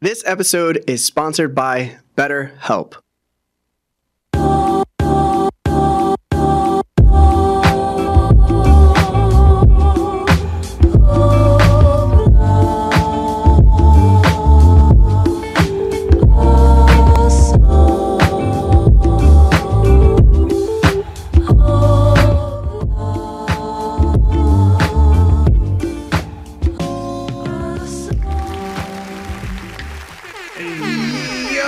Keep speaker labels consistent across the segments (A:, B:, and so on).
A: This episode is sponsored by BetterHelp. Yo!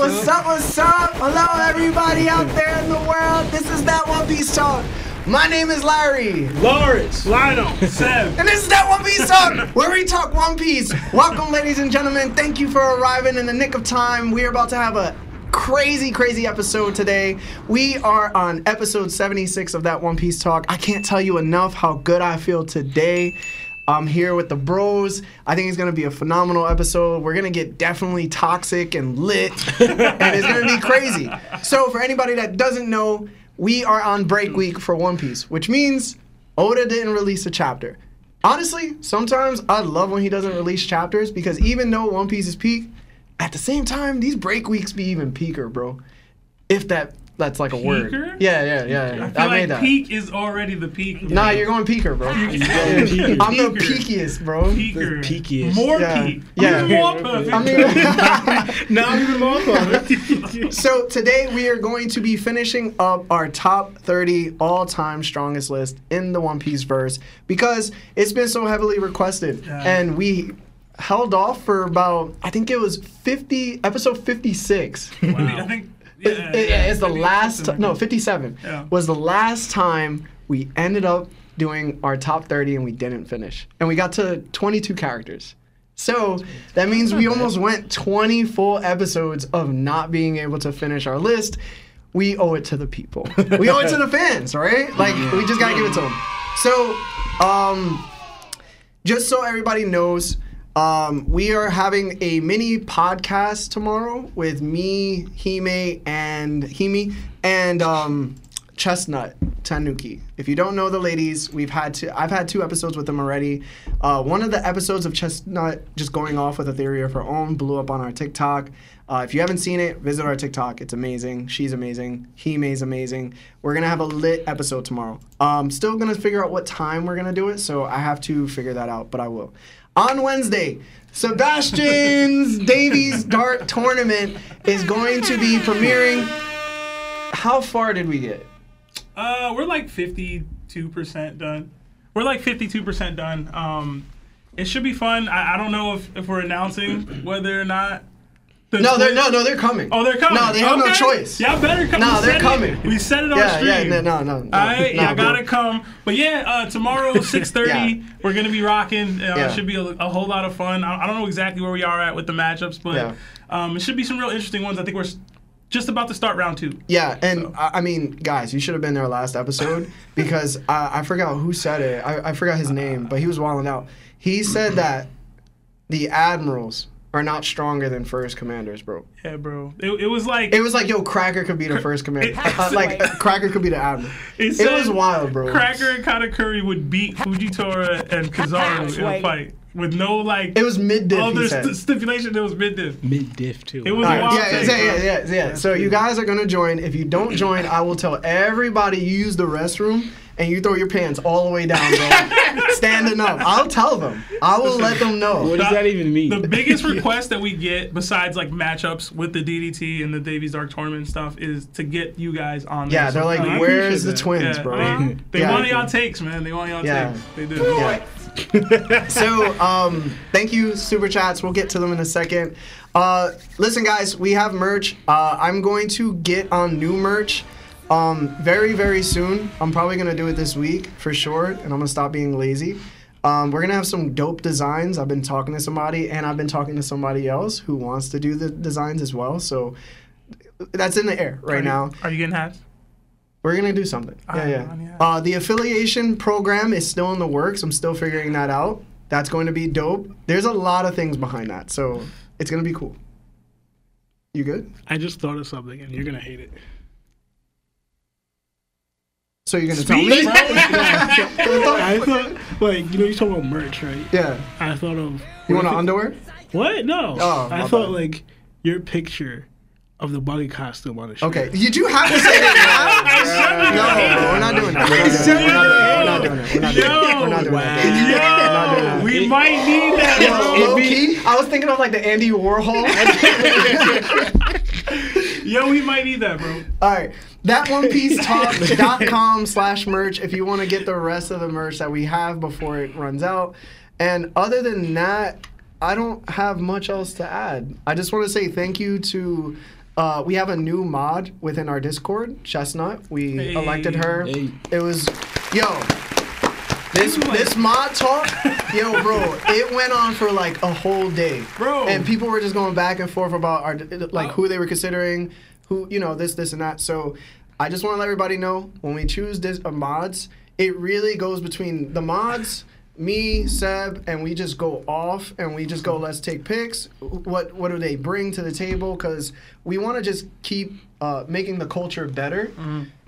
A: What's up, what's up? Hello, everybody out there in the world. This is That One Piece Talk. My name is Larry,
B: Lawrence, Lionel, Seb.
A: and this is That One Piece Talk, where we talk One Piece. Welcome, ladies and gentlemen. Thank you for arriving in the nick of time. We are about to have a crazy, crazy episode today. We are on episode 76 of That One Piece Talk. I can't tell you enough how good I feel today. I'm here with the bros. I think it's gonna be a phenomenal episode. We're gonna get definitely toxic and lit, and it's gonna be crazy. So, for anybody that doesn't know, we are on break week for One Piece, which means Oda didn't release a chapter. Honestly, sometimes I love when he doesn't release chapters because even though One Piece is peak, at the same time, these break weeks be even peaker, bro. If that that's like a word.
B: Peaker?
A: Yeah, yeah, yeah. yeah.
B: I
A: I,
B: feel
A: made
B: like
A: that.
B: peak is already the peak.
A: Nah, you're going peaker, bro.
B: peaker.
A: I'm the
B: Peaker.
A: peakiest, bro.
B: peaker.
C: The peakiest.
B: More
A: Yeah.
B: peak.
A: Yeah.
B: I'm even more perfect.
A: I mean,
C: Now even more
A: so today we are going to be finishing up our top 30 all-time strongest list in the One Piece verse because it's been so heavily requested,
B: Yeah.
A: and we held off for about I think it was 50 episode 56.
B: I think yeah,
A: It- it-
B: yeah,
A: it's the
B: I think
A: last
B: something
A: no
B: like that.
A: 57
B: Yeah.
A: was the last time we ended up doing our top 30 and we didn't finish and we got to 22 characters so that means we almost went 20 full episodes of not being able to finish our list we owe it to the people we owe it to the fans right like we just gotta give it to them so um just so everybody knows, um, we are having a mini podcast tomorrow with me, Hime, and Hime, and um, Chestnut Tanuki. If you don't know the ladies, we've had to. I've had two episodes with them already. Uh, one of the episodes of Chestnut just going off with a theory of her own blew up on our TikTok. Uh, if you haven't seen it, visit our TikTok. It's amazing. She's amazing. Hime's amazing. We're gonna have a lit episode tomorrow. Um, still gonna figure out what time we're gonna do it, so I have to figure that out, but I will. On Wednesday, Sebastian's Davies Dart Tournament is going to be premiering. How far did we get?
B: Uh, we're like 52% done. We're like 52% done. Um, it should be fun. I, I don't know if, if we're announcing whether or not. the
A: No, they're
B: Twitch-
A: no, no, they're coming.
B: Oh, they're coming.
A: No, they have no
B: Okay.
A: choice.
B: Y'all better come.
A: No,
B: We
A: they're
B: said it.
A: coming.
B: We said it on
A: yeah, yeah,
B: stream.
A: no, no, no. no,
B: All right,
A: no,
B: y'all
A: bro.
B: gotta come. But yeah, uh, tomorrow six thirty,
A: Yeah.
B: we're gonna be rocking. Uh,
A: Yeah.
B: It should be a, a whole lot of fun. I, I don't know exactly where we are at with the matchups, but
A: Yeah.
B: um, it should be some real interesting ones. I think we're s- just about to start round two.
A: Yeah, and I, I mean, guys, you should have been there last episode because I, I forgot who said it. I, I forgot his name, but he was wilding out. He said that the admirals are not stronger than first commanders, bro.
B: Yeah, bro. It, it was like
A: It was like, yo, Cracker could be the first commander. Uh, like, Cracker could be the admiral.
B: It
A: It
B: said
A: was wild, bro.
B: Cracker and Katakuri would beat Fujitora and Kizaru in a
D: Wait.
B: fight with no like
A: It was mid diff.
B: other
A: he said.
B: st- stipulation. It was mid diff.
C: Mid diff too.
B: It was
A: All right,
B: wild.
A: Yeah,
B: take,
A: yeah, yeah,
B: bro.
A: yeah, yeah. So you guys are gonna join. If you don't join, I will tell everybody you use the restroom and you throw your pants all the way down, bro. Standing up. I'll tell them. I will let them
C: what
A: know.
C: does that even mean?
B: The biggest request that we get, besides like matchups with the DDT and the Davies Dark Tournament stuff, is to get you guys on. there.
A: Yeah, they're like,
B: I
A: "Where's
B: appreciate
A: the
B: that."
A: twins,
B: Yeah,
A: bro?
B: They, they
A: Yeah.
B: want y'all takes, man. They want y'all
A: Yeah.
B: takes. They do.
A: Yeah. So um, thank you, super chats. We'll get to them in a second. Uh, listen, guys, we have merch. Uh, I'm going to get on new merch. Um, very, very soon. I'm probably gonna do it this week for sure, and I'm gonna stop being lazy. Um, we're gonna have some dope designs. I've been talking to somebody, and I've been talking to somebody else who wants to do the designs as well. So that's in the air right
B: Are you-
A: now.
B: are you getting hats?
A: We're gonna do something. Yeah, yeah.
B: yeah.
A: Uh, the affiliation program is still in the works. I'm still figuring that out. That's going to be dope. There's a lot of things behind that, so it's gonna be cool. You good?
E: I just thought of something, and you're gonna hate it.
A: So you're gonna tell me?
B: Speak,
E: I thought, like, you know, you talk about merch, right?
A: Yeah.
E: I thought of.
A: You want an
E: what if
A: underwear?
E: it- What? No.
A: Oh, my
E: I thought
A: bad.
E: like your picture of the buggy costume on the shirt.
A: Okay, you do have to say it. No, we're not doing that. We're not doing that. We're not doing that. We're not doing that. We're not doing that. We're not
B: Yo,
A: doing that.
B: we might need
A: Yo, low
B: that.
A: key, I was thinking of like the Andy Warhol.
B: bro. Yo, we might need that, bro.
A: All right, that onepiecetalk.com slash merch if you want to get the rest of the merch that we have before it runs out. And other than that, I don't have much else to add. I just want to say thank you to. Uh, we have a new mod within our Discord, Chestnut. We
B: Hey.
A: elected her.
C: Hey.
A: It was, yo, this this mod talk, yo, bro, it went on for like a whole day,
B: Bro.
A: And people were just going back and forth about our like who they were considering, who you know this, this, and that. So I just want to let everybody know when we choose this uh, mods, it really goes between the mods. Me, Seb, and we just go off, and we just go. Let's take picks. What what do they bring to the table? Because we want to just keep uh, making the culture better.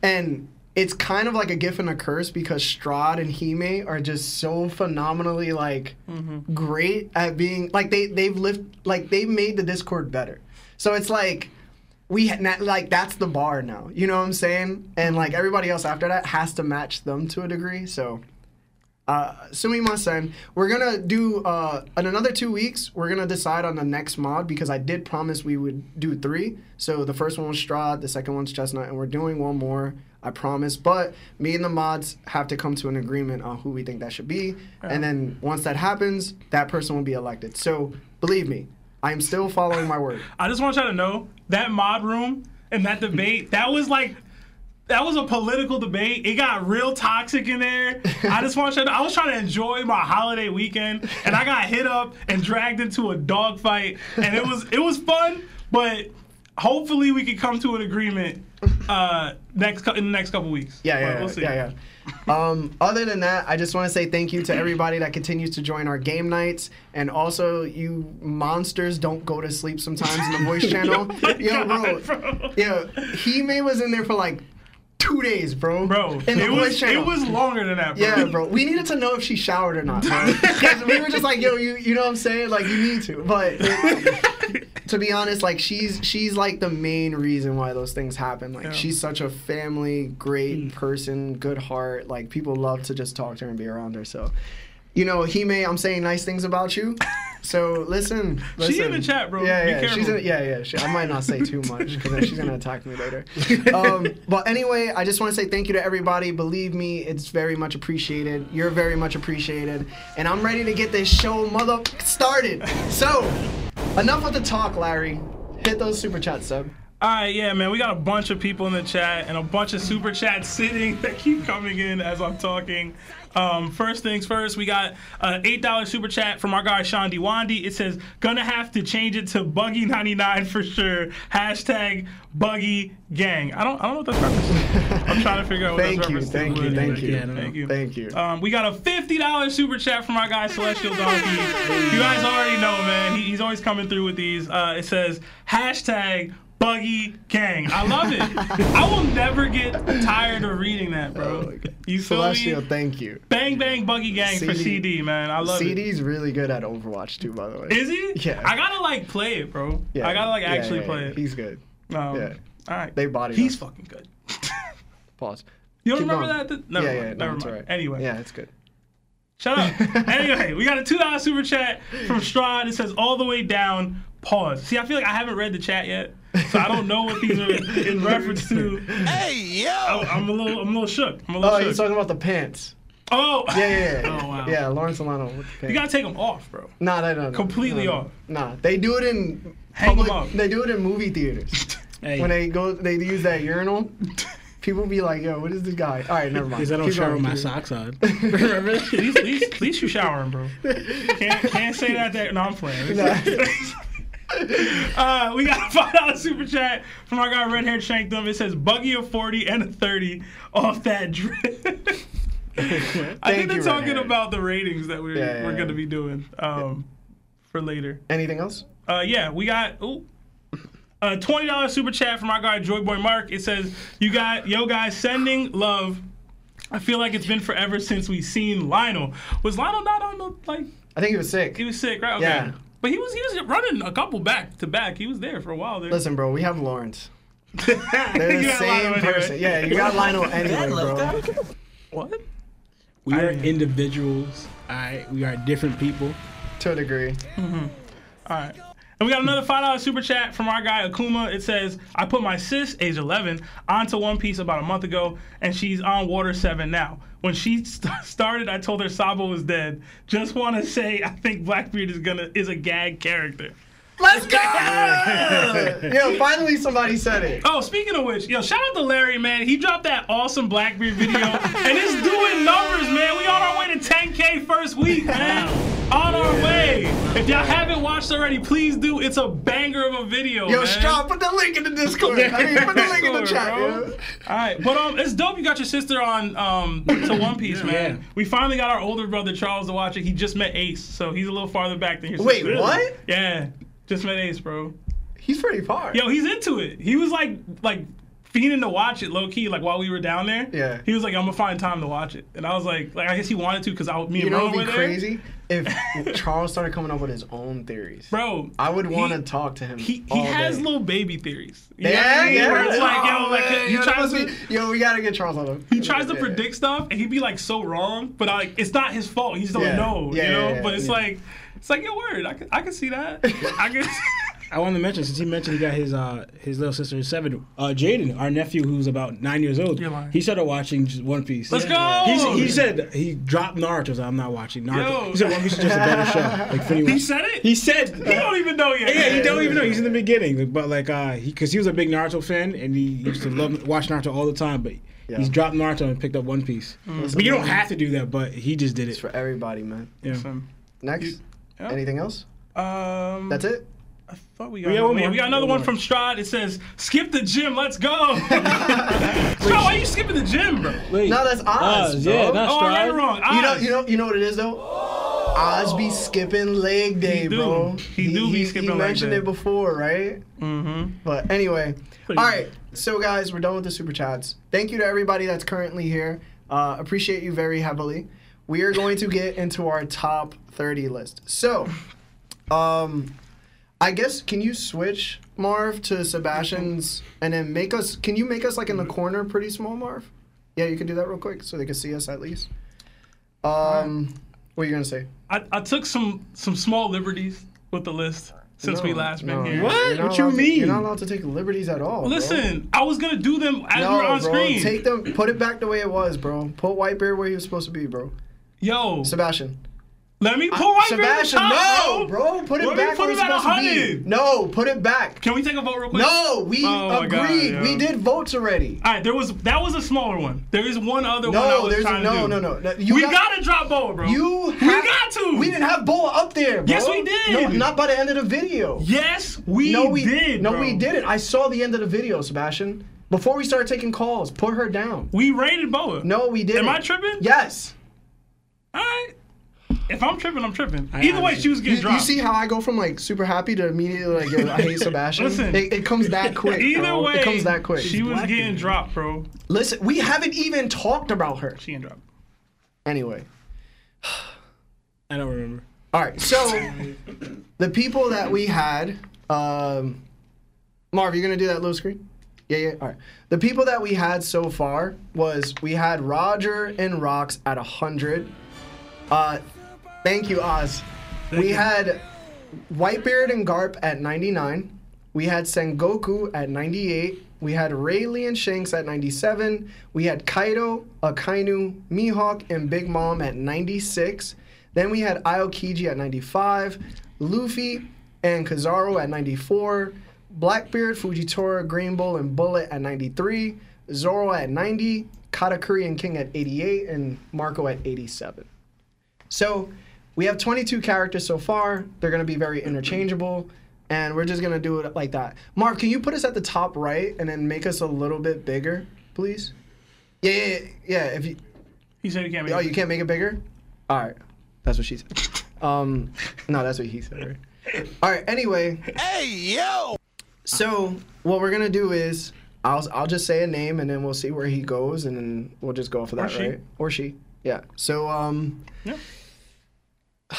A: And it's kind of like a gift and a curse because Strahd and Hime are just so phenomenally like great at being like they they've lived like they made the Discord better. So it's like we ha- na- like that's the bar now. You know what I'm saying? And like everybody else after that has to match them to a degree. So uh, Sumi Masen, we're gonna do uh, in another two weeks. We're gonna decide on the next mod because I did promise we would do three. So the first one was Strahd, the second one's Chestnut, and we're doing one more. I promise. But me and the mods have to come to an agreement on who we think that should be, and then once that happens, that person will be elected. So believe me, I am still following my word.
B: I just want y'all to know that mod room and that debate, that was like that was a political debate. It got real toxic in there. I just want y'all to, I was trying to enjoy my holiday weekend and I got hit up and dragged into a dogfight. And it was it was fun, but hopefully we can come to an agreement uh next cou- in the next couple weeks.
A: Yeah,
B: But
A: yeah,
B: we'll
A: yeah,
B: see.
A: yeah, yeah. Um, other than that, I just want to say thank you to everybody that continues to join our game nights, and also you monsters don't go to sleep sometimes in the voice channel. yo,
B: God,
A: bro,
B: bro.
A: yo, he may was in there for like two days, bro.
B: Bro,
A: in the
B: it
A: voice
B: was
A: channel.
B: it was longer than that, bro.
A: Yeah, bro. We needed to know if she showered or not. bro. 'Cause we were just like, yo, you you know what I'm saying? Like you need to. But it- to be honest, like she's she's like the main reason why those things happen. Like
B: Yeah. Mm.
A: she's such a family, great person, good heart. Like people love to just talk to her and be around her. So you know, Hime, I'm saying nice things about you. So listen, listen.
B: She in the chat, bro.
A: Yeah,
B: Be
A: yeah, she's
B: careful.
A: in, yeah, yeah. She, I might not say too much because then she's gonna attack me later. Um, but anyway, I just want to say thank you to everybody. Believe me, it's very much appreciated. You're very much appreciated, and I'm ready to get this show mother started. So, enough with the talk, Larry. Hit those super chats, sub.
B: All right, yeah, man. We got a bunch of people in the chat and a bunch of super chats sitting that keep coming in as I'm talking. Um, first things first, we got an $8 super chat from our guy, Sean Dewandi. It says, Gonna have to change it to Buggy99 for sure. Hashtag Buggy Gang. I don't, I don't know what that's reference I'm trying to figure out what
A: Thank
B: that's
A: you,
B: reference to
A: thank you,
B: was.
A: thank you,
E: Yeah, I don't know.
B: Thank you.
A: thank you.
B: Um, we got a fifty dollars super chat from our guy Celestial Donkey. You guys already know, man. He, he's always coming through with these. Uh, it says hashtag Buggy Gang. I love it. I will never get tired of reading that,
A: Oh
B: bro.
A: my God.
B: you feel
A: Celestial,
B: me?
A: thank you.
B: Bang bang Buggy Gang for
A: CD.
B: CD, man. I love it.
A: CD's really good at Overwatch too, by the way.
B: Is he?
A: Yeah.
B: I gotta like play it, bro.
A: Yeah,
B: I gotta like
A: yeah,
B: actually
A: yeah,
B: play
A: yeah.
B: it.
A: He's good.
B: um,
A: yeah.
B: All right.
A: They bodied
B: He's
A: us.
B: fucking good.
A: Pause.
B: You don't
A: Keep
B: remember
A: going.
B: that? Th- never
A: yeah,
B: mind.
A: yeah, no,
B: never
A: it's
B: mind.
A: alright.
B: Anyway.
A: Yeah, it's good.
B: Shut up. anyway, we got a two dollar super chat from Strahd. It says all the way down. Pause. See, I feel like I haven't read the chat yet, so I don't know what these are in reference to. Hey yo! I'm a little, I'm a little shook. I'm a little
A: Oh,
B: shook.
A: he's talking about the pants.
B: oh,
A: Yeah, yeah, yeah.
B: Oh, wow.
A: Yeah, Lawrence Solano with the pants.
B: You gotta take them off, bro.
A: nah, they don't.
B: Completely
A: no, no.
B: off.
A: Nah, they do it in
B: Hang 'em
A: public.
B: up.
A: They do it in movie theaters.
E: Hey,
A: when they go, they use that urinal. People be like, "Yo, what is this guy?" All right, never mind.
E: because I don't
A: Keep
E: shower
A: going,
E: my
A: keep going.
E: socks on. Remember?
B: At least, at least, at least you showering, bro. Can't, can't say that. That no, I'm playing. uh, we got a five dollar super chat from our guy Red Hair Shank Them. It says buggy a forty and a thirty off that drip. I
A: Thank
B: think they're
A: you,
B: talking
A: Renee.
B: about the ratings that we're,
A: Yeah, yeah,
B: we're
A: yeah.
B: going to be doing um, for later.
A: Anything else?
B: Uh, yeah, we got ooh, a twenty dollars super chat from our guy Joyboy Mark. It says, "You got yo guys sending love." I feel like it's been forever since we seen Lionel. Was Lionel not on the like
A: I think he was sick.
B: he was sick, right? Okay.
A: Yeah.
B: But he was he was running a couple back to back. He was there for a while there.
A: Listen, bro, we have Lawrence. They're
B: They're
A: the same person. Yeah, you got Lionel anyway, bro.
C: Love that.
B: What?
E: We are individuals. All right, we are different people.
A: To a degree.
B: All right. And we got another five dollar super chat from our guy Akuma. It says, "I put my sis, age 11, onto One Piece about a month ago, and she's on Water Seven now. When she st- started, I told her Sabo was dead. Just want to say, I think Blackbeard is gonna is a gag character.
A: Let's go! Yo, finally somebody said it.
B: Oh, speaking of which, yo, shout out to Larry, man. He dropped that awesome Blackbeard video, and it's doing numbers, man. We on our way to 10K first week, man. On our way. If y'all haven't watched already, please do. It's a banger of a video.
A: Yo,
B: man.
A: Straw, put the link in the Discord. I mean, put the link in the chat,
B: Bro.
A: yo.
B: All right, but um, it's dope. You got your sister on um to One Piece, man.
E: Yeah.
B: We finally got our older brother Charles to watch it. He just met Ace, so he's a little farther back than your
A: Wait,
B: sister.
A: what?
B: Yeah, just met Ace, bro.
A: He's pretty far.
B: Yo, he's into it. He was like like fiending to watch it low key, like while we were down there.
A: Yeah.
B: He was like, I'm gonna find time to watch it, and I was like, like I guess he wanted to because I me
A: you
B: and
A: know
B: Rowan
A: what'd
B: were
A: be
B: there.
A: crazy? If Charles started coming up with his own theories.
B: Bro,
A: I would want to
B: he-
A: talk to him.
B: He he
A: all
B: has
A: day.
B: little baby theories. You know what I
A: Yeah,
B: mean?
A: yeah.
B: Where it's like, yo,
A: Oh,
B: like
A: man,
B: he
A: yo, that
B: tries
A: must
B: to.
A: be- Yo, we gotta get Charles on him.
B: he tries to predict stuff and he'd be like so wrong, but I, like it's not his fault. He just don't
A: Yeah.
B: know,
A: Yeah,
B: you know.
A: yeah, yeah,
B: but it's
A: yeah.
B: like it's like your word. I can, I can see that. I can.
E: I want to mention since he mentioned he got his uh his little sister who's seven, uh Jaden, our nephew who's about nine years old.
B: You're lying.
E: He started watching just One Piece.
B: Let's go!
E: He, s- he said he dropped Naruto. He's like, I'm not watching Naruto.
B: Yo.
E: He said One Piece is just a better show. Like Finny
B: he
E: was-
B: said it.
E: He said.
B: he don't even know yet.
E: yeah, you don't even know. He's in the beginning, but like, uh, he because he was a big Naruto fan and he used to love watch Naruto all the time. But
A: Yeah.
E: he's dropped Naruto and picked up One Piece.
B: Mm.
E: But you don't have to do that. But he just did
A: It's
E: it.
A: for everybody, man.
E: Yeah.
B: Um,
A: Next,
B: yeah.
A: anything else?
B: Um,
A: That's it.
B: I thought we got,
E: We got
B: another-
E: one
B: yeah,
E: more.
B: we got another
E: One
B: one
E: more.
B: from Strad. It says, "Skip the gym, let's go." Strad, why are you skipping the gym, bro?
E: Wait.
A: No, that's Oz.
E: Oz,
A: bro.
E: yeah, that's-
B: Oh, I read it
E: Strad.
B: wrong.
A: you know,
B: Oz.
A: you know, you know what it is though. Oz be skipping leg day,
B: do.
A: bro.
B: He do be skipping
A: He
B: leg
A: mentioned
B: day.
A: it before, right?
B: Mhm.
A: But anyway, all right. So guys, we're done with the super chats. Thank you to everybody that's currently here. Uh, appreciate you very heavily. We are going to get into our top 30 list. So, um, I guess can you switch Marv to Sebastian's and then make us? Can you make us like in the corner, pretty small, Marv? Yeah, you can do that real quick so they can see us at least. Um, what are you gonna say?
B: I, I took some some small liberties with the list since we
A: No,
B: last been
A: no,
B: here.
A: you're
E: What?
A: not
E: What you
A: allowed to-
E: mean?
A: you're not allowed to take liberties at all. bro.
B: Listen, I was gonna do them as we
A: No,
B: were on
A: bro.
B: screen.
A: Take them. Put it back the way it was, bro. Put Whitebeard where he was supposed to be, bro.
B: Yo,
A: Sebastian.
B: let me pull right
A: Sebastian,
B: the top,
A: no, bro. Put it
B: Let me
A: back. where
B: put it
A: it's
B: at
A: supposed to be.
B: 100.
A: No, put it back.
B: Can we take a vote real quick?
A: No, we
B: Oh my God,
A: agreed.
B: yo.
A: we did votes already.
B: All right, there was that was a smaller one. There is one other one. I
A: No,
B: was
A: there's
B: trying to
A: no,
B: do.
A: no, no, no. You
B: We
A: got-
B: gotta drop Boa, bro.
A: You
B: we
A: have-
B: got to.
A: We didn't have Boa up there, bro.
B: Yes, we did.
A: No, not by the end of the video.
B: Yes, we,
A: no, we
B: did.
A: No,
B: bro.
A: we didn't. I saw the end of the video, Sebastian. Before we started taking calls, put her down.
B: We rated Boa.
A: No, we didn't.
B: Am I tripping?
A: Yes.
B: All right. If I'm tripping, I'm tripping. Either way,
E: honestly-
B: she was getting
A: You, you
B: dropped.
A: see how I go from like super happy to immediately like yo, I hate Sebastian.
B: Listen.
A: it, it comes that quick.
B: Either
A: bro.
B: way,
A: it comes that quick.
B: She was
E: black,
B: getting
E: dude.
B: dropped, bro.
A: Listen, we haven't even talked about her.
B: She getting dropped.
A: Anyway,
E: I don't remember.
A: all right. So the people that we had, um, Marv, you gonna do that little screen? Yeah, yeah. All right. The people that we had so far was we had Roger and Rocks at hundred. Uh, thank you, Oz. we had Whitebeard and Garp at 99. We had Sengoku at 98. We had Rayleigh and Shanks at 97. We had Kaido, Akainu, Mihawk, and Big Mom at 96. Then we had Aokiji at 95. Luffy and Kizaru at 94. Blackbeard, Fujitora, Green Bull, and Bullet at 93. Zoro at 90. Katakuri and King at 88. And Marco at 87. So we have 22 characters so far. They're going to be very interchangeable, and we're just going to do it like that. Mark, can you put us at the top right and then make us a little bit bigger, please? Yeah, yeah, yeah, yeah. If you,
B: He said he can't make
A: oh,
B: it.
A: you can't make it bigger. All right, that's what she said. Um, no, that's what he said. right? All right. Anyway,
C: Hey, yo.
A: so what we're gonna do is I'll I'll just say a name and then we'll see where he goes and then we'll just go for that,
B: she.
A: right? Or she. Yeah. So um
B: Yeah.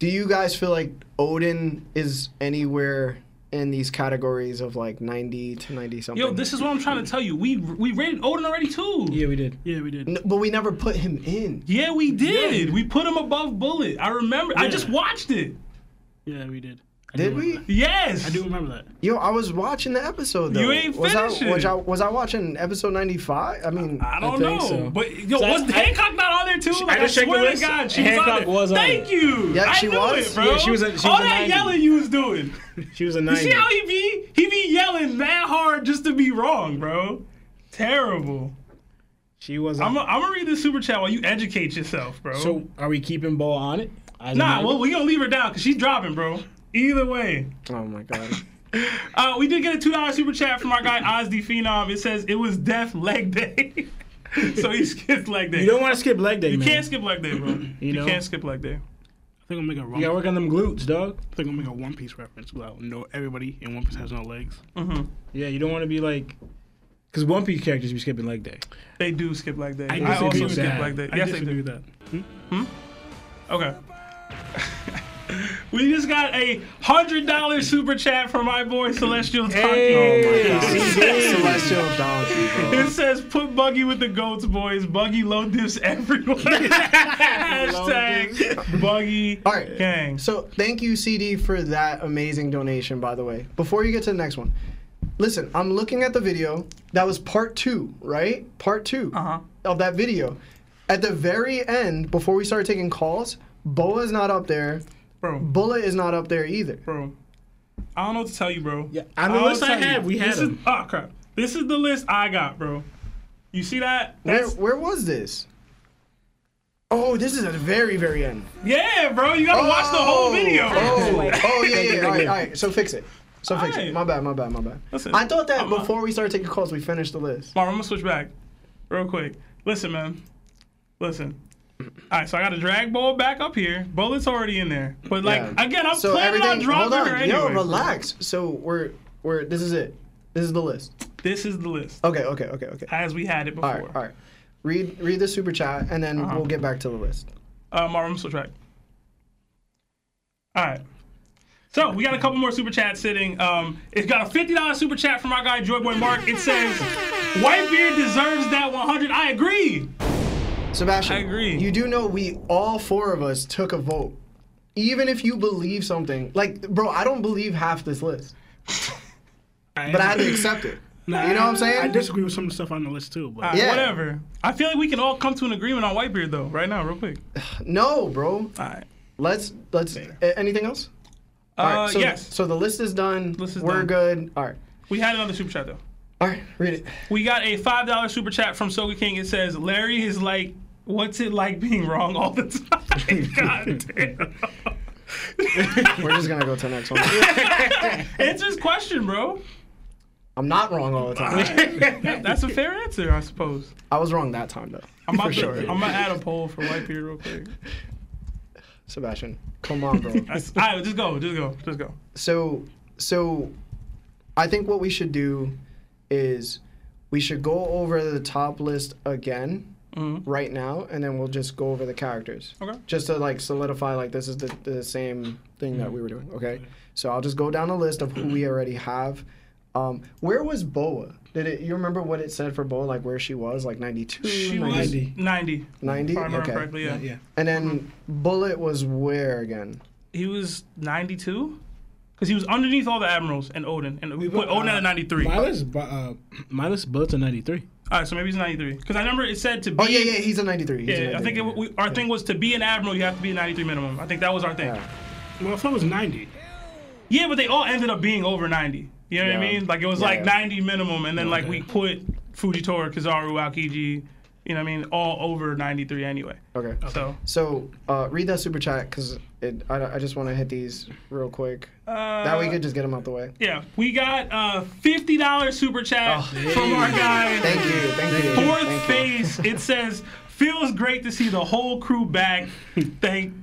A: Do you guys feel like Odin is anywhere in these categories of like 90 to 90 something?
B: Yo, this is what I'm trying to tell you. We we rated Odin already too.
E: Yeah, we did.
C: Yeah, we did.
A: N- but we never put him in.
B: Yeah, we did. We put him above Bullet. I remember. I
C: Yeah.
B: just watched it.
C: Yeah, we did. I
A: Did
C: do
A: we?
C: remember
B: Yes.
C: that. I do remember that.
A: Yo, I was watching the episode though.
B: You ain't
A: was I,
B: finished it.
A: was I was I watching episode 95? I mean,
B: I don't know,
E: think so.
B: but yo,
E: So
B: was
E: I-
B: Hancock not on there too? Like, I,
E: just checked the
B: swear to
E: list.
B: God, she was on
E: Hancock
B: there.
E: was on
B: Thank
E: it.
B: you.
A: Yeah,
B: I
A: she
B: knew
A: was.
B: it, bro.
E: Yeah, she was a- she was
B: All
E: a
B: that
E: 90.
B: yelling you was doing.
E: She was a
B: You
E: nine.
B: see how he be? He be yelling that hard just to be wrong, bro. Terrible.
E: She was.
B: I'm
E: A,
B: gonna read this super chat while you educate yourself, bro.
E: so are we keeping Bo on it? As a
B: nah,
E: nine?
B: well we gonna leave her down because she's dropping, bro. Either way.
A: oh my god.
B: Uh, we did get a two dollar super chat from our guy Ozzy Phenom. It says it was deaf leg day, so he skipped leg day.
E: you don't want to skip leg day,
B: You
E: man.
B: can't skip leg day, bro. You,
E: know?
B: can't skip leg day.
C: I think I'm making a wrong.
E: You gotta work on them glutes, dog.
C: I think I'm making a One Piece reference. Well, no, everybody in One Piece has no legs.
A: Mm-hmm.
B: hmm
E: Yeah, you don't want to be like, because One Piece characters be skipping leg day.
B: They do skip leg day.
C: I disagree
B: also
C: with
B: skip
E: that.
B: leg day.
C: I
B: Yes, they
C: disagree
B: do. Hmm?
C: with
B: Okay.
C: that.
B: we just got a hundred dollar super chat from my boy Celestial Taki.
E: Hey.
A: Oh my God. Celestial donkey, bro.
B: It says put Buggy with the goats, boys. Buggy low dips everyone. Hashtag Buggy
A: All right.
B: gang.
A: So thank you, CD, for that amazing donation, by the way. Before you get to the next one, listen, I'm looking at the video. That was part two, right? Part 2
B: Uh-huh.
A: of that video. At the very end, before we started taking calls, Boa is not up there.
B: bro,
A: Bullet is not up there either.
B: bro. I don't know what to tell you, bro.
E: Yeah, on the
B: I'll
E: list I
B: tell you,
E: have, we had
B: this is,
E: them.
B: oh crap. This is the list I got, bro. You see that?
A: Where,
B: That's,
A: where was this? Oh, this is at the very, very end.
B: yeah, bro. You gotta watch the whole video.
A: Oh, oh yeah, yeah. all right, all right. So fix it. So fix
B: All right.
A: it. My bad, my bad, my bad.
B: Listen,
A: I thought that
B: I'm not-
A: before we started taking calls, we finished the list.
B: Marv, I'm gonna switch back, real quick. Listen, man. Listen. All right, so I got to drag Bull back up here. Bullet's already in there, but like
A: Yeah.
B: again, I'm planning on dropping her anyway.
A: Yo, relax. So we're we're this is it. This is the list.
B: This is the list
A: Okay, okay, okay, okay.
B: as we had it before.
A: Oh. All right, all right. Read read the super chat and then
B: Uh-huh.
A: we'll get back to the list.
B: Uh, Marvin, switch back. All right. So we got a couple more super chats sitting. Um, it's got a fifty dollars super chat from our guy Joyboy Mark. It says, "Whitebeard deserves that one hundred. I agree.
A: Sebastian,
B: I agree.
A: You do know we all four of us took a vote. Even if you believe something, like bro, I don't believe half this list, but I had to accept it. you know what I'm saying? Ah.
C: I disagree with some of the stuff on the list too, but
B: All right,
A: Yeah.
B: Whatever. I feel like we can all come to an agreement on Whitebeard though, right now, real quick.
A: no, bro.
B: All right.
A: Let's let's. a- anything else?
B: Uh,
A: All right. so,
B: yes.
A: So the list is done.
B: List is
A: We're
B: done.
A: good. All right.
B: We had another super chat though.
A: All right. Read it.
B: We got a five dollar super chat from Soga King. It says, "Larry is like, what's it like being wrong all the time?" God damn.
A: We're just gonna go to the next one.
B: Answer his question, bro.
A: I'm not wrong all the time.
B: That- That's a fair answer, I suppose.
A: I was wrong that time though.
B: I'm
A: for
B: about to,
A: sure.
B: I'm gonna add a poll for Whitebeard real quick.
A: Sebastian, come on, bro.
B: That's, all right, just go, just go, just go.
A: so so, I think what we should do is we should go over the top list again
B: Mhm.
A: right now, and then we'll just go over the characters.
B: Okay.
A: Just to like solidify, like this is the, the same thing that we were doing. Okay. So I'll just go down the list of who we
B: Mm-hmm.
A: already have. Um, where was Boa? Did it? You remember what it said for Boa? Like where she was? Like 92,
B: She was
A: 90,
E: 90.
B: 90. If
A: 90?
B: I remember
A: Okay.
B: correctly, yeah.
E: Yeah.
A: And then Bullet was where again?
B: He was 92? Because he was underneath all the admirals and Odin. And we put
E: put,
B: Odin
E: uh,
B: at a 93.
E: My
B: All
E: list, bu- uh, my list builds a ninety-three.
B: right, so maybe he's 93. Because I remember it said to be.
A: Oh yeah, yeah, he's a 93. He's a
B: Yeah, I think
A: 93.
B: it, we, our thing was to be an admiral, you have to be a 93 minimum. I think that was our thing.
A: Yeah.
B: Yeah,
C: well, if it was 90,
B: but they all ended up being over 90. You know what I
A: Yeah.
B: mean? Like it was
A: Yeah,
B: like
A: yeah. 90
B: 90 minimum, and then like we put Fujitora, Kizaru, Aokiji, you know what I mean? All over 93 anyway.
A: Okay.
B: So
A: So uh, read that super chat because I, I just want to hit these real quick.
B: uh,
A: that way we could just get them out the way.
B: yeah, we got a fifty dollars super chat
A: Oh,
B: from our guy.
A: Thank you. Thank you.
B: Fourth
A: thank you.
B: phase, it says, feels great to see the whole crew back. Thank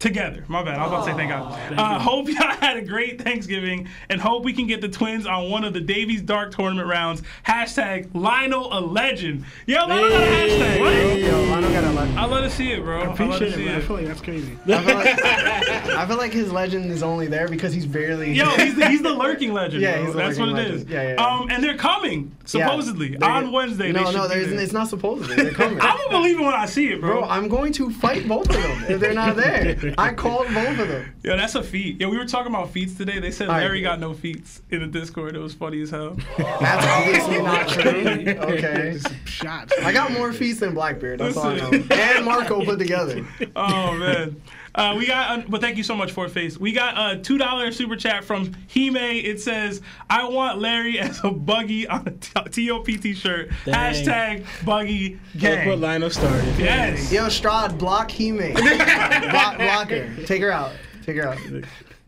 B: Together. My bad. I was about to say thank
A: Oh,
B: God. Uh, hope y'all had a great Thanksgiving and hope we can get the twins on one of the Davies Dark tournament rounds. Hashtag Lionel a legend. Yo, Lionel got a hashtag. What?
A: Yo, I don't gotta lie.
B: I love to see it, bro. I, love to
C: Appreciate it,
B: see
C: man. I
B: it.
C: feel like that's crazy.
A: I feel, like, I feel like his legend is only there because he's barely.
B: Yo, he's the, he's the lurking legend.
A: Yeah,
B: bro.
A: he's the
B: that's
A: lurking
B: what it is.
A: legend. Yeah, yeah, yeah.
B: Um, and they're coming
A: Yeah.
B: supposedly
A: They're-
B: on Wednesday.
A: No,
B: they should
A: no,
B: be
A: there's,
B: there.
A: it's not supposedly. They're coming.
B: I'm gonna believe it when I see it, bro.
A: Bro, I'm going to fight both of them if they're not there. I called both of them.
B: Yo, that's a feat. Yo, we were talking about feats today. They said
A: right,
B: Larry
A: dude.
B: got no feats in the Discord. It was funny as hell.
A: That's obviously not true. Okay.
C: Shots.
A: I got more feats than Blackbeard. That's all I know.
B: Listen.
A: And Marco put together.
B: oh man. Uh, we got, uh, but thank you so much for face. We got a two dollar super chat from Hime. It says, "I want Larry as a buggy on a T- TOP T-shirt."
E: Dang.
B: Hashtag buggy
E: Look what
B: gang.
E: Lionel started.
B: Yes.
A: Yo, Strahd, block Hime. block, block her. Take her out. Take her out.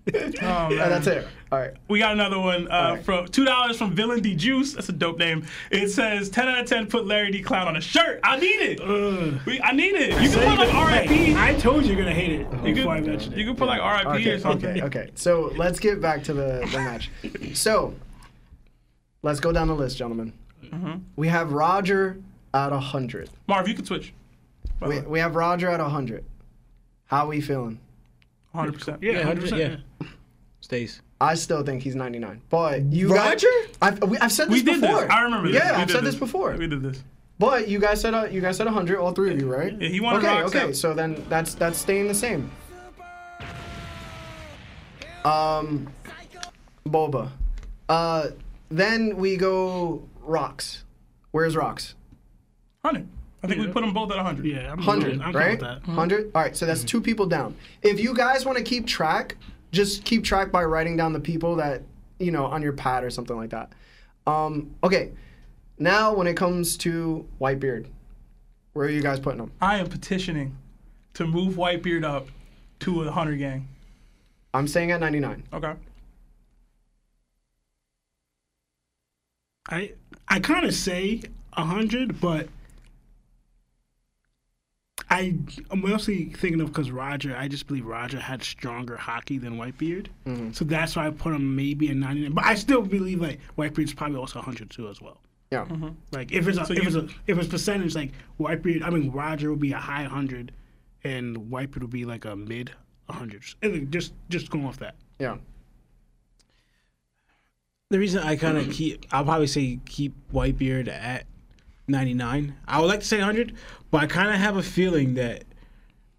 B: Oh,
A: Uh,
B: man.
A: that's it. All right.
B: We got another one uh,
A: right.
B: from two dollars from Villain D Juice. That's a dope name. It says ten out of ten. Put Larry D Clown on a shirt. I need it. We, I need it. You can put like
E: Hey,
B: RIP.
E: I told you you're gonna hate it
B: You
E: before I
B: can,
E: mentioned it.
B: you can put like RIP or
A: Okay,
B: something.
A: okay, okay. So let's get back to the, the match. So let's go down the list, gentlemen.
B: Mm-hmm.
A: We have Roger at 100.
B: Marv, you can switch.
A: We, we have Roger at 100. How we feeling?
B: 100. percent
C: Yeah, 100%.
E: yeah. Stays.
A: I still think he's 99. But you
E: Roger?
A: Guys, I've, we, have said this
B: We did
A: before.
B: this. I remember this.
A: Yeah,
B: We
A: I've
B: did
A: said this, before.
B: We did this.
A: But you guys said uh, you guys said 100, all three of you, right?
B: Yeah, he wanted
A: Okay,
B: rocks
A: okay.
B: out.
A: So then that's that's staying the same. Um, Boba. Uh, then we go rocks. Where's rocks?
B: 100. I think we put them both at 100.
C: Yeah, I'm
A: 100,
C: I'm cool
A: right?
C: with that.
A: 100. All right, so that's two people down. If you guys want to keep track, just keep track by writing down the people that, you know, on your pad or something like that. Um, okay. Now when it comes to Whitebeard, where are you guys putting him?
B: I am petitioning to move Whitebeard up to a 100 gang.
A: I'm staying at 99.
B: Okay.
C: I I kind of say hundred, but I I'm mostly thinking of because Roger. I just believe Roger had stronger hockey than Whitebeard, so that's why I put him maybe a ninety nine. But I still believe like Whitebeard's probably also hundred too as well.
A: Yeah.
B: Mm-hmm.
C: Like if it's a, if
B: you-
C: it's a, if it's percentage like Whitebeard, I mean Roger would be a high hundred, and Whitebeard would be like a mid hundred. Just just going off that.
A: Yeah.
E: The reason I kind of keep, I'll probably say keep Whitebeard at 99. I would like to say 100, but I kind of have a feeling that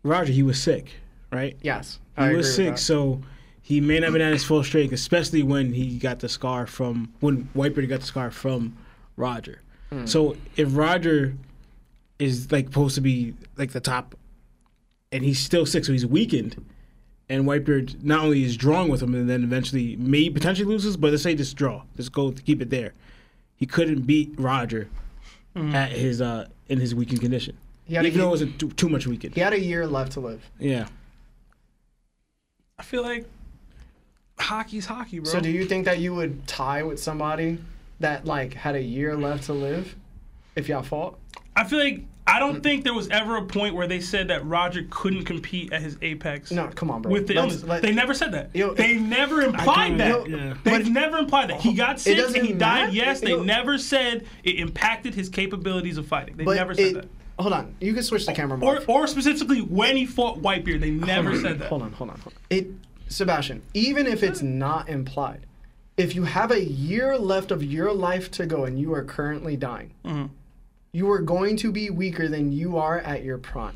E: Roger, he was sick, right?
A: Yes.
E: he
A: I
E: was
A: agree
E: sick,
A: with that.
E: so he may not have been at his full strength, especially when he got the scar from when Whitebeard got the scar from Roger.
A: Hmm.
E: So if Roger is like supposed to be like the top, and he's still sick, so he's weakened, and Whitebeard not only is drawing with him, and then eventually may potentially loses, but let's say just draw, just go to keep it there. He couldn't beat Roger at his uh in his weakened condition,
A: Hmm. He had, a,
E: even though it
A: he,
E: wasn't too, too much weakened.
A: he had a year left to live.
E: yeah.
B: I feel like hockey's hockey, bro.
A: So do you think that you would tie with somebody that like had a year left to live if y'all fought?
B: I feel like I don't think there was ever a point where they said that Roger couldn't compete at his apex.
A: No, come on, bro.
B: With the
A: Let's-
B: illness,
A: let-
B: they never said that.
A: Yo,
B: they never implied
C: kinda-
B: that.
A: yo,
C: yeah.
B: They've never implied that he got sick
A: doesn't
B: and he died.
A: matter.
B: Yes, they
A: Yo.
B: never said it impacted his capabilities of fighting. They
A: but
B: never said
A: it-
B: that.
A: Hold on. You can switch the camera.
B: Or,
A: Marv.
B: or specifically when he fought Whitebeard, they never said that.
A: Hold on, hold on, hold on. It, Sebastian, even if it's not implied, if you have a year left of your life to go and you are currently dying,
B: Mm-hmm.
A: you are going to be weaker than you are at your prime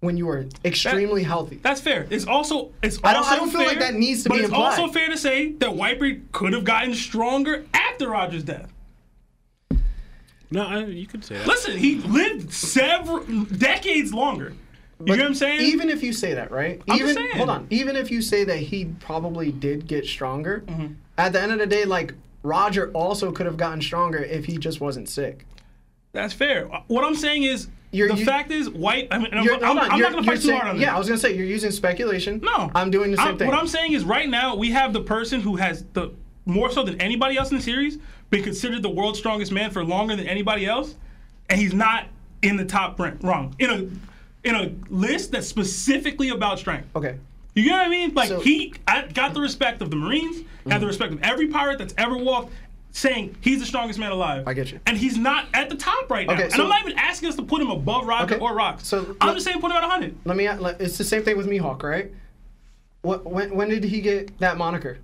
A: when you are extremely healthy.
B: That's fair. It's also it's
A: don't-
B: also
A: I don't feel
B: fair,
A: like that needs to
B: but
A: be
B: it's
A: implied.
B: also fair to say that Whitebeard could have gotten stronger after Roger's death.
E: No, I, you could say that.
B: Listen, he lived several decades longer. You get what I'm saying?
A: even if you say that, right?
B: I'm
A: even
B: just saying.
A: hold on. Even if you say that he probably did get stronger,
B: Mm-hmm.
A: at the end of the day, like Roger also could have gotten stronger if he just wasn't sick.
B: That's fair. Uh, What I'm saying is,
A: You're-
B: the
A: you-
B: fact is, white. I mean, I'm,
A: You're-
B: I'm
A: hold on,
B: not
A: you're-
B: going to
A: you're
B: fight too
A: saying-
B: hard on this.
A: Yeah, I was gonna say you're using speculation.
B: no,
A: I'm doing the same
B: I'm-
A: thing.
B: What I'm saying is, right now we have the person who has the more so than anybody else in the series been considered the world's strongest man for longer than anybody else, and he's not in the top rank, rung in a in a list that's specifically about strength.
A: Okay.
B: You get what I mean? Like
A: So- Mm-hmm.
B: he I got the respect of the Marines, got the respect of every pirate that's ever walked, saying he's the strongest man alive.
A: I get you.
B: And he's not at the top right now.
A: Okay,
B: and
A: so-
B: I'm not even asking us to put him above Roger
A: Okay,
B: or Rock.
A: so
B: I'm
A: let-
B: just saying put him at 100.
A: Let me. uh, Let, it's the same thing with Mihawk, right? What? When? When did he get that moniker?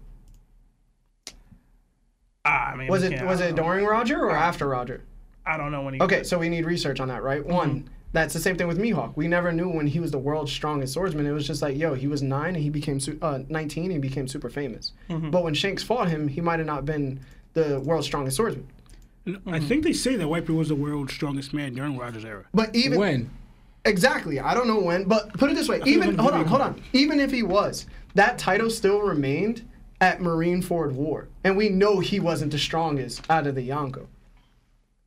B: Ah, I mean,
A: Was
B: we
A: it?
B: can't-
A: Was
B: I
A: it
B: don't know.
A: during Roger or after Roger?
B: I don't know when he.
A: Okay, so we need research on that, right? One, that's the same thing with Mihawk. We never knew when he was the world's strongest swordsman. It was just like, yo, he was nine and he became su- uh, 19 and he became super famous. But when Shanks fought him, he might have not been the world's strongest swordsman.
C: I
E: Mm-hmm.
C: think they say that Whitebeard was the world's strongest man during Rogers' era.
A: But even
E: When?
A: exactly, I don't know when. But put it this way, even
C: I'm
A: hold on,
C: giving-
A: hold on. Even if he was, that title still remained at Marine Ford War, and we know he wasn't the strongest out of the Yonko.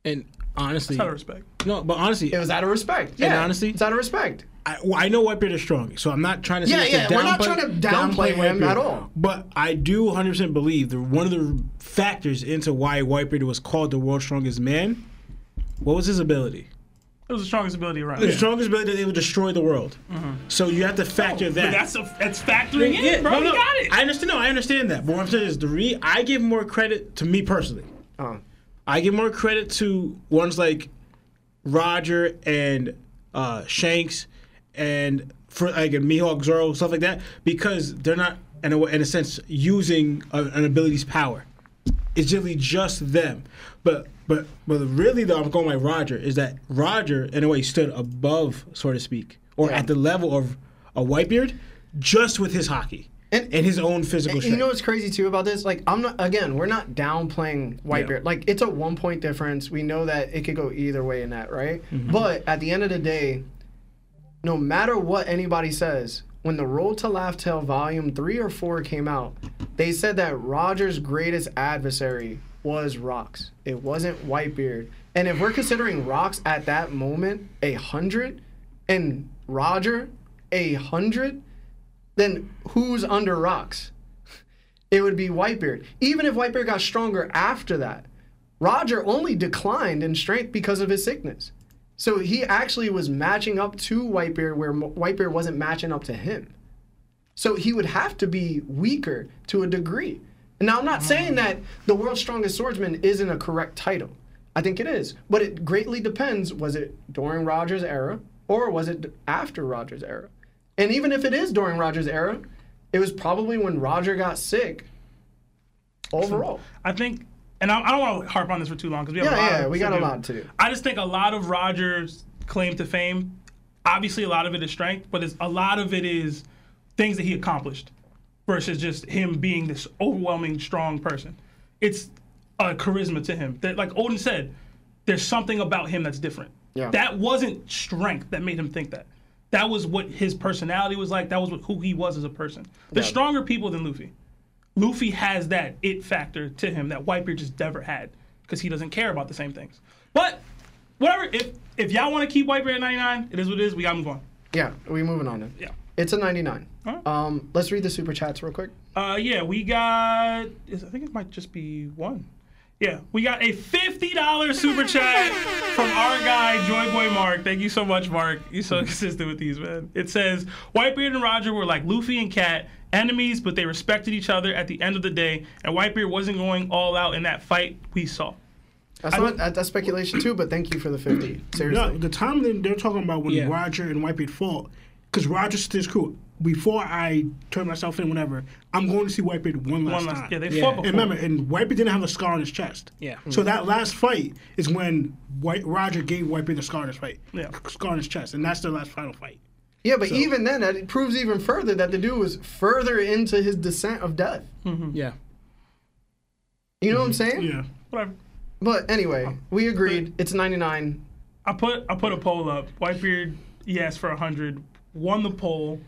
E: And honestly,
B: Out of respect.
E: no, but honestly,
A: It was out of respect. Yeah,
E: honestly-
A: it's out of respect.
E: I, well, I know Whitebeard is strong, so I'm not trying to say
A: Yeah,
E: that to
A: yeah, we're not
E: downplay-
A: trying to downplay him
E: Whitebeard.
A: at all.
E: But I do 100% believe that one of the factors into why Whitebeard was called the world's strongest man, what was his ability?
B: It was the strongest ability around.
E: The strongest ability that they would destroy the world.
B: Mm-hmm.
E: So you have to
C: Oh,
E: factor that.
B: But that's a, that's factoring in,
E: Yeah,
B: bro.
E: no,
B: You
E: no,
B: got it.
E: I understand. No, I understand that. But what I'm saying is, the re- I give more credit to me personally.
A: Uh,
E: I give more credit to ones like Roger and uh, Shanks and for like and Mihawk Zoro stuff like that because they're not in a, in a sense using a, an ability's power. It's really just them. But but but really though, I'm going like Roger is that Roger in a way stood above, so to speak, or
A: Yeah.
E: at the level of a Whitebeard just with his hockey
A: And-
E: and, his own physical
A: You
E: strength.
A: know what's crazy too about this? Like I'm not again, we're not downplaying Whitebeard.
E: Yeah.
A: Like it's a one point difference. We know that it could go either way in that, right? But at the end of the day, no matter what anybody says, when the Roll to Laugh Tale Volume Three or Four came out, they said that Roger's greatest adversary was Rocks. It wasn't Whitebeard. And if we're considering Rocks at that moment a hundred and Roger a hundred, then who's under Rocks? it would be Whitebeard. Even if Whitebeard got stronger after that, Roger only declined in strength because of his sickness. So he actually was matching up to Whitebeard where Mo- Whitebeard wasn't matching up to him. So he would have to be weaker to a degree. Now, I'm not saying that the world's strongest swordsman isn't a correct title. I think it is. But it greatly depends was it during Rogers' era or was it d- after Rogers' era? And even if it is during Rogers' era, it was probably when Roger got sick overall.
B: I think, and I, I don't want to harp on this for too long because we
A: Yeah,
B: have a lot.
A: yeah,
B: of-
A: we got a lot to do.
B: I just think a lot of Rogers' claim to fame, obviously, a lot of it is strength, but it's a lot of it is things that he accomplished versus just him being this overwhelming strong person. It's a charisma to him that, like Odin said, there's something about him that's different.
A: Yeah.
B: That wasn't strength that made him think that. That was what his personality was like. That was what, who he was as a person. There's stronger people than Luffy. Luffy has that it factor to him that Whitebeard just never had because he doesn't care about the same things. But whatever, if if y'all want to keep Whitebeard at 99, it is what it is. We got to move on.
A: Yeah, we moving on then.
B: Yeah.
A: It's a 99.
B: Alright.
A: Um, let's read the super chats real quick.
B: Uh, yeah, we got. is- I think it might just be one. Yeah, we got a fifty dollars super chat from our guy Joy Boy Mark. Thank you so much, Mark. You're so consistent with these, man. It says Whitebeard and Roger were like Luffy and Cat, enemies, but they respected each other at the end of the day. And Whitebeard wasn't going all out in that fight we saw.
A: That's not that- that's speculation too, but thank you for the 50. Seriously.
C: No, the time that they're talking about when
E: Yeah.
C: Roger and Whitebeard fought, because Roger's to his crew. Before I turn myself in, whenever I'm going to see Whitebeard one last
B: One last,
C: time.
B: yeah, they
E: Yeah.
B: fought
C: and
B: before. Mm-hmm.
C: remember, and Whitebeard didn't have a scar on his chest.
E: Yeah.
C: So that last fight is when White Roger gave Whitebeard the scar on his fight.
B: Yeah.
C: Scar on his chest, and that's their last final fight.
A: Yeah, but even then, that it proves even further that the dude was further into his descent of death.
B: Mm-hmm.
E: yeah.
A: You know what I'm saying?
C: Yeah.
B: Whatever.
A: But anyway, we agreed. It's 99.
B: I put I put a poll up. Whitebeard, yes, for hundred, won the poll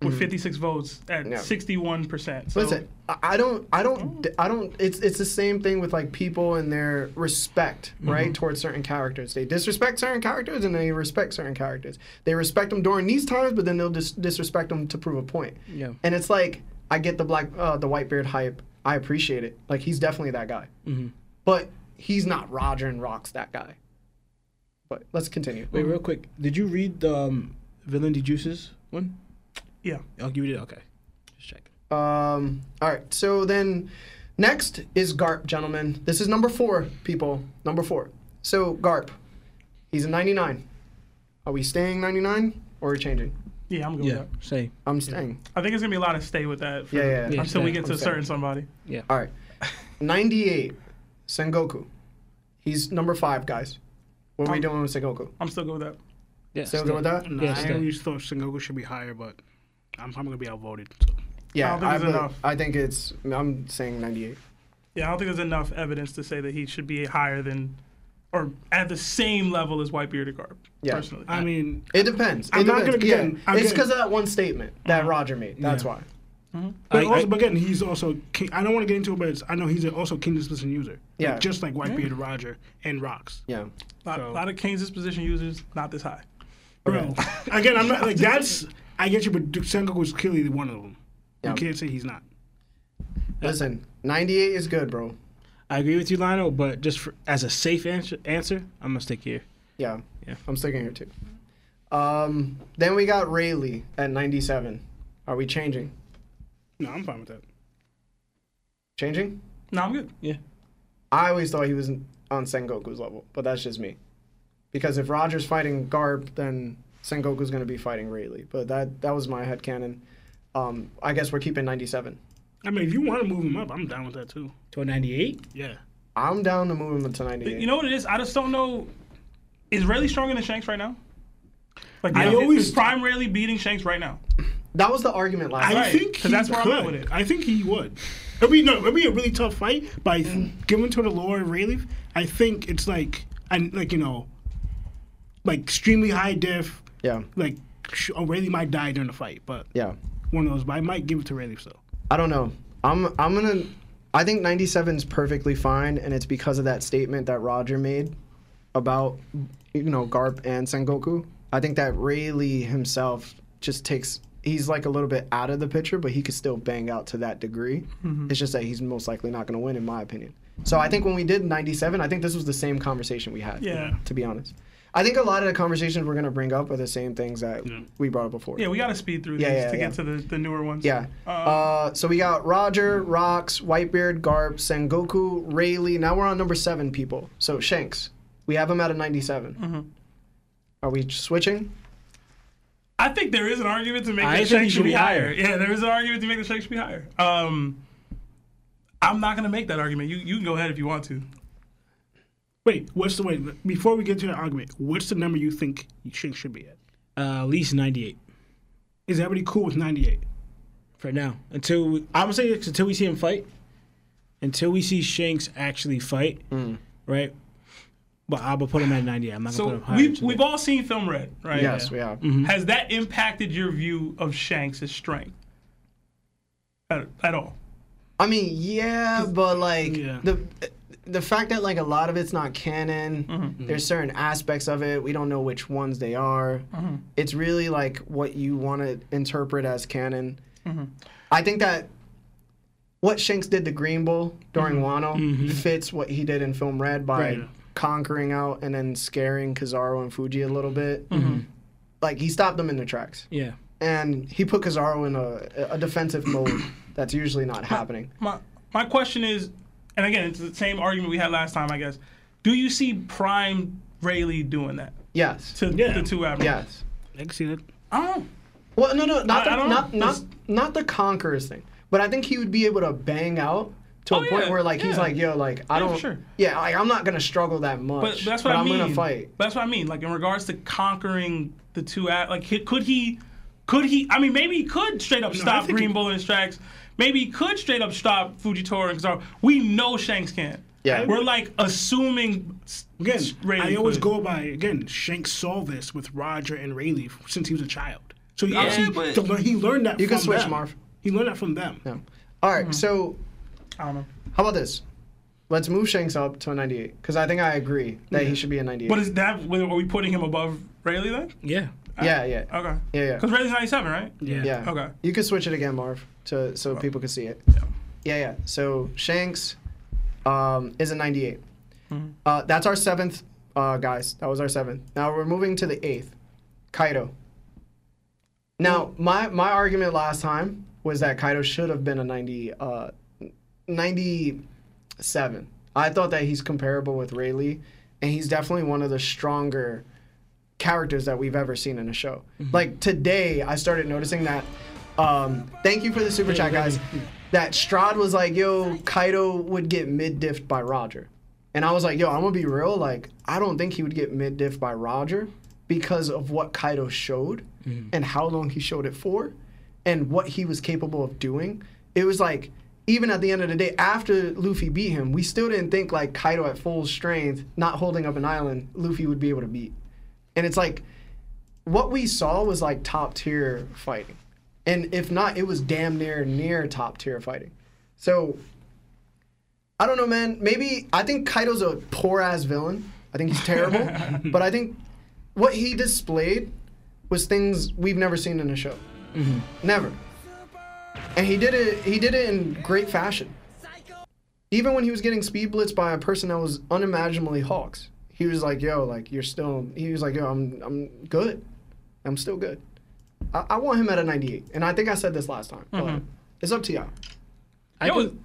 A: Mm-hmm.
B: with fifty six votes
A: Yeah.
B: at sixty one percent. So
A: Listen, I- I don't, I don't, I don't. It's it's the same thing with like people and their respect, right, towards certain characters. They disrespect certain characters and they respect certain characters. They respect them during these times, but then they'll dis- disrespect them to prove a point.
E: Yeah.
A: And it's like I get the black, uh, the white beard hype. I appreciate it. Like he's definitely that guy. But he's not Roger and Rocks that guy. But let's continue.
E: Wait, real quick. Did you read the um, Villain de Juices one?
B: Yeah.
E: Oh, you did? Okay. Just check.
A: Um, all right. So then, next is Garp, gentlemen. This is number four, people. Number four. So Garp, he's a 99. Are we staying 99 or are we changing?
B: Yeah, I'm good
E: Yeah.
B: with that.
E: Say.
A: I'm staying.
B: I think it's gonna be a lot of stay with that for,
A: Yeah, yeah. yeah.
E: Yeah.
B: until we get to
A: I'm
B: a certain
A: staying.
B: somebody.
A: All right. 98, Sengoku. He's number five, guys. What are we doing with Sengoku?
B: I'm still good with that.
E: Yeah.
A: Still good with that?
C: Nah,
E: Yes,
C: Um, I
E: that-
C: always thought Sengoku should be higher, but I'm probably gonna be outvoted. So.
A: Yeah,
B: I don't think
A: I,
B: it's
A: believe-
B: enough.
A: I think it's. I'm saying 98.
B: Yeah, I don't think there's enough evidence to say that he should be higher than or at the same level as Whitebeard or Garb.
A: Yeah.
B: Personally.
C: I mean,
A: It depends.
C: I'm
A: It
C: not
A: depends.
C: gonna-
A: yeah.
C: again, I'm
A: It's
C: gonna-
A: because of that one statement that Roger made. That's
E: Yeah.
A: why.
E: I-
C: but, also,
E: I-
C: but again, he's also. King, I don't want to get into it, but it's, I know he's also King Disposition user. Like,
A: Yeah.
C: just like Whitebeard, Roger, and Rocks.
A: Yeah.
B: a, lot,
C: so-
B: lot of Kings' position users, not this high.
C: Bro, again, I'm not like that's. I get you, but Duke Sengoku is clearly one of them.
A: Yeah.
C: You can't say he's not.
A: Listen, 98 is good, bro.
E: I agree with you, Lionel, but just for, as a safe answer, answer, I'm gonna stick here.
A: Yeah.
E: Yeah.
A: I'm sticking here too. Um, then we got Rayleigh at 97. Are we changing?
C: No, I'm fine with that.
A: Changing?
B: No, I'm good.
E: Yeah.
A: I always thought he was on Sengoku's level, but that's just me. Because if Roger's fighting Garp, then Sengoku's going to be fighting Rayleigh. But that that was my headcanon. Um, I guess we're keeping 97.
C: I mean, if you want to move him up, I'm down with that too.
E: To a 98?
C: Yeah.
A: I'm down to move him to 98.
B: You know what it is? I just don't know. Is Rayleigh stronger than Shanks right now? Like,
C: I
B: is-
C: always-
B: is Prime Rayleigh beating Shanks right now.
A: that was the argument last
C: I
A: night.
B: Right,
C: think
B: 'cause
C: he
B: that's where I'm
C: could.
B: at with it.
C: I think he would. It'd be no, it'd be a really tough fight, but I th- given to the lower relief, I think it's like and like you know, like extremely high diff.
A: Yeah.
C: Like, sh- oh, Rayleigh might die during the fight, but
A: Yeah.
C: one of those. But I might give it to Rayleigh still.
A: I don't know. I'm I'm gonna. I think 97 is perfectly fine, and it's because of that statement that Roger made about you know Garp and Sengoku. I think that Rayleigh himself just takes. He's like a little bit out of the picture, but he could still bang out to that degree. It's just that he's most likely not going to win, in my opinion. So I think when we did 97, I think this was the same conversation we had.
B: Yeah.
A: To be honest, I think a lot of the conversations we're going to bring up are the same things that we brought up before.
B: Yeah, we got to speed through
A: Yeah,
B: these
A: yeah,
B: to
A: yeah.
B: get to the, the newer ones.
A: Yeah. Uh, so we got Roger, Rocks, Whitebeard, Garp, Sengoku, Rayleigh. Now we're on number seven, people. So Shanks, we have him at a 97. Are we switching?
B: I think there is an argument to make
E: I
B: that
E: think he
B: Shanks
E: should
B: should be
E: be
B: higher.
E: higher.
B: Yeah, there is an argument to make that Shanks should be higher. Um, I'm not gonna make that argument. You you can go ahead if you want to.
C: Wait, what's the wait? Before we get to the argument, what's the number you think Shanks should be at?
E: Uh, at least 98
C: Is everybody cool with 98?
E: for now. Until we, I'm gonna say it's until we see him fight, until we see Shanks actually fight,
C: Mm.
E: right? But I'm gonna put him at 98. I'm not gonna
B: So
E: put him higher.
B: we've
E: than
B: we've all seen Film Red, right?
A: Yes, we have.
B: Has that impacted your view of Shanks' strength at, at all?
A: I mean, yeah, but like
C: Yeah.
A: the the fact that like a lot of it's not canon.
C: Mm-hmm.
A: There's certain aspects of it we don't know which ones they are.
C: Mm-hmm.
A: It's really like what you want to interpret as canon.
C: Mm-hmm.
A: I think that what Shanks did to Green Bull during Wano fits what he did in Film Red by
C: Mm-hmm. Right.
A: conquering out and then scaring Kizaru and Fuji a little bit.
C: Mm-hmm.
A: Like he stopped them in their tracks
E: that. yeah.
A: and he put Kizaru in a, a defensive mode that's usually not happening.
B: My my question is, and again, it's the same argument we had last time, I guess. Do you see Prime Rayleigh doing that
A: Yes.
B: to
C: Yeah.
B: the two admirals?
A: Yes.
C: I can see that.
B: I don't know.
A: Well, no, no, not
B: I-
A: the,
B: I don't know.
A: not not
B: It's-
A: not the conquerors thing, but I think he would be able to bang out to
B: Oh,
A: a point
B: yeah,
A: where like he's
B: yeah.
A: like, yo, like I
B: Yeah, for
A: don't,
B: sure.
A: yeah, like I'm not gonna struggle that
B: But
A: much.
B: that's what I
A: am
B: mean.
A: gonna fight.
B: That's what I mean. Like in regards to conquering the two, ad- like he- could he, could he? I mean, maybe he could straight up stop
C: think
B: Green
C: he-
B: Bull in his tracks. Maybe he could straight up stop Fujitora and Kizaru. We know Shanks can.
A: Yeah.
B: We're like assuming. s-
C: Again,
B: s- Rayleigh
C: I always
B: could.
C: go by again. Shanks saw this with Roger and Rayleigh since he was a child, so he obviously
B: but-
C: the lear- he learned that.
A: You
C: from
A: can switch,
C: them.
A: Marv.
C: He learned that from them.
A: Yeah. All
B: Mm-hmm.
A: right, so
B: I don't know.
A: how about this? Let's move Shanks up to a 98 because I think I agree that he should be a 98.
B: But is that are we putting him above Rayleigh then?
E: Yeah.
A: yeah, yeah,
B: Okay.
A: yeah, yeah.
B: Because Rayleigh's ninety-seven, right?
E: Yeah.
A: Yeah.
B: Okay.
A: You can switch it again, Marv, to so people can see it. Yeah, yeah. So Shanks um, is a 98. Uh, that's our seventh, uh, guys. That was our seventh. Now we're moving to the eighth. Kaido. Now, my my argument last time was that Kaido should have been a 90, uh, 97. I thought that he's comparable with Rayleigh, and he's definitely one of the stronger characters that we've ever seen in a show. Like today, I started noticing that. Um, thank you for the super chat, guys. That Strad was like, "Yo, Kaido would get mid diffed by Roger," and I was like, "Yo, I'm gonna be real. Like, I don't think he would get mid diffed by Roger because of what Kaido showed and how long he showed it for, and what he was capable of doing. It was like." Even at the end of the day, after Luffy beat him, we still didn't think like Kaido at full strength, not holding up an island, Luffy would be able to beat. And it's like what we saw was like top tier fighting. And if not, it was damn near near top tier fighting. So I don't know, man. Maybe I think Kaido's a poor ass villain. I think he's terrible. but I think what he displayed was things we've never seen in a show. Never. And he did it he did it in great fashion. Even when he was getting speed blitzed by a person that was unimaginably Hawks, he was like, "Yo, like you're still." He was like, "Yo, I'm I'm good, I'm still good." I, I want him at a 98, and I think I said this last time. but
C: Mm-hmm.
A: It's up to y'all. I
B: Yo,
A: think-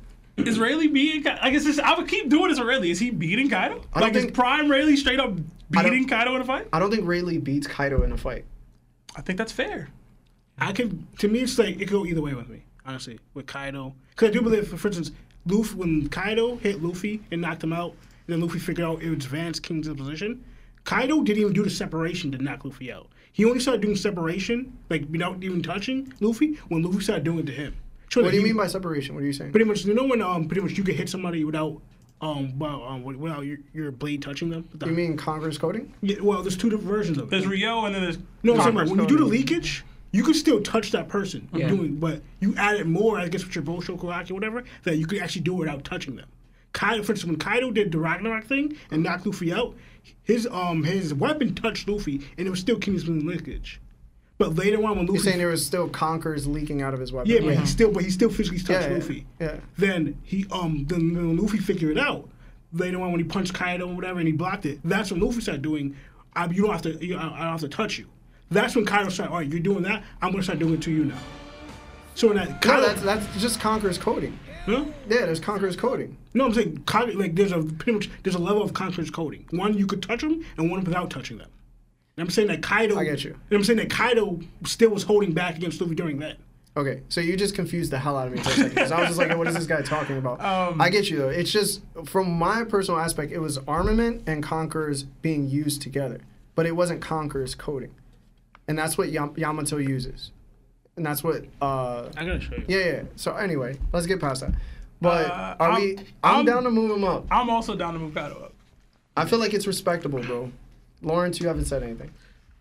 B: is Rayleigh beating Kaido? Like, it's just, I would keep doing this with Rayleigh. Is he beating Kaido?
A: don't
B: Like, is
A: think-
B: Prime Rayleigh straight up
A: I don't-
B: beating Kaido in a fight?
A: I don't think Rayleigh beats Kaido in a fight.
B: I think that's fair.
C: I could to me it's like it could go either way with me, honestly. With Kaido, because I do believe, for instance, Luffy when Kaido hit Luffy and knocked him out, and then Luffy figured out it was Vance King's position. Kaido didn't even do the separation to knock Luffy out. He only started doing separation, like without even touching Luffy, when Luffy started doing it to him. So
A: What do you mean by separation? What are you saying?
C: pretty much? You know when um pretty much you can hit somebody without um well um without your, your blade touching them.
A: You mean Congress coding?
C: Yeah, well, there's two different versions of it.
B: There's Rio and then there's.
C: No, I'm saying like,
A: Congress
C: when you do the
A: coding.
C: leakage, you can still touch that person.
E: Yeah.
C: Doing, but you added more, I guess, with your Bolshoi Kulaki or whatever, that you could actually do it without touching them. Kaido, for instance, when Kaido did the Ragnarok thing and knocked Luffy out, his um his weapon touched Luffy and it was still King's leakage. But later on, when
A: You're saying
C: Luffy,
A: there was still Conquerors leaking out of his weapon.
C: yeah, but he still but he still physically touched
A: yeah,
C: Luffy.
A: yeah.
C: Then he um then when Luffy figured it out later on when he punched Kaido and whatever and he blocked it. That's when Luffy started doing. I, you don't have to. You, I, I don't have to touch you. That's when Kaido started. All right, you're doing that. I'm gonna start doing it to you now. So when that
A: No,
C: Kaido,
A: that's that's just Conquerors coding.
C: huh?
A: Yeah, there's Conquerors coding.
C: no, I'm saying Kaido, like there's a pretty much there's a level of Conqueror's coding. One you could touch them and one without touching them. And I'm saying that Kaido.
A: I get you.
C: And I'm saying that Kaido still was holding back against Luffy during that.
A: Okay, so you just confused the hell out of me for a second. 'cause I was just like, what is this guy talking about?
C: Um,
A: I get you, though. It's just, from my personal aspect, it was armament and conquerors being used together, but it wasn't conquerors coding. And that's what Yam- Yamato uses. And that's what, uh,
C: I gotta show you.
A: yeah, yeah. So, anyway, let's get past that. But
B: Uh,
A: are
B: I'm-
A: we, I'm,
B: I'm-
A: down to move him up.
B: I'm also down to move Kaido up.
A: I feel like it's respectable, bro. Lawrence, you haven't said anything.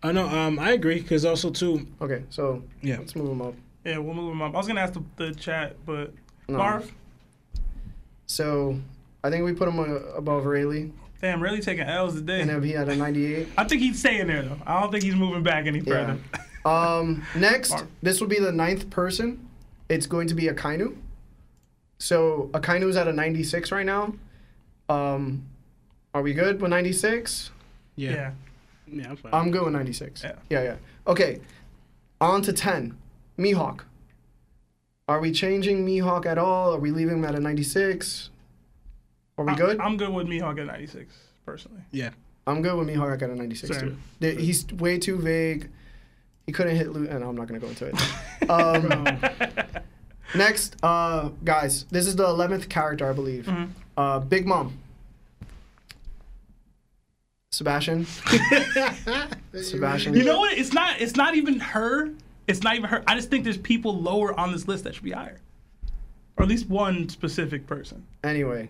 E: I know. Um, I agree because also too.
A: Okay, so
E: Yeah.
A: let's move him up.
B: Yeah, we'll move him up. I was going to ask the, the chat, but. Marv?
A: So, I think we put him uh, above Rayleigh,
B: Damn, really taking L's today.
A: and if he had a 98.
B: I think he's staying there, though. I don't think he's moving back any
A: Yeah.
B: further.
A: Um, next,
B: Mark.
A: this will be the ninth person. It's going to be Akainu. So Akainu is at a 96 right now. Um, are we good with 96?
E: Yeah.
B: Yeah.
C: Yeah, I'm fine.
A: I'm good with 96.
B: Yeah.
A: yeah, yeah. Okay, on to 10. Mihawk. Are we changing Mihawk at all? Are we leaving him at a 96? Are we good?
B: I, am good with Mihawk at 96, personally.
E: Yeah.
A: I'm good with Mihawk at a 96
B: Same.
A: too. There- He's way too vague. He couldn't hit Lu and I'm not gonna go into it. Um, next, uh, guys, this is the 11th character, I believe.
B: Mm-hmm.
A: Uh, Big Mom. Sebastian. Sebastian.
B: You know what? It's not. It's not even her. It's not even her. I just think there's people lower on this list that should be higher, or at least one specific person.
A: Anyway,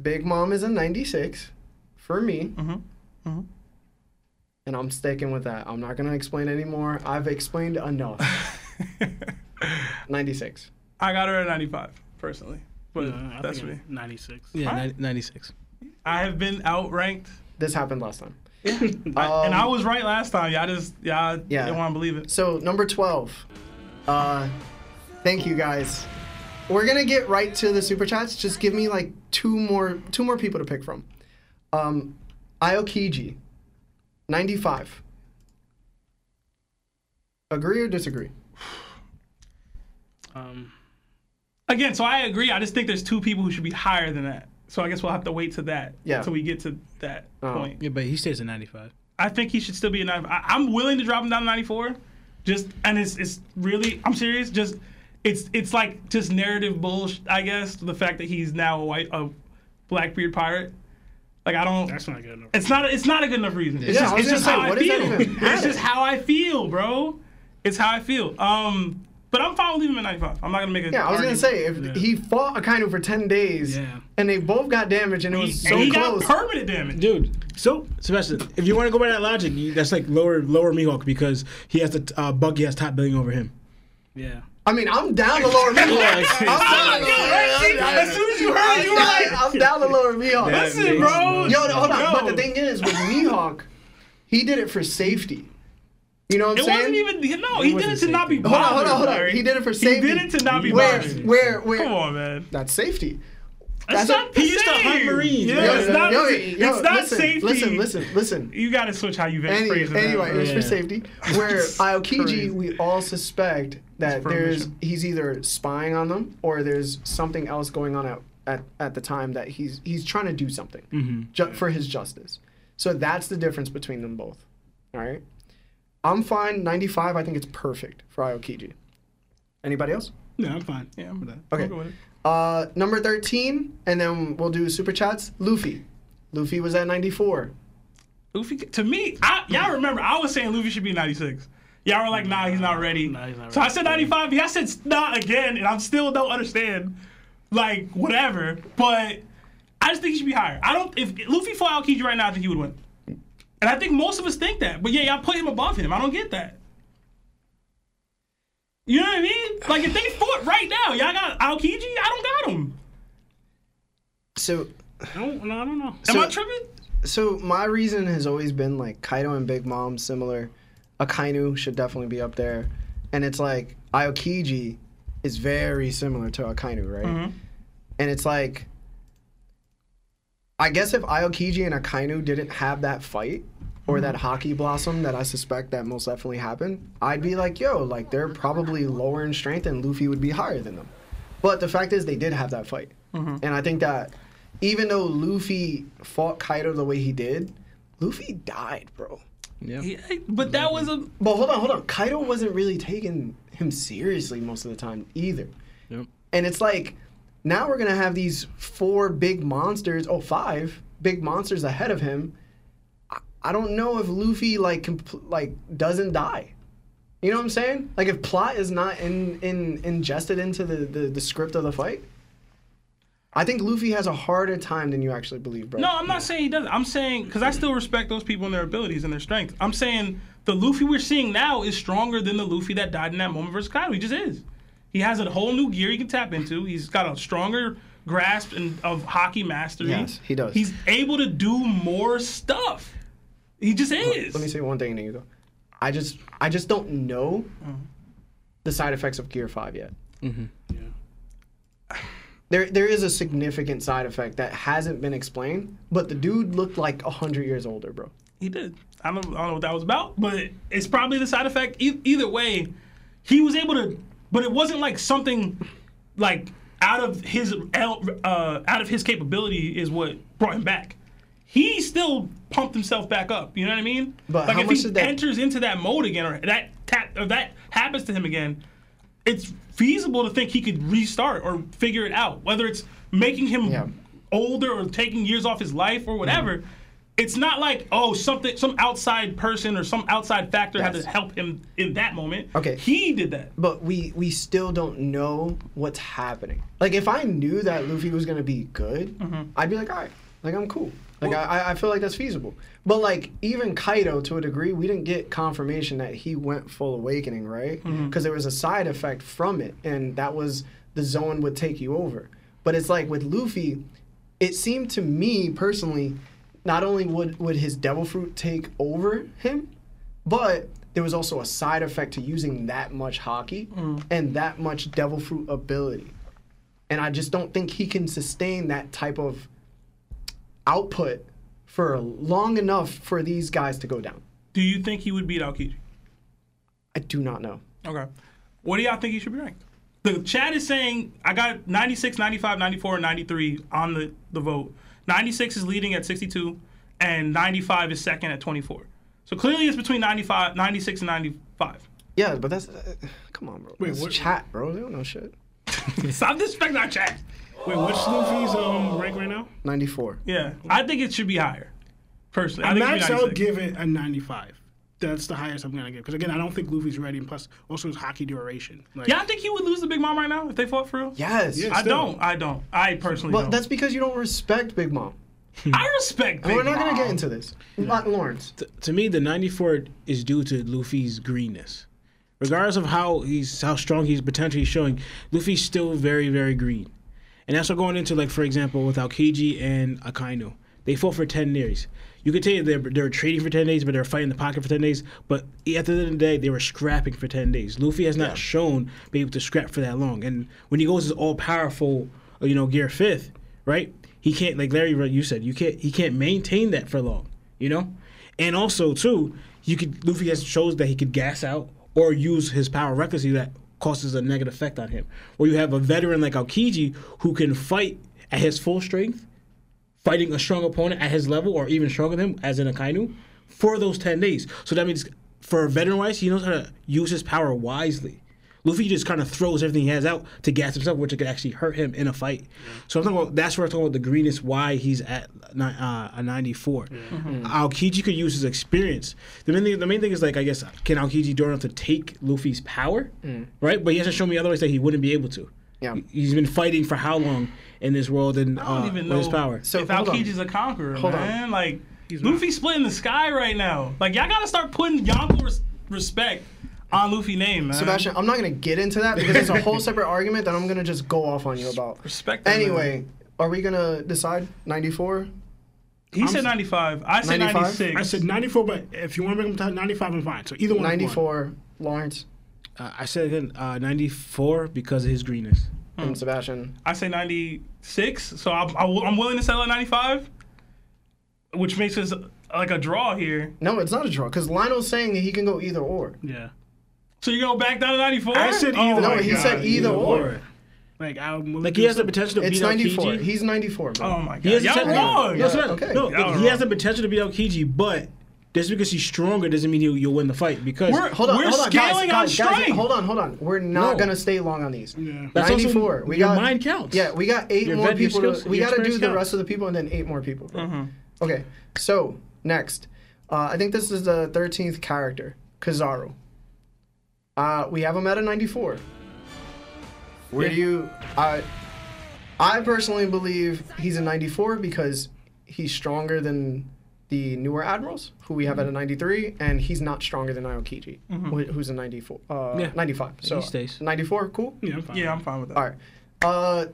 A: Big Mom is a 96 for me.
B: Mm-hmm.
A: And I'm sticking with that. I'm not gonna explain anymore. I've explained enough. 96.
B: I got her at 95, personally. But
C: I
B: that's
C: think
B: me.
C: I'm 96.
E: Yeah.
B: Huh?
E: 90, Ninety-six.
B: I have been outranked,
A: This happened last time.
B: and I was right last time. Y'all just y'all
A: um, Yeah.
B: didn't want to believe it.
A: So number twelve. Uh, thank you guys. We're gonna get right to the super chats. Just give me like two more two more people to pick from. Um, Aokiji, ninety five. Agree or disagree?
C: Um,
B: Again, so I agree. I just think there's two people who should be higher than that. So I guess we'll have to wait to that.
A: Yeah.
B: Till we get to that
C: Oh.
B: point.
E: Yeah, but he stays at 95.
B: I think he should still be a 94. I, I'm willing to drop him down to 94. Just and it's it's really I'm serious. Just it's it's like just narrative bullshit. I guess the fact that he's now a white a Blackbeard pirate. Like I don't.
C: that's not good enough.
B: It's not. It's not a good enough reason. It's
A: Yeah,
B: just,
A: I was
B: it's just
A: gonna say,
B: how
A: what
B: I
A: does that
B: feel.
A: even
B: It's
A: matter?
B: just how I feel, bro. It's how I feel. Um, but I'm fine with leaving him at 95. I'm not gonna make a.
A: Yeah, I was gonna
B: argument.
A: say if he fought Akainu for ten days
C: Yeah.
A: and they both got damaged and it was so
B: and he
A: close.
B: got permanent damage.
E: Dude,
C: So
E: Sebastian, if you want to go by that logic, you, that's like lower lower Mihawk because he has the uh, Buggy has top billing over him.
C: yeah,
A: I mean, I'm down to lower Mihawk.
E: okay.
A: I'm down to lower Mihawk.
B: As soon as you heard, it, you were like,
A: I'm down to lower Mihawk.
B: "Listen, bro."
A: Yo, hold on.
B: Yo.
A: But the thing is, with Mihawk, he did it for safety. You know what I'm
B: It
A: saying?
B: wasn't even. No, he did it to
E: wasn't
B: not be bothered.
A: hold on, hold on, hold on.
B: Larry.
A: He did it for
B: He
A: safety.
B: did it to not be
A: where,
B: bothered.
A: where, where?
B: Come on, man.
A: That's safety.
B: That's
A: a-
B: not the
E: He used to
B: same.
E: hunt Marines,
B: Yeah,
E: bro.
B: it's not.
A: yo, yo,
B: it's not
A: listen,
B: safety.
A: Listen, listen, listen.
B: You gotta switch how you
A: Any,
B: phrase it.
A: anyway, it was
E: Yeah.
A: for safety. Where
B: crazy.
A: Aokiji, we all suspect that
B: for a
A: there's
B: mission.
A: he's either spying on them or there's something else going on at, at, at the time that he's he's trying to do something ju- for his justice. So that's the difference between them both. All right, I'm fine. 95, I think it's perfect for Aokiji. Anybody else?
C: no, I'm fine.
B: Yeah, I'm done.
A: Okay.
B: I'm good with it.
A: Uh, number 13, and then we'll do super chats. Luffy. Luffy was at 94.
B: Luffy, to me, I, y'all remember I was saying Luffy should be 96. Y'all were like, nah, he's not ready.
C: Nah, he's not
B: so I
C: ready.
B: said 95. Y'all said not again, and I'm still don't understand. Like whatever, but I just think he should be higher. I don't. If Luffy fought Aokiji right now, I think he would win. And I think most of us think that. But yeah, y'all put him above him. I don't get that. You know what I mean? Like if they fought right now, y'all got Aokiji. I don't got him.
A: So
C: I don't, no, I don't know.
B: Am
A: So-
B: I tripping?
A: So my reason has always been like Kaido and Big Mom similar. Akainu should definitely be up there, and it's like Aokiji is very similar to Akainu, right? And it's like, I guess if Aokiji and Akainu didn't have that fight or that hockey blossom that I suspect that most definitely happened, I'd be like, yo, like they're probably lower in strength and Luffy would be higher than them. But the fact is, they did have that fight. And I think that even though Luffy fought Kaido the way he did, Luffy died, bro.
B: Yeah, but that was a
A: But hold on, hold on. Kaido wasn't really taking him seriously most of the time either.
E: Yep.
A: And it's like now we're gonna have these four big monsters, oh five big monsters ahead of him. I, I don't know if Luffy like compl- like doesn't die. You know what I'm saying? Like if plot is not in, in ingested into the, the, the script of the fight, I think Luffy has a harder time than you actually believe, bro.
B: No, I'm not saying he doesn't. I'm saying because I still respect those people and their abilities and their strengths. I'm saying the Luffy we're seeing now is stronger than the Luffy that died in that moment versus Kaido. He just is. He has a whole new gear he can tap into. He's got a stronger grasp and of hockey mastery.
A: Yes, he does.
B: He's able to do more stuff. He just is.
A: Let me say one thing and then you go. I just I just don't know the side effects of Gear Five yet. There there is a significant side effect that hasn't been explained, but the dude looked like hundred years older, bro.
B: He did. I don't, I don't know what that was about, but it's probably the side effect. E- either way, he was able to, but it wasn't like something like out of his el- uh, out of his capability is what brought him back. He still pumped himself back up. You know what I mean?
A: But
B: like
A: how
B: if
A: much
B: he
A: did that-
B: enters into that mode again, or that tap, or that happens to him again, it's feasible to think he could restart or figure it out. Whether it's making him
A: Yeah.
B: older or taking years off his life or whatever, it's not like oh something some outside person or some outside factor had
A: Yes.
B: to help him in that moment.
A: Okay.
B: he did that.
A: But we we still don't know what's happening. Like if I knew that Luffy was gonna be good, I'd be like, all right, like I'm cool. Like I I- I feel like that's feasible. But like even Kaido to a degree, we didn't get confirmation that he went full awakening, right? Because there was a side effect from it, and that was the zone would take you over. But it's like with Luffy, it seemed to me personally, not only would would his devil fruit take over him, but there was also a side effect to using that much hockey and that much devil fruit ability. And I just don't think he can sustain that type of output for long enough for these guys to go down.
B: Do you think he would beat Aokiji?
A: I do not know.
B: Okay. What do y'all think he should be ranked? The chat is saying I got 96, 95, 94, and 93 on the, the vote. 96 is leading at 62, and 95 is second at 24. So clearly it's between 95, 96 and 95.
A: Yeah, but that's uh, come on, bro. Wait,
C: what-
A: chat, bro. They don't know shit.
B: Stop disrespecting our chat.
C: Wait, what's Luffy's um rank right now?
A: Ninety four.
B: Yeah. I think it should be higher, personally. I think it
C: Max, I
B: should
C: would
B: be 96.
C: give it a 95. That's the highest I'm gonna give because again, I don't think Luffy's ready, and plus also his hockey duration. Like,
B: Yeah, I think he would lose the big mom right now if they fought for real.
A: Yes.
C: Yeah.
B: I
C: Still.
B: don't. I don't. I personally
A: But
B: don't.
A: that's because you don't respect Big Mom.
B: I respect Big
A: We're not
B: Mom.
A: gonna get into this. Not Lawrence.
E: to me, the 94 is due to Luffy's greenness. Regardless of how he's how strong he's potentially showing, Luffy's still very very green, and that's what going into like for example with Aokiji and Akainu, they fought for ten days. You could tell they're they're trading for ten days, but they're fighting the pocket for ten days. But at the end of the day, they were scrapping for ten days. Luffy has not shown be able to scrap for that long, and when he goes his all powerful, you know, Gear Fifth, right? He can't like Larry, you said you can't he can't maintain that for long, you know. And also too, you could Luffy has shows that he could gas out or use his power recklessly that causes a negative effect on him. Or you have a veteran like Aokiji who can fight at his full strength, fighting a strong opponent at his level or even stronger than him, as in Akainu, for those ten days. So that means for a veteran wise, he knows how to use his power wisely. Luffy just kind of throws everything he has out to gas himself, which could actually hurt him in a fight. So I'm talking about that's where I'm talking about the greenness, why he's at ni- uh, a 94.
B: Mm-hmm.
E: Aokiji could use his experience. The main, thing, the main thing is like I guess can Aokiji do enough to take Luffy's power, right? But he hasn't shown me otherwise that he wouldn't be able to.
A: Yeah.
E: He- He's been fighting for how long in this world and
B: I don't
E: uh,
B: even
E: with
B: know
E: his power.
A: So,
B: if
A: hold on.
B: Aokiji's a conqueror,
A: Hold on.
B: man. Like Luffy's splitting the sky right now. Like y'all gotta start putting Yonko res- respect on Luffy name, man.
A: Sebastian, I'm not gonna get into that because it's a whole separate argument that I'm gonna just go off on you about.
B: respect. that
A: Anyway,
B: man.
A: are we gonna decide 94?
B: he said 95. I said
A: 95?
B: 96.
C: I said 94, but if you want to make him top 95, I'm fine. So either one. is one.
A: 94, Lawrence
E: Uh, I said again, uh, 94 because of his greenness.
B: Hmm.
A: and Sebastian.
B: I say 96. So I, I, am willing to settle at 95, which makes us uh, like a draw here.
A: No, it's not a draw because Lionel's saying he can go either or.
C: Yeah.
B: So you're gonna back down to Oh 94?
C: I said either.
A: no,
C: Oh my
A: he said either or.
C: Like I'm willing
E: Like
C: to
E: he has the
C: accept-
E: potential to
A: It's
E: beat
A: 94.
E: Aokiji.
A: He's 94, bro.
B: Oh my
E: He
B: god,
E: has the
B: y'all
E: potential.
B: wrong.
E: No, that's
A: Yeah,
E: what I-
A: okay.
E: no,
B: Y'all
E: he
B: are
E: has the potential to beat Aokiji, but just because he's stronger doesn't mean you you'll win the fight. Because
B: We're-
A: Hold on,
B: We're
A: hold on,
B: scaling on
A: guys, guys, guys,
B: strength.
A: hold on, hold on. We're not
E: No.
A: gonna stay long on these.
C: Yeah.
E: That's also-
A: 94. we
E: your
A: got
E: mind counts.
A: Yeah, we got eight
E: Your
A: more
E: vet- your
A: people.
E: skills-
A: to, we
E: your
A: got to do
E: experience
A: the
E: counts.
A: rest of the people and then eight more people. bro.
E: Mm-hmm.
A: Okay, so next, uh, I think this is the thirteenth character, Kizaru. Uh, we have him at a ninety-four. Where do you? I, I personally believe he's a ninety-four because he's stronger than the newer admirals, who we
E: Mm-hmm.
A: have at a ninety-three, and he's not stronger than Aokiji, wh- who's a ninety-four, uh,
E: Yeah.
A: ninety-five. So
E: stays.
A: ninety-four, cool.
C: Yeah, I'm fine.
B: Yeah, I'm fine with that.
A: All right. Uh,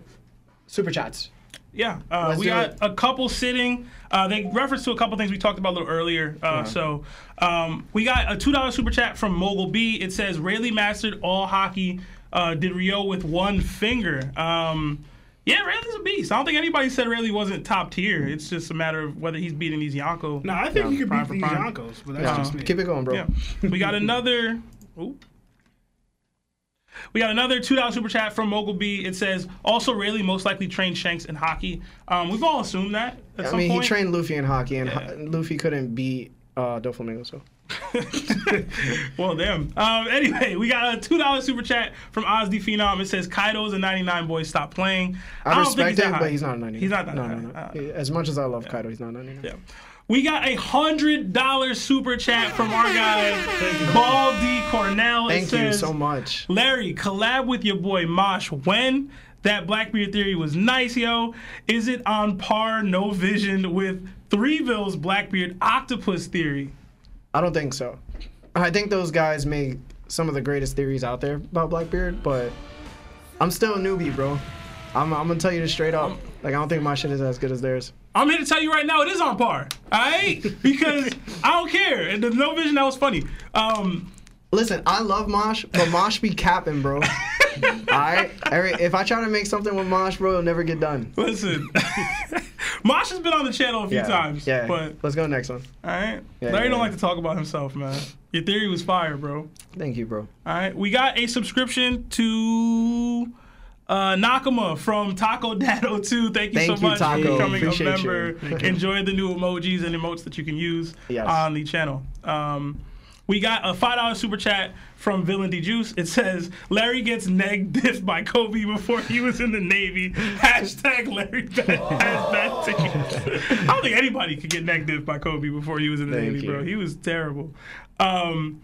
A: super chats.
B: Yeah, uh,
A: Let's
B: we
A: do
B: got
A: it.
B: a couple sitting. Uh, they reference to a couple things we talked about a little earlier. Uh, So um, we got a two dollar super chat from Mogul B. It says Rayleigh mastered all hockey. Uh, did Rio with one finger? Um, yeah, Rayleigh's a beast. I don't think anybody said Rayleigh wasn't top tier. It's just a matter of whether he's beating these Yonko.
C: No, I think he could
B: prime
C: beat
B: for
C: these
B: prime.
C: Yonkos, but that's just me.
A: Keep it going, bro.
B: Uh-huh. Yeah. We got another. oop. We got another two dollar super chat from Mogulby. It says also Rayleigh most likely trained Shanks in hockey. Um, we've all assumed that at
A: I
B: some
A: mean,
B: point.
A: he trained Luffy in hockey, and ho- Luffy couldn't beat uh, Doflamingo, so.
B: well, damn. Um, anyway, we got a two dollar super chat from Oz D Phenom. It says Kaido's a ninety nine boy. Stop playing.
A: I,
B: don't think
A: respect
B: he's that
A: him,
B: high.
A: but he's not a 99.
B: He's not that
A: no,
B: high.
A: no, no.
B: Uh,
A: As much as I love Kaido, he's not a 99.
B: yeah. We got a hundred dollar super chat from our guy Baldy Cornell. It
A: Thank you
B: says,
A: so much.
B: Larry, collab with your boy Mosh when that Blackbeard theory was nice, yo. Is it on par, no vision with Threeville's Blackbeard octopus theory?
A: I don't think so. I think those guys make some of the greatest theories out there about Blackbeard, but I'm still a newbie, bro. I'm, I'm gonna tell you this straight
B: Um,
A: up. Like, I don't think my shit is as good as theirs.
B: I'm here to tell you right now, it is on par. All right, because I don't care. And the no vision that was funny. Um,
A: Listen, I love Mosh, but Mosh be capping, bro. All right, every, if I try to make something with Mosh, bro, it'll never get done.
B: Listen, Mosh has been on the channel a few
A: yeah.
B: times.
A: Yeah.
B: But,
A: Let's go next one.
B: all right.
A: Yeah,
B: Larry
A: yeah,
B: don't
A: yeah.
B: like to talk about himself, man. Your theory was fire, bro.
A: Thank you, bro.
B: All right. We got a subscription to uh, Nakama from Taco Dado 2. Thank you
A: Thank
B: so
A: you,
B: much
A: Taco.
B: for becoming
A: Appreciate
B: a member.
A: you. Thank you.
B: Enjoy the new emojis and emotes that you can use
A: Yes.
B: on the channel. Um, we got a $5 super chat from Villain D Juice. It says, Larry gets neg diffed by Kobe before he was in the Navy. Hashtag Larry Bad- has bad tickets. I don't think anybody could get neg diffed by Kobe before he was in the
A: Thank
B: Navy, bro.
A: you.
B: He was terrible. Um,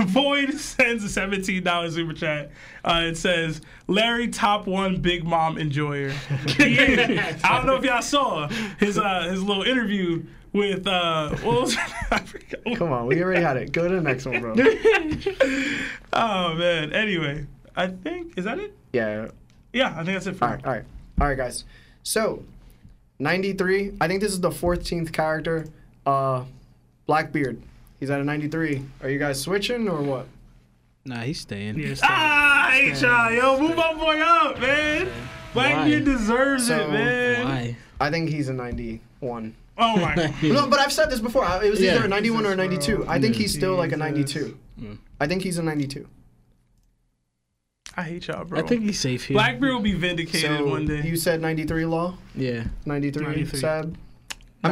B: Void sends a seventeen dollars super chat. Uh, it says Larry top one big mom enjoyer. I don't know if y'all saw his uh, his little interview with uh, what was I forgot.
A: Come on, we already had it. Go to the next one, bro.
B: Oh man. Anyway, I think is that it.
A: Yeah.
B: Yeah, I think that's it for
A: All right, all right, all right, guys. So, ninety-three. I think this is the fourteenth character. Uh, Blackbeard. He's at a ninety-three. Are you guys switching or what?
E: Nah, he's staying.
C: Yeah, it's
B: Ah, I hate y'all, yo. Move my boy up, man. Blackbeard deserves
A: So,
B: it, man.
E: Why?
A: I think he's a ninety-one.
B: Oh my. God.
A: No, but I've said this before. I- It was either
E: Yeah.
A: a 91 or a 92. I think he's still like a
B: Jesus.
A: 92. I think he's a 92.
B: I hate y'all, bro.
E: I think he's safe here.
B: Blackbeard will be vindicated
A: So
B: one day.
A: you said 93 Law,
E: Yeah.
A: 93,
C: 93.
A: Seb. I mean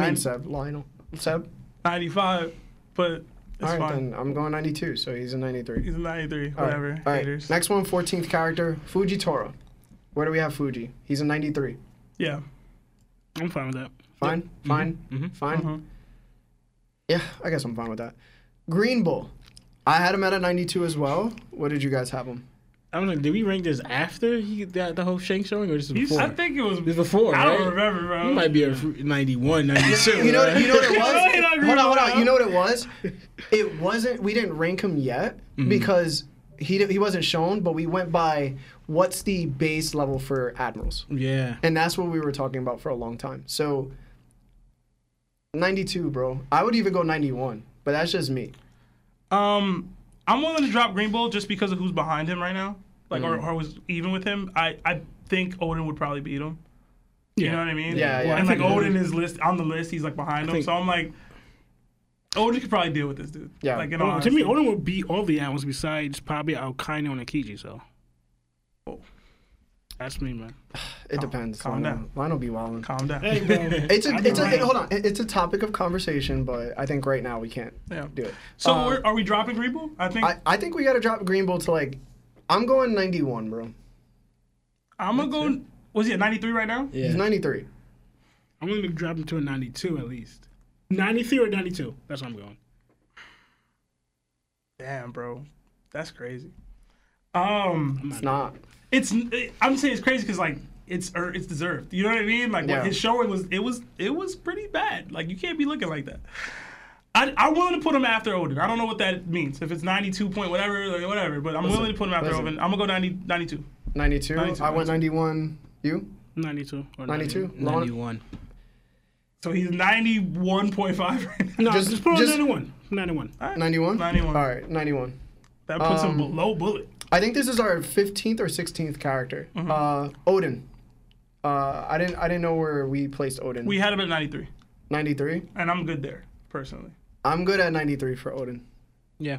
B: Nine-
A: Seb, Lionel. Seb.
B: 95, but it's
A: All right,
B: fine.
A: then I'm going 92, so he's a 93.
B: He's a 93,
A: All right,
B: whatever.
A: All right.
B: Haters.
A: Next one, 14th character, Fujitora. Where do we have Fuji? He's a 93.
B: Yeah.
C: I'm fine with that.
A: Fine,
B: Mm-hmm.
A: fine, fine.
B: Mhm.
A: Yeah, I guess I'm fine with that. Green Bull. I had him at a 92 as well. What did you guys have him?
E: I don't know. Did we rank this after he got the whole Shank showing or just before?
B: I think it was.
E: This before,
B: I don't
E: right?
B: remember, bro.
E: He might be a fr- 91, 92.
A: You know, you know what it
B: Don't hate on
A: was. hold
B: Green
A: on, hold
B: Bull,
A: on. You know what it was? It wasn't. We didn't rank him yet because he di- he wasn't shown, but we went by what's the base level for admirals,
E: Yeah.
A: and that's what we were talking about for a long time. So, ninety two, bro. I would even go ninety one, but that's just me.
B: Um, I'm willing to drop Green Bull just because of who's behind him right now. Like,
A: Mm.
B: or, or was even with him. I, I think Odin would probably beat him. You know what I mean?
A: Yeah, yeah.
B: And
A: I
B: like
A: think-
B: Odin is list on the list. He's like behind him.
E: think-
B: so I'm like, Odin could probably deal with this dude.
A: Yeah.
B: Like in all
E: Oh,
C: Well, Oh, to me,
B: honesty.
C: Odin would beat all the animals besides probably Alkaino and Akiji, so.
B: Oh.
C: That's me, man.
A: It depends.
B: calm
A: Lionel-
B: down.
A: Lionel be wildin'.
B: Calm down.
C: Hey, bro.
A: It's a,
C: I've
A: it's
C: been
A: a,
C: right.
A: hold on. It- It's a topic of conversation, but I think right now we can't
B: Yeah.
A: do it.
B: So
A: Uh,
B: we're, are we dropping Green Bull? I think
A: I, I think we gotta drop Green Bull to like, I'm going 91, bro.
B: I'm gonna go. Was he at 93 right now?
E: Yeah.
A: He's 93.
C: I'm going to drop him to a 92 at least. 93 or 92. That's where I'm going.
B: Damn, bro, that's crazy. Um,
A: It's not.
B: it's I'm saying it's crazy because like it's er, it's deserved. You know what I mean? Like
A: Yeah.
B: what his showing was, it was it was pretty bad. Like you can't be looking like that. I, I'm willing to put him after Odin. I don't know what that means. If it's 92 point whatever, like, whatever. But I'm willing to put him after
A: listen.
B: Odin. I'm gonna go 90, 92.
A: 92.
B: 92,
A: I went 91. You?
C: 92 or
A: 92?
E: 91.
B: So he's 91.5 right now.
C: No,
A: Just-
C: just, put on
A: just-
C: 91. 91.
B: All right.
A: 91?
B: 91.
A: All right, 91.
B: That puts him
A: Um,
B: below Bullet.
A: I think this is our 15th or 16th character. Uh, Odin. Uh, I didn't I didn't know where we placed Odin.
B: We had him at 93,
A: 93.
B: and I'm good there personally.
A: I'm good at 93 for Odin.
E: Yeah.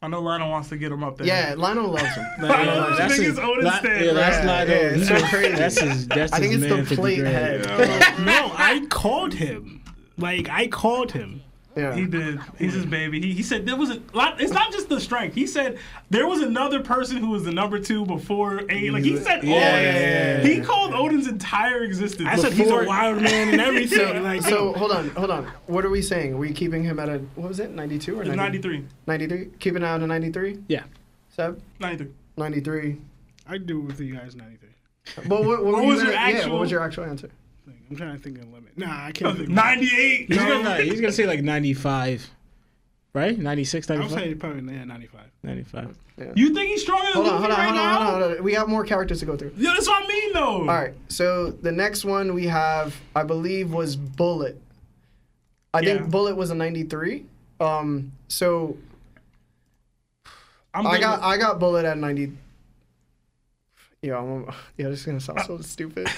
B: I know Lionel wants to get him up there.
A: Yeah, Lionel loves him.
B: I
A: Lionel
B: don't
A: loves him.
B: think
E: his-
B: it's Odin
E: Li-
B: Stan,
E: Yeah,
B: bro.
E: that's
A: Yeah,
E: Lido.
A: yeah, it's so crazy.
E: That's his. That's
A: I think
E: his
A: it's
E: man
A: the
E: 50
A: plate
E: grand.
A: head.
B: Oh,
C: no, I called him. Like, I called him.
A: Yeah.
B: He did. He's his baby. He, he said there was a lot. It's not just the strength. He said there was another person who was the number two before A. Like he said, all
E: Yeah,
B: this.
E: yeah, yeah,
B: he
E: yeah.
B: called Odin's entire existence.
C: I said he's
E: Before-
C: a wild man and everything. like,
A: So hold on, hold on. What are we saying? Are we keeping him at a what was it, 92 or 90?
B: 93,
A: 93? Keeping out a 93?
E: Yeah.
A: Seb?
B: 93.
A: 93.
C: I do with you guys 93.
A: But what, what, were you
B: was your
A: gonna- yeah,
B: actual-
A: what was your actual answer?
C: Like, I'm trying to think of a limit. Nah, I can't. think of a limit.
B: 98.
E: He's gonna, like- he's gonna say like 95, right? 96,
C: I would
E: 95,
C: say probably yeah, 95.
E: 95.
B: You think he's stronger than
A: Hold on,
B: Luffy
A: hold on,
B: right
A: hold on,
B: now?
A: hold on, hold on. We have more characters to go through.
B: Yeah, that's what I mean though.
A: All right, so the next one we have, I believe, was Bullet. I
B: Yeah.
A: think Bullet was a 93. Um, so
B: I'm
A: I
B: good
A: got
B: with-
A: I got Bullet at 90. Yo, I'm, yo, this is gonna sound so stupid.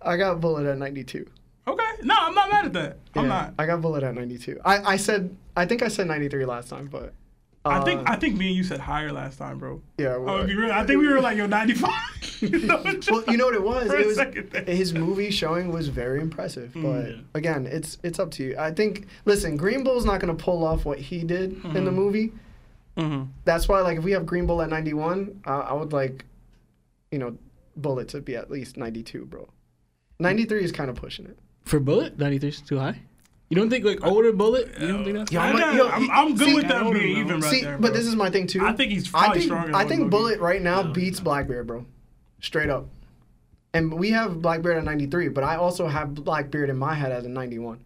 A: I got bullet at 92.
B: Okay. No, I'm not mad at that. I'm
A: Yeah,
B: not.
A: I got bullet at 92. I, I said I think I said 93 last time, but
B: I think
A: uh,
B: I Oh, think me and you said higher last time, bro.
A: yeah.
B: I'm gonna
A: well-
B: be real. I think we were like yo 95. You know,
A: well, you know what it was?
B: For a
A: It was
B: second there. Mm,
A: his movie showing was very impressive. But
C: yeah.
A: again, it's it's up to you. I think listen, Green Bull's not gonna pull off what he did in
B: Mm-hmm.
A: the movie.
B: Mhm.
A: That's why like if we have Green Bull at ninety one, I I would like, you know, Bullet to be at least ninety two, bro. Ninety three is kind of pushing it.
E: For Bullet, 93 is too high. You don't think like older Bullet? You don't think that's
A: Yo,
B: I
A: I'm like,
B: got-
A: yo,
B: I'm,
A: he-
B: I'm good
A: see-
B: with that
C: I don't
B: being
C: know.
B: even right
A: See,
B: there.
A: but
B: bro.
A: this is my thing too.
B: I think he's
A: I
B: probably
A: think,
B: stronger.
A: I
B: than
A: think
B: Logan.
A: Bullet right now beats Blackbeard, bro. Straight up. And we have Blackbeard at 93, but I also have Blackbeard in my head as a 91.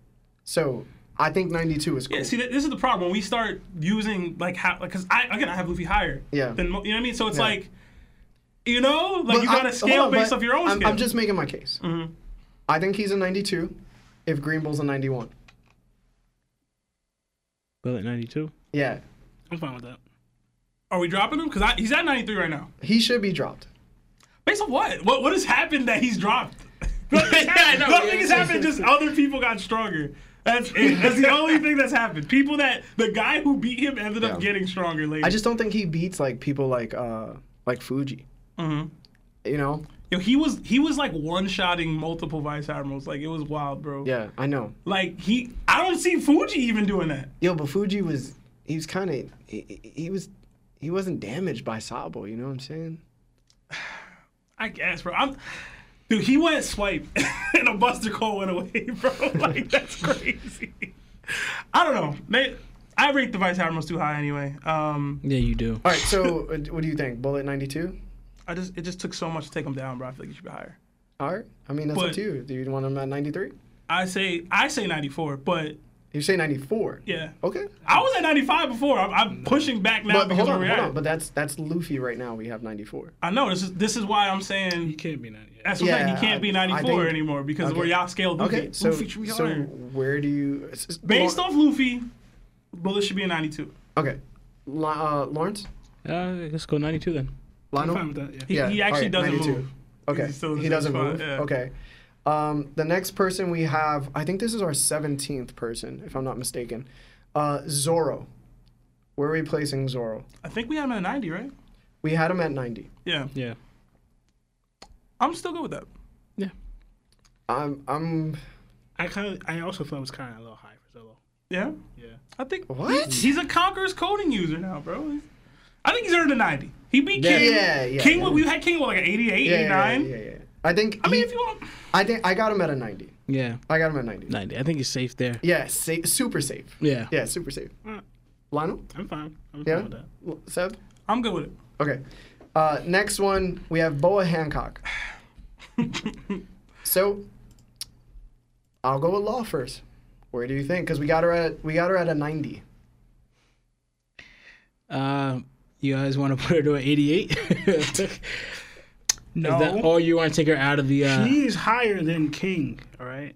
A: So I think 92 is cool.
B: Yeah, see, th- this is the problem. When we start using like how, like, cause I again I have Luffy higher.
A: Yeah.
B: Than mo- you know what I mean? So it's
A: Yeah.
B: like, you know, like
A: But
B: you
A: I-
B: got to
A: hold
B: scale
A: on,
B: based
A: but
B: off your own
A: I'm,
B: scale. Mm-hmm.
A: I'm just making my case. I think he's a 92 if Green Bull's a 91.
E: Bullet 92.
A: Yeah.
C: I'm fine with that.
B: Are we dropping him? Cause I, he's at 93 right now.
A: He should be dropped.
B: Based on what? What what has happened that he's dropped? Nothing
E: Yeah, I know, yeah.
B: has happened. Just other people got stronger. That's it. That's the only thing that's happened. People that the guy who beat him ended up
A: Yeah.
B: getting stronger later.
A: I just don't think he beats like people like uh like Fuji. You know?
B: mm-hmm. Yo, he was he was like one shotting multiple vice admirals. Like it was wild, bro.
A: Yeah, I know.
B: Like he, I don't see Fuji even doing that.
A: Yo, but Fuji was he was kind of he, he- he was he wasn't damaged by Sabo. You know what I'm saying?
B: I guess, bro. I'm, dude, he went swipe and a Buster Cole went away, bro. Like that's crazy. I don't know. They, I rate the vice admirals too high anyway. Um,
E: Yeah, you do.
A: All right, so uh, what do you think? Bullet 92?
B: I just it just took so much to take him down, bro. I feel like he should be higher.
A: All right. I mean, that's
B: But-
A: up to you. Do you want him at 93?
B: I say I say 94, but
A: You say 94.
B: yeah,
A: Okay.
B: I was at 95 before. I'm, I'm pushing back now
A: But hold
B: because where
A: on,
B: we're
A: hold
B: at.
A: on. But that's that's Luffy right now. We have 94.
B: I know this is this is why I'm
C: He
B: saying
C: can't be that yet.
B: that's what I'm saying.
A: Yeah,
B: He can't be
A: I- I
B: 94
A: think-
B: anymore because
A: okay.
B: where y'all scaled. Luffy.
A: Okay. So
B: Luffy should be
A: so
B: higher.
A: where do you s- s-
B: based
A: Lau-
B: off Luffy, Bullet should be a 92.
A: Okay. La, uh, Lawrence?
E: Uh, let's go 92 then.
C: I'm
A: Lionel?
C: fine with that. Yeah.
B: He,
A: Yeah,
B: he actually
A: all right,
B: doesn't
A: 92.
B: move.
A: Okay.
B: He's still in the
A: He
B: same
A: doesn't
B: spot,
A: move.
B: yeah.
A: Okay. Um, the next person we have, I think this is our 17th person, if I'm not mistaken. Uh, Zoro. We're replacing Zoro.
B: I think we had him at 90, right?
A: We had him at 90.
B: Yeah.
E: Yeah.
B: I'm still good with that.
A: I'm, I'm,
C: I kind of. I also thought it was kind of a little high for Zolo.
B: Yeah.
C: Yeah.
B: I think
A: What?
B: he's a Conqueror's coding user now, bro. He's- I think he's earned a 90. He beat
A: Yeah,
B: King.
A: yeah, yeah.
B: King, we had King with like an 88,
A: yeah,
B: 89.
A: Yeah, yeah, yeah, yeah. I think.
B: I mean,
A: he-
B: if you want.
A: I think I got him at a 90.
E: Yeah.
A: I got him at 90.
E: 90. I think he's safe there.
A: Yeah, safe, super safe.
E: Yeah.
A: Yeah, super safe.
C: Alright.
A: Lionel?
C: I'm fine. I'm
A: Yeah?
C: fine with that.
A: L- Seb?
B: I'm good with it.
A: Okay. Uh, next one, we have Boa Hancock. so, I'll go with Law first. Where do you think? Because we got her at we got her at a 90.
E: Uh, you guys want to put her to an 88? Is
B: No.
E: that, or you want to take her out of the? Uh,
C: He is higher than King. All right.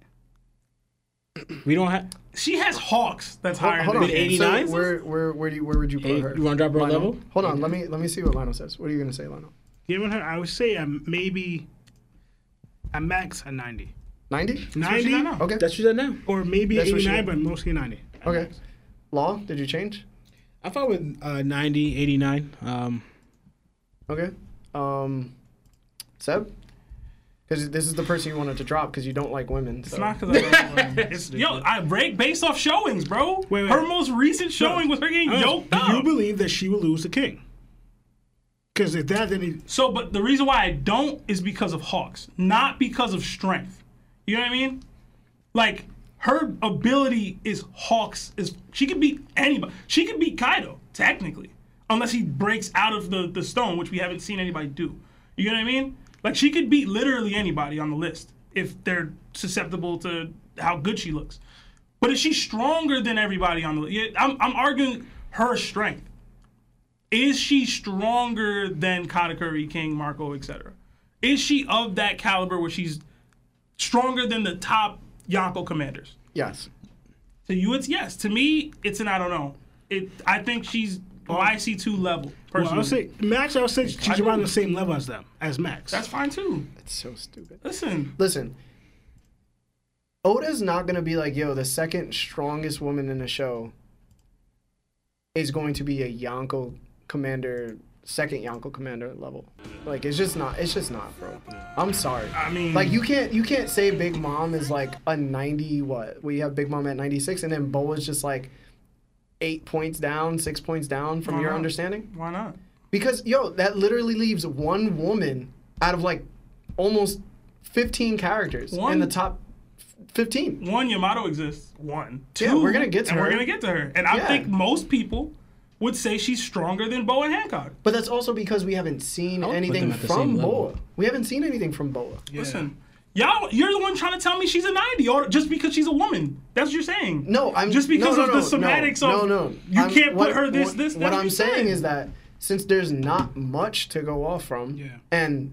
E: we don't have.
B: she has Hawks that's
A: Hold,
B: higher
A: hold
B: than
A: on.
E: With 89s?
A: So where where where do you, where would you put
E: Hey,
A: her?
E: you wanna drop her a
A: Lionel?
E: level?
A: Hold on. Let me let me see what Lionel says. What are you gonna say, Lionel?
C: Given her, I would say I'm maybe a max a 90.
A: 90?
B: That's what she
C: 90
B: got now.
A: Okay.
E: Mm-hmm. That's what that now.
C: or maybe
A: That's what she
C: 89,
A: got.
C: but mostly 90.
A: Okay. Law? Did you change?
E: I thought with uh, 90, 89. Um,
A: Okay. Um, Seb? Because this is the person you wanted to drop because you don't like women. So.
B: It's not 'cause I don't like women. It's- Yo, I break based off showings, bro.
C: Wait, wait.
B: Her most recent showing was her getting yoked
C: Do
B: up.
C: you believe that she will lose to King? Because if that, then he,
B: So, but the reason why I don't is because of Hawks, not because of strength. You know what I mean? Like her ability is Hawks is she can beat anybody. She can beat Kaido technically, unless he breaks out of the the stone, which we haven't seen anybody do. You know what I mean? Like she could beat literally anybody on the list if they're susceptible to how good she looks. But is she stronger than everybody on the list? Yeah, I'm, I'm arguing her strength is she stronger than Katakuri, King, Marco, etc.? Is she of that caliber where she's stronger than the top Yonko commanders?
A: Yes.
B: To you, it's yes. To me, it's an I don't know. It, I think she's YC2 level,
C: Well, I
B: personally.
C: would say Max. I would say she's
B: do.
C: around the same level as them, as Max.
B: That's fine too.
A: It's so stupid.
B: Listen,
A: Listen, Oda's not gonna be like, yo, the second strongest woman in the show is going to be a Yonko commander, second Yonko commander level. Like it's just not. It's just not, bro. I'm sorry.
B: I mean,
A: Like you can't you can't say Big Mom is like a 90 what? We have Big Mom at 96 and then Boa's just like 8 points down, 6 points down from your
B: Uh-huh.
A: understanding?
B: why not?
A: Because yo, that literally leaves one woman out of like almost 15 characters in
B: One?
A: the top f- 15.
B: One, Yamato exists. One, two,
A: Yeah, we're gonna get to
B: and
A: her.
B: we're gonna get to her. And I
A: Yeah.
B: think most people would say she's stronger than Bo and Hancock.
A: But that's also because we haven't seen
E: would put
A: anything
E: them at the
A: from
E: same level.
A: Boa. We haven't seen anything from Boa.
B: Listen, y'all, you're the one trying to tell me she's a 90 or just because she's a woman. That's what you're saying.
A: No, I'm
B: just because
A: no,
B: of
A: no,
B: the
A: no, no,
B: semantics
A: no,
B: of
A: no.
B: you
A: I'm-
B: can't
A: what-
B: put her this
A: what-
B: this.
A: What
B: that,
A: I'm
B: you
A: saying
B: said.
A: is that since there's not much to go off from,
C: Yeah.
A: and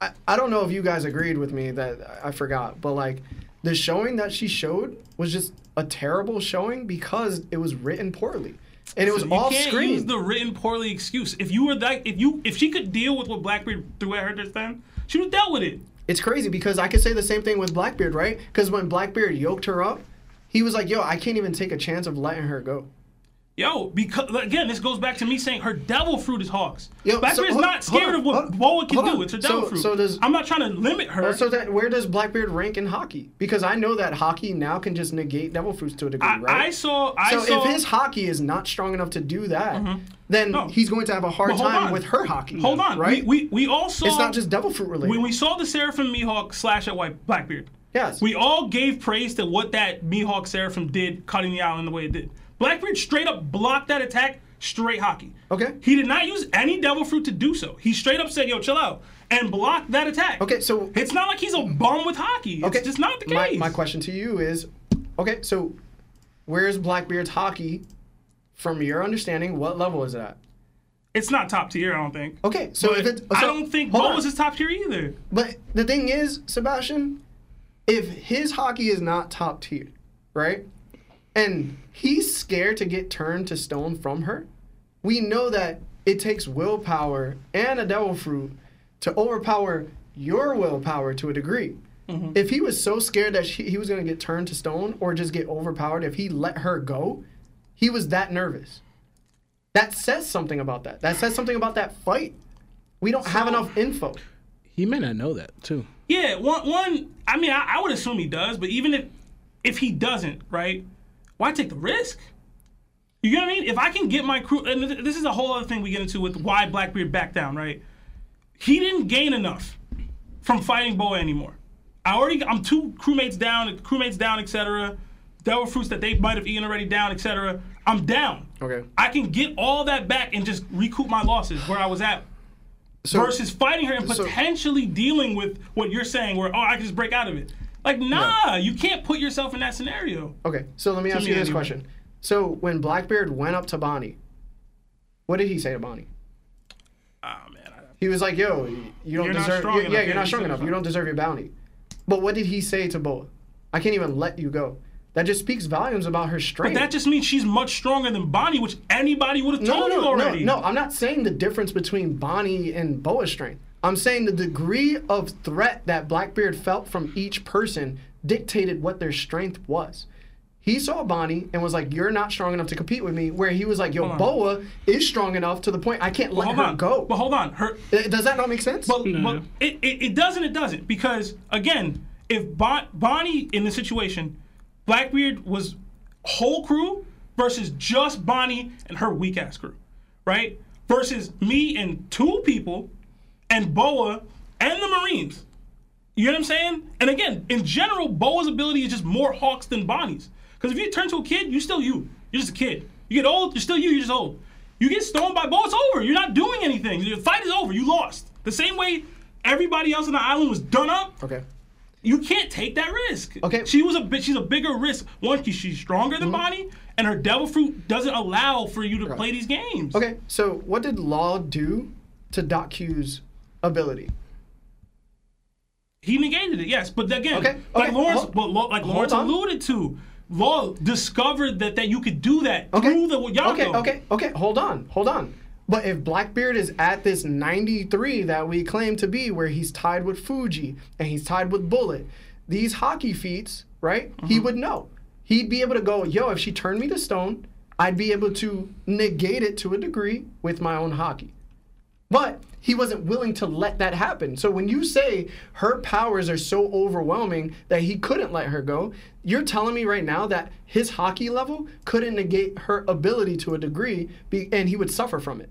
A: I, I don't know if you guys agreed with me that I- I forgot, but like the showing that she showed was just a terrible showing because it was written poorly and it was
B: You
A: off
B: can't use
A: screen.
B: the written poorly excuse. If you were that, if you if she could deal with what Blackbeard threw at her this time, she would have dealt with it.
A: it's crazy because I could say the same thing with Blackbeard, right? Because when Blackbeard yoked her up, he was like, "Yo, I can't even take a chance of letting her go."
B: Yo, because again, this goes back to me saying her devil fruit is hawks.
A: Yo, so
B: Blackbeard's
A: hold-
B: not
A: hold
B: scared
A: on,
B: of what
A: hold on,
B: Boa can
A: hold
B: do.
A: on.
B: It's her devil
A: So-
B: fruit.
A: so does- Oh,
B: I'm not trying to limit her.
A: So that where does Blackbeard rank in hockey? Because I know that hockey now can just negate devil fruits to a degree,
B: I,
A: right?
B: I saw. I
A: so
B: saw. Mm-hmm.
A: if his hockey is not strong enough to do that, then
B: No.
A: he's going to have a hard
B: But hold
A: time
B: on.
A: with her hockey.
B: hold on,
A: right?
B: We we, we all saw.
A: it's not just devil fruit related.
B: when we saw the Seraphim Mihawk slash at White Blackbeard.
A: yes,
B: We all gave praise to what that Mihawk Seraphim did, cutting the island the way it did. Blackbeard straight up blocked that attack, straight hockey.
A: Okay.
B: He did not use any devil fruit to do so. He straight up said, yo, chill out, and blocked that attack.
A: Okay, so-
B: It's not like he's a bum with hockey.
A: okay,
B: It's just not the
A: My,
B: case.
A: my question to you is, okay, so where's Blackbeard's hockey? From your understanding, what level is it at?
B: It's not top tier, I don't think.
A: Okay, so
B: But
A: if it's
B: I
A: so-
B: don't think
A: hold
B: Bo
A: on.
B: was his top tier either.
A: But the thing is, Sebastian, if his hockey is not top tier, right? And he's scared to get turned to stone from her, we know that it takes willpower and a devil fruit to overpower your willpower to a degree. If he was so scared that she, he was going to get turned to stone or just get overpowered, if he let her go, he was that nervous. That says something about that. That says something about that fight. We don't have enough info.
E: He may not know that too.
B: Yeah, one one. I mean, I, I would assume he does, but even if if he doesn't, right? Why take the risk? You get what I mean? If I can get my crew, and th- this is a whole other thing we get into with why Blackbeard backed down, right? He didn't gain enough from fighting Boa anymore. I already, I'm two crewmates down, crewmates down, etc. Devil fruits that they might have eaten already down, etc. I'm down.
A: Okay.
B: I can get all that back and just recoup my losses where I was at
A: So-
B: versus fighting her and
A: So-
B: potentially dealing with what you're saying, where oh I can just break out of it. Like nah, you can't put yourself in that scenario.
A: Okay, so let me ask
B: me
A: you this
B: anyway.
A: question. So when Blackbeard went up to Bonnie, what did he say to Bonnie?
B: Ah man, I-
A: He was like, "Yo, you don't
B: You're not
A: deserve.
B: strong
A: you-
B: enough.
A: yeah,
B: Yeah,
A: you're not
B: he
A: strong
B: said
A: enough. You
B: something.
A: don't deserve your bounty." But what did he say to Boa? I can't even let you go. That just speaks volumes about her strength.
B: that just means she's much stronger than Bonnie, which anybody would have
A: no,
B: told
A: no,
B: you
A: no, no,
B: already.
A: no. I'm not saying the difference between Bonnie and Boa's strength. I'm saying the degree of threat that Blackbeard felt from each person dictated what their strength was. He saw Bonnie and was like, "You're not strong enough to compete with me." Where he was like, "Yo,
B: on.
A: Boa is strong enough to the point I can't let
B: Hold
A: her
B: on,
A: go."
B: But hold on, her
A: Uh, Does that not make sense?
B: But, but it, it, it doesn't, it doesn't. Because, again, if bon- Bonnie in the situation, Blackbeard was whole crew versus just Bonnie and her weak ass crew, right? Versus me and two people and Boa and the Marines. You know what I'm saying? And again, in general, Boa's ability is just more Hawks than Bonnie's. Because if you turn to a kid, you're still you. You're just a kid. You get old, you're still you, you're just old. You get stoned by Bo, it's over. You're not doing anything. The fight is over. You lost. The same way everybody else on the island was done up.
A: okay.
B: You can't take that risk.
A: Okay. Mm-hmm.
B: She was a bit she's a bigger risk. One, 'cause she's stronger than Bonnie, and her devil fruit doesn't allow for you to play these games.
A: Okay. So, what did Law do to Doc Q's ability?
B: He negated it, yes. But again,
A: Okay,
B: like
A: okay,
B: Lawrence,
A: hold-
B: but Lo- like Lawrence
A: on.
B: alluded to, Law discovered that that you could do that
A: Okay.
B: through the Yonko.
A: okay, okay, okay. Hold on, hold on. But if Blackbeard is at this 93 that we claim to be, where he's tied with Fuji and he's tied with Bullet, these hockey feats, right? He would know. He'd be able to go, yo, if she turned me to stone, I'd be able to negate it to a degree with my own hockey. But he wasn't willing to let that happen. So when you say her powers are so overwhelming that he couldn't let her go, you're telling me right now that his hockey level couldn't negate her ability to a degree be, and he would suffer from it.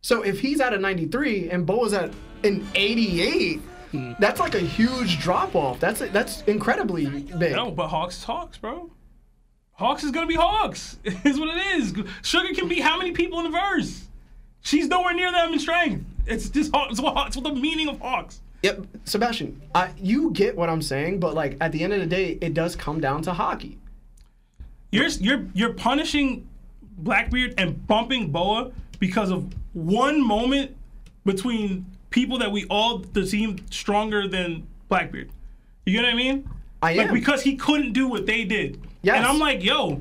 A: So if he's at a 93 and Bo is at an 88,
B: Hmm.
A: that's like a huge drop off. That's that's incredibly big.
B: No, but Hawks is Hawks, bro. Hawks is gonna be Hawks. is what it is. Sugar can be how many people in the verse? She's nowhere near them in strength. It's just Hawks. It's what, Hawks- it's what the meaning of Hawks.
A: Yep, Sebastian, I, you get what I'm saying, but like at the end of the day, it does come down to hockey.
B: You're you're you're punishing Blackbeard and bumping Boa because of one moment between people that we all seem stronger than Blackbeard. You get what I mean?
A: I
B: like
A: am.
B: because he couldn't do what they did.
A: Yes.
B: And I'm like, yo,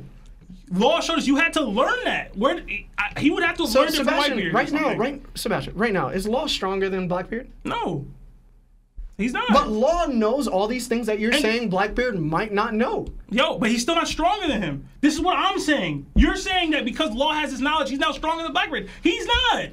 B: law shows you had to learn that. Where I, he would have to have
A: So
B: learn it from
A: Sebastian,
B: Whitebeard. or
A: right now,
B: something.
A: right Sebastian, right now, is Law stronger than Blackbeard?
B: No, he's not.
A: But Law knows all these things that you're
B: And-
A: saying Blackbeard might not know.
B: yo, but he's still not stronger than him. This is what I'm saying. You're saying that because Law has his knowledge, he's now stronger than Blackbeard. He's not.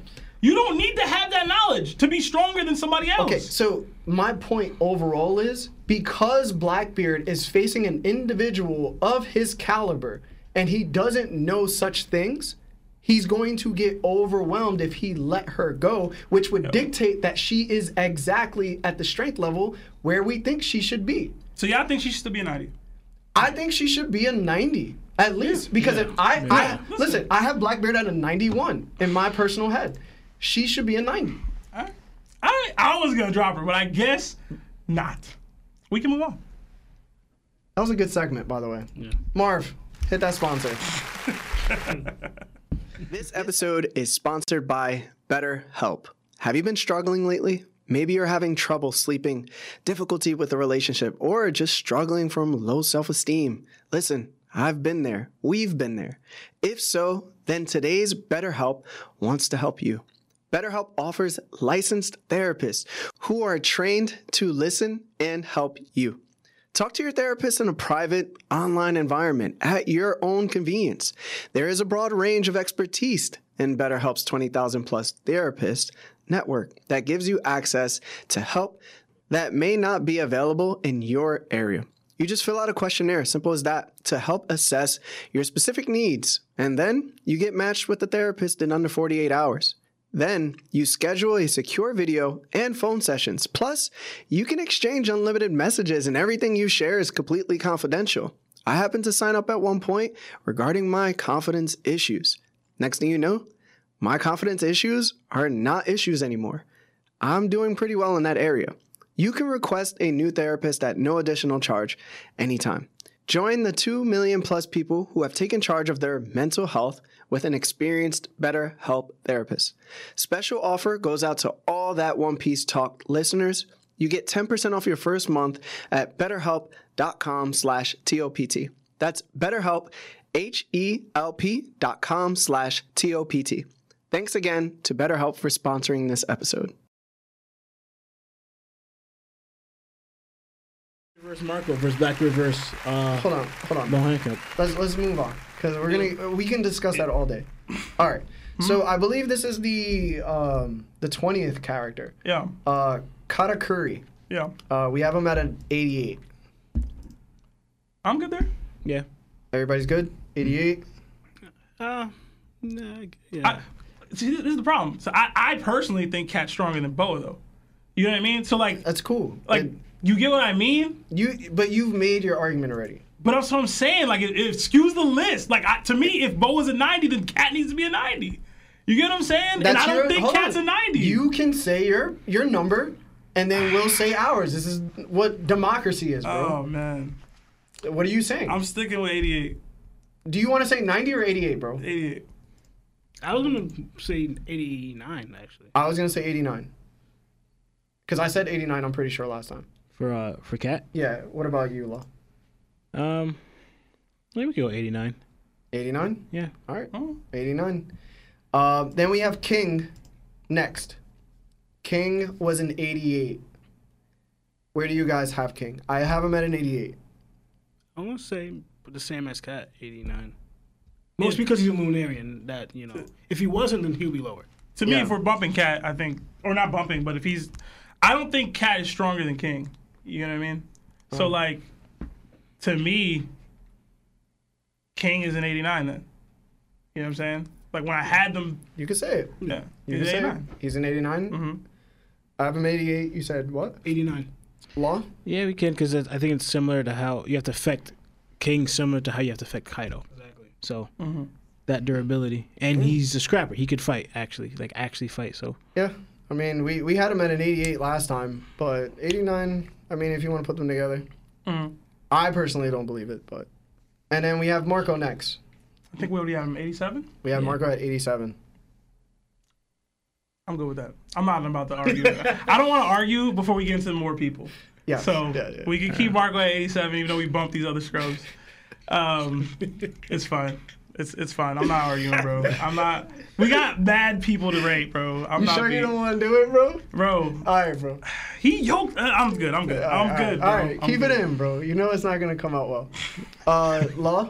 B: You don't need to have that knowledge to be stronger than somebody else.
A: Okay, so my point overall is because Blackbeard is facing an individual of his caliber and he doesn't know such things, he's going to get overwhelmed if he let her go, which would dictate that she is exactly at the strength level where we think she should be.
B: So y'all think she should still be an ID?
A: I think she should be a 90 at least because if I, I
B: Yeah.
A: listen, I have Blackbeard at a 91 in my personal head. She should be a 90.
B: All right. I I was gonna drop her, but I guess not. We can move on.
A: That was a good segment, by the way. Marv, hit that sponsor. this episode is sponsored by BetterHelp. Have you been struggling lately? Maybe you're having trouble sleeping, difficulty with a relationship, or just struggling from low self esteem. Listen, I've been there. We've been there. If so, then today's BetterHelp wants to help you. BetterHelp offers licensed therapists who are trained to listen and help you. Talk to your therapist in a private, online environment at your own convenience. There is a broad range of expertise in BetterHelp's 20,000 plus therapist network that gives you access to help that may not be available in your area. You just fill out a questionnaire, simple as that, to help assess your specific needs, and then you get matched with a therapist in under 48 hours. Then you schedule a secure video and phone sessions. Plus, you can exchange unlimited messages, and everything you share is completely confidential. I happened to sign up at one point regarding my confidence issues. Next thing you know, my confidence issues are not issues anymore. I'm doing pretty well in that area. You can request a new therapist at no additional charge anytime. Join the 2 million plus people who have taken charge of their mental health with an experienced BetterHelp therapist. Special offer goes out to all that One Piece Talk listeners. You get 10% off your first month at betterhelp.com slash T-O-P-T. That's betterhelp, H-E-L-P dot com slash T-O-P-T. Thanks again to BetterHelp for sponsoring this episode.
E: Versus Marco versus Blackbeard versus uh,
A: Hold on, hold on.
E: Bohanka.
A: Let's let's move on because we're gonna we can discuss that all day. All right.
B: Hmm?
A: So I believe this is the um, the twentieth character,
B: Yeah.
A: uh, Katakuri.
B: Yeah.
A: Uh, we have him at an eighty-eight.
B: I'm good there.
E: Yeah.
A: Everybody's good.
B: Hmm.
A: Eighty-eight.
C: Uh, nah, I g- yeah.
B: I, see, this is the problem. So I, I personally think Cat's stronger than Boa, though. You know what I mean? So like,
A: That's cool.
B: like
A: And
B: you get what I mean?
A: you, but you've made your argument already.
B: But that's what I'm saying. Like, it, it skews the list. Like, I, to me, if Boa's a 90, then Cat needs to be a 90. You get what I'm saying? and
A: That's
B: I don't
A: your-
B: think
A: hold
B: Cat's
A: on.
B: a 90.
A: You can say your your number, and then we'll say ours. This is what democracy is,
B: oh
A: bro.
B: man,
A: what are you saying?
B: Oh. I'm sticking with 88.
A: Do you want to say ninety or eighty-eight, bro?
B: 88.
C: I was gonna say 89 actually.
A: I was gonna say eighty-nine. Because I said eighty-nine. I'm pretty sure last time.
E: For uh for Cat.
A: Yeah. What about you, Law?
E: Um Maybe we could go 89.
A: 89?
E: Yeah.
A: All right.
B: Oh.
A: 89. Uh, then we have King next. King was an 88. Where do you guys have King? I have him at an 88.
C: I'm gonna say the same as Cat, 89. Most because he's a Lunarian. That you know, if he wasn't, then he'll be lower.
B: To me,
A: Yeah.
B: if we're bumping Cat, I think, or not bumping, but if he's, I don't think Cat is stronger than King. You know what I mean? So like, to me, King is an 89 then. You know what I'm saying? Like when I had them,
A: You could say it.
B: yeah,
A: You
B: he's
A: could say it.
B: 89.
A: He's an 89.
B: Mhm.
A: I have him 88. You said what?
C: 89.
A: Law?
E: Yeah, we can because I think it's similar to how you have to affect King, similar to how you have to affect Kaido.
C: Exactly.
E: So that durability, and he's a scrapper. He could fight actually, like actually fight. So
A: Yeah. I mean, we, we had him at an 88 last time, but 89, I mean, if you want to put them together.
B: Mhm.
A: I personally don't believe it, but. And then we have Marco next.
B: I think we already have him 87.
A: We have Marco at 87.
B: I'm good with that. I'm not about to argue. I don't want to argue before we get into more people.
A: Yeah.
B: So
A: yeah, yeah.
B: we can keep Marco at 87, even though we bumped these other scrubs. Um, it's fine. It's it's fine. I'm not arguing, bro. I'm not. We got bad people to rate, bro. I'm
A: You
B: not.
A: sure you
B: being-
A: don't want to do it, bro?
B: bro,
A: All right, bro.
B: he yoked. uh, I'm good. I'm good. I'm good.
A: All
B: bro.
A: right,
B: I'm
A: keep
B: good.
A: it in, bro. You know it's not gonna come out well. Uh, Law,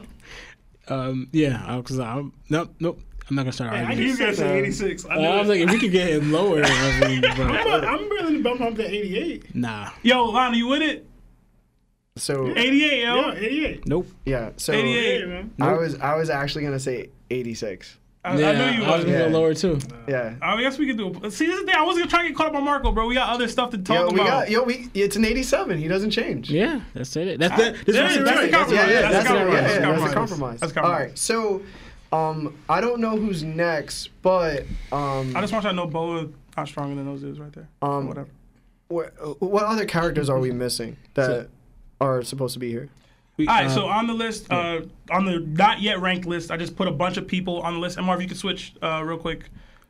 E: um, yeah, because I'm nope, nope. I'm not gonna start
C: I
E: arguing.
B: You guys
A: Uh,
B: say 86. I knew
E: I was
B: it.
E: like, if we could get him lower, I mean,
C: I'm,
E: but,
C: not- I'm willing to bump him up to 88.
E: nah,
B: yo, Lon, you with it?
A: so
B: 88, yo.
C: Yeah, 88.
E: nope.
A: Oh, yeah, so
B: 88.
C: Yeah, man.
A: I was I was actually gonna say 86.
B: I,
E: yeah,
B: I knew you
E: was
B: was.
E: gonna
A: Yeah.
E: go lower too.
A: Yeah,
B: I guess we could do. A, see, this is the thing. I wasn't trying to get caught up on Marco, bro. We got other stuff to talk
A: yo,
B: about.
A: we got yo, we it's an 87. He doesn't change.
E: Yeah, that's it. That's that. This
B: there
E: is
B: it is. That's
E: right.
B: the compromise.
A: Yeah, yeah,
B: That's
A: that's,
B: a
A: a- yeah,
B: compromise.
A: yeah,
B: That's a
A: that's a compromise.
B: compromise. That's a
A: All
B: compromise.
A: right, so um, I don't know who's next, but um,
B: I just want you to know Boa not stronger than those dudes right there.
A: Um,
B: Whatever.
A: what, uh, what other characters are we missing that are supposed to be here?
E: We-
B: All right,
E: uh,
B: so on the list, uh, on the not yet ranked list, I just put a bunch of people on the list. And Marv, you can switch uh, real quick.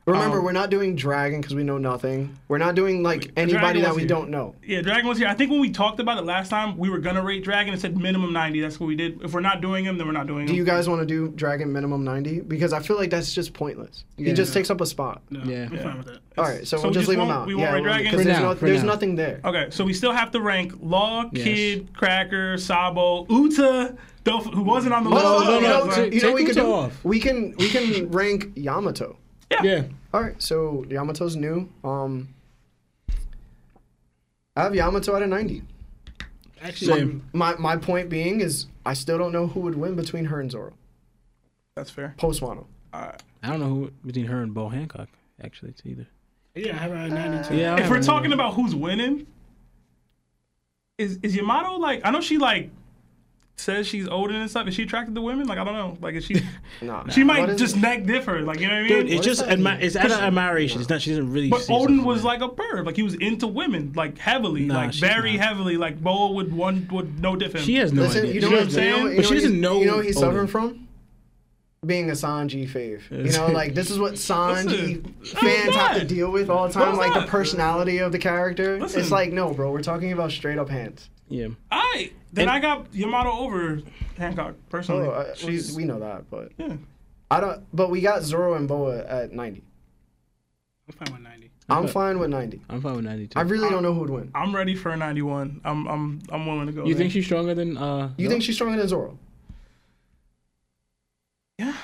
A: Remember,
B: Um,
A: we're not doing Dragon because we know nothing. We're not doing like anybody
B: Dragon
A: that
B: was
A: we
B: here.
A: don't know.
B: Yeah, Dragon was here. I think when we talked about it last time, we were gonna rate Dragon. It said minimum ninety. That's what we did. If we're not doing him, then we're not doing
A: Do
B: him.
A: you guys want to do Dragon minimum 90? Because I feel like that's just pointless. He just takes up a spot.
C: No,
E: Yeah.
C: I'm fine with that.
A: All right, so,
B: So
A: we'll
B: we
A: just
B: just
A: leave him
B: won't-
A: out.
B: we won't rate
A: we'll-
B: Dragon?
A: 'cause
E: For
A: there's,
E: now,
A: no,
E: for
A: there's
E: now.
A: nothing there.
B: okay, so we still have to rank Law,
E: Yes.
B: Kid, Cracker, Sabo, Uta, Dolph, who wasn't on the list.
A: Oh, you
E: no, no,
A: know,
E: no,
A: you know what we could
E: take Uta
A: do?
E: off.
A: We can we can rank Yamato.
E: yeah,
A: All right, so Yamato's new. Um, I have Yamato at a 90.
C: Actually,
E: Same.
A: My my point being is I still don't know who would win between her and Zoro.
B: That's fair.
A: Post Wano.
E: I don't know who between her and Bo Hancock actually it's either.
C: yeah, I have her at 92.
E: Yeah, I
B: if we're
E: don't
B: talking
E: know.
B: about who's winning, is is Yamato like? I know she like says she's older and stuff. Is she attracted to women? Like I don't know. Like is she?
A: Nah.
B: she
A: What
B: might
A: is
B: just
A: it?
B: neck differ. Like you know what I mean?
E: Dude, it's
A: What
E: just
A: does that
E: admi-
A: mean?
E: it's out of admiration. It's not. She doesn't really.
B: but
E: see
B: Odin
E: something
B: was
E: there.
B: like a perv. Like he was into women, like heavily,
E: Nah,
B: like
E: she's
B: very
E: not.
B: heavily. Like Boa would one would no different.
E: She has no
A: Listen,
E: idea.
A: you know
B: You
A: what
B: know what I'm
A: I'm
B: saying?
A: saying?
E: But she doesn't know
A: You know what he's
E: Odin.
A: suffering from? Being a Sanji fave. You know, like this is what Sanji
B: Listen,
A: fans have to
B: that?
A: deal with all the time.
B: What's
A: Like the
B: that?
A: personality of the character.
B: Listen.
A: It's like, no, bro, we're talking about straight up hands.
E: yeah.
B: I then
E: And-
B: I got Yamato over Hancock personally.
A: Oh, I, we,
B: She's
A: we know that, but
B: yeah.
A: I don't. But we got Zoro and Boa at 90.
C: I'm fine with 90.
A: I'm fine with 90.
E: I'm fine with 92.
A: I really don't know who would win.
B: I'm ready for a 91. I'm I'm I'm willing to go.
E: you
B: there.
E: think she's stronger than? uh
A: You
E: Zoro?
A: think she's stronger than Zoro?
B: Yeah.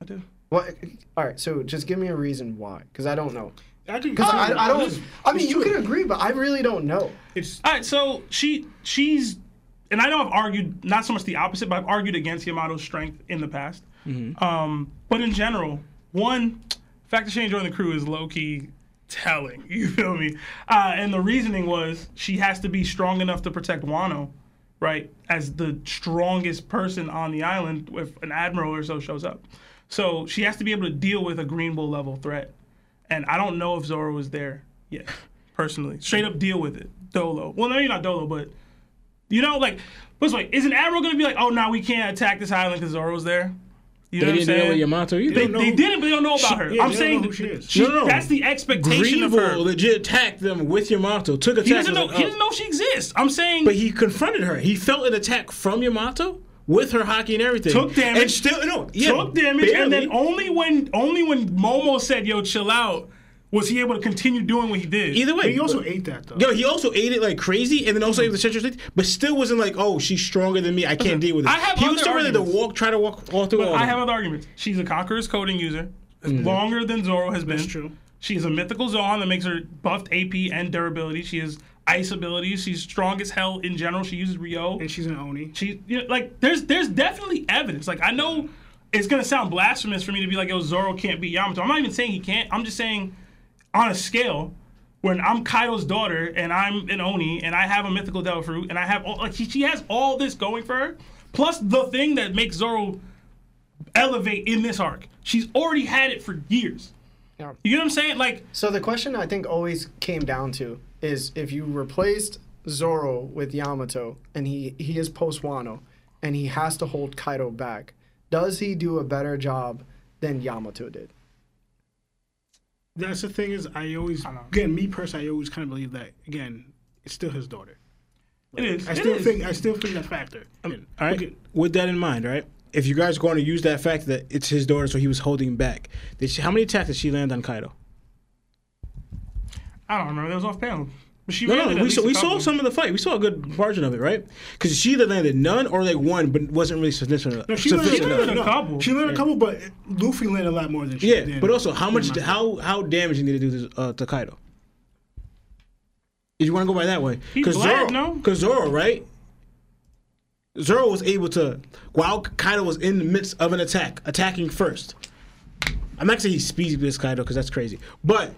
B: I do.
A: What? All right, so just give me a reason why, because I don't know.
E: Uh,
C: I think
A: Because I, I
C: It's,
A: don't. I mean, you can agree, but I really don't know.
C: it's
B: All right, so she she's, and I know I've argued not so much the opposite, but I've argued against Yamato's strength in the past. Um, but in general, one fact that she ain't joined the crew is low key telling. You feel me? Uh, and the reasoning was she has to be strong enough to protect Wano, right? As the strongest person on the island, if an admiral or so shows up, so she has to be able to deal with a Green Bull level threat. And I don't know if Zoro was there yet, personally. Straight up deal with it. Dolo. Well, no, you're not Dolo, but you know, like, but it's like, is an admiral gonna be like, oh, no, we can't attack this island because Zoro's there? You know what
E: They
B: I'm
E: didn't deal
B: saying?
E: with Yamato either.
B: they,
C: don't know
B: they
C: who-
B: didn't, but they don't know about her.
C: yeah,
B: I'm
C: they don't
B: saying
C: know who she is.
B: she-
E: No, no.
B: that's the expectation
E: Grievo
B: of her.
E: legit attacked them with Yamato. Took attack.
B: He doesn't
E: was
B: know.
E: like,
B: He
E: oh.
B: doesn't know she exists. I'm saying.
E: But he confronted her. He felt an attack from Yamato with her hockey and everything.
B: Took damage.
E: And still, no, yeah,
B: took damage, and
E: barely.
B: then only when only when Momo said, "Yo, chill out," was he able to continue doing what he did.
E: either way,
C: He also
E: but-
C: ate that though.
E: Yo, he also ate it like crazy, and then also ate the citrus, leaf, but still wasn't like, "Oh, she's stronger than me. I can't deal with it."
B: I have
E: he
B: other
E: was still ready to
B: arguments.
E: walk, try to walk all through.
B: But
E: all
B: I
E: of
B: have
E: it.
B: other arguments. She's a Conqueror's coding user, longer than Zoro has been.
C: Mm. That's true.
B: She's a mythical Zohan that makes her buffed AP and durability. She has ice abilities. She's strong as hell in general. She uses Ryo.
C: and she's an oni.
B: She you know, like there's there's definitely evidence. Like I know it's gonna sound blasphemous for me to be like, yo, Zoro can't beat Yamato. I'm not even saying he can't. I'm just saying on a scale when I'm Kaido's daughter and I'm an Oni and I have a mythical Devil Fruit and I have all, like she, she has all this going for her. Plus the thing that makes Zoro elevate in this arc. She's already had it for years.
A: Yeah.
B: You know what I'm saying? Like
A: So the question I think always came down to is if you replaced Zoro with Yamato and he he is post Wano and he has to hold Kaido back, does he do a better job than Yamato did?
C: That's the thing is I always
B: know.
C: again me personally I always kind of believe that again it's still his daughter.
B: it is.
C: I
B: it
C: still
B: is.
C: think I still think that factor. in.
E: All right.
C: Okay.
E: With that in mind, right? If you guys are going to use that fact that it's his daughter, so he was holding back, did she, how many attacks did she land on Kaido?
B: I don't remember. That was off panel. But she
E: No,
B: landed
E: no,
B: Oh, at
E: we
B: least
E: saw,
B: a
E: we saw
B: couple.
E: some of the fight. We saw a good margin of it, right? Because she either landed none or like one, but wasn't really significant.
C: No, she learned,
E: sufficient
C: she
E: enough.
C: learned
B: enough.
C: a couple. She learned a couple, but Luffy learned a lot more than she
E: Yeah,
C: did.
E: but also how much how how damage you need to do to, uh, to Kaido. If you want to go by that way, because Zoro,
B: black, no?
E: because Zoro, right? Zoro was able to while Kaido was in the midst of an attack, attacking first. I'm not saying he speeds this Kaido because that's crazy, but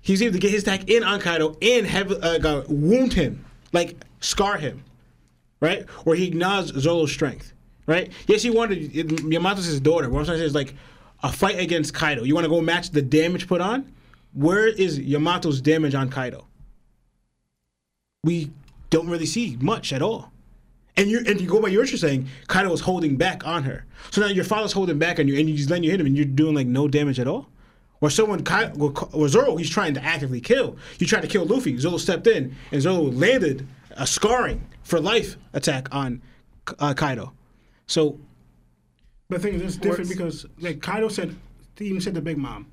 E: he's able to get his attack in on Kaido and have uh, uh, wound him, like scar him, right? Where he acknowledged Zoro's strength, right? Yes, he wanted it- Yamato's his daughter. What I'm trying to say is like a fight against Kaido. You want to go match the damage put on? Where is Yamato's damage on Kaido? We don't really see much at all. And you and you go by your saying Kaido was holding back on her. So now your father's holding back on you, and you just letting you hit him, and you're doing like no damage at all. Or someone, Kai, or Ka- or Zoro, he's trying to actively kill. You tried to kill Luffy. Zoro stepped in, and Zoro landed a scarring for life attack on uh, Kaido. So
C: But the thing is, it's different because like Kaido said, he even said to Big Mom,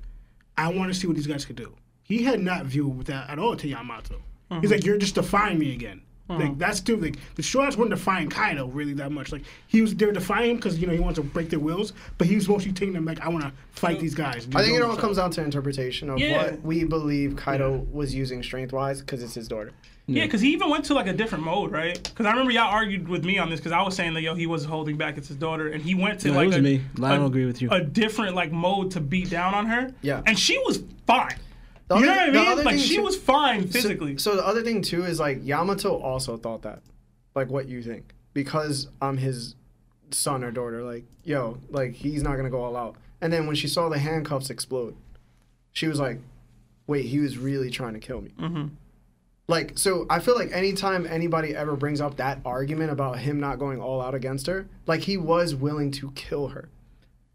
C: "I want to see what these guys could do." He had not viewed that at all to Yamato. He's like, "You're just defying me again." Like that's too like the Shorts weren't defying Kaido really that much. Like he was they were defying him because you know he wants to break their wills, but he was mostly taking them like, "I want to fight these guys."
A: I think it all comes down to interpretation of
B: Yeah.
A: what we believe Kaido was using strength wise because it's his daughter.
B: Yeah, because he even went to like a different mode, right? Because I remember y'all argued with me on this because I was saying that yo he was holding back it's his daughter, and he went to
E: No, it
B: like
E: was
B: a,
E: me. Lionel
B: a-
E: agree with you.
B: a different like mode to beat down on her.
A: Yeah.
B: and she was fine.
A: The other-
B: you know what I
A: the
B: mean?
A: other
B: Like
A: thing
B: she
A: too-
B: was fine physically.
A: So, so the other thing too is like Yamato also thought that, like what you think, because I'm his son or daughter. Like yo, like he's not gonna go all out. And then when she saw the handcuffs explode, she was like, "Wait, he was really trying to kill me." Like so, I feel like anytime anybody ever brings up that argument about him not going all out against her, like he was willing to kill her.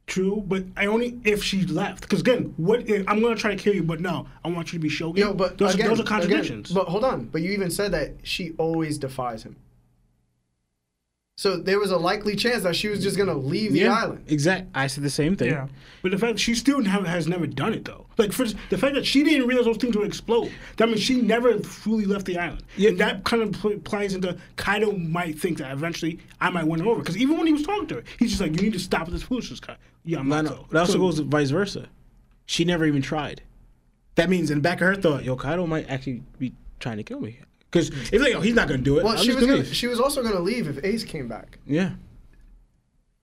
C: True, but I only if she left. Because again, what if, I'm gonna try to kill you, but no, I want you to be Shogun.
A: Yo, but
C: those,
A: again,
C: are, those are
A: again,
C: contradictions.
A: but hold on. But you even said that she always defies him. So there was a likely chance that she was just gonna leave the island.
E: exact. I said the same thing.
B: yeah,
C: But the fact that she still have, has never done it though, like for the fact that she didn't realize those things would explode, that means she never fully left the island. And that kind of pl- plays into Kaido might think that eventually I might win her over because even when he was talking to her, he's just like, "You need to stop this foolishness, Kai." Yeah, I'm
E: I
C: not.
E: know. That also goes vice versa. She never even tried. That means in the back of her thought, yo, Kaido might actually be trying to kill me. Because if like, oh, he's not gonna do it.
A: Well,
E: I'm
A: she
E: just
A: was
E: gonna
A: gonna,
E: leave.
A: she was also gonna leave if Ace came back.
E: yeah.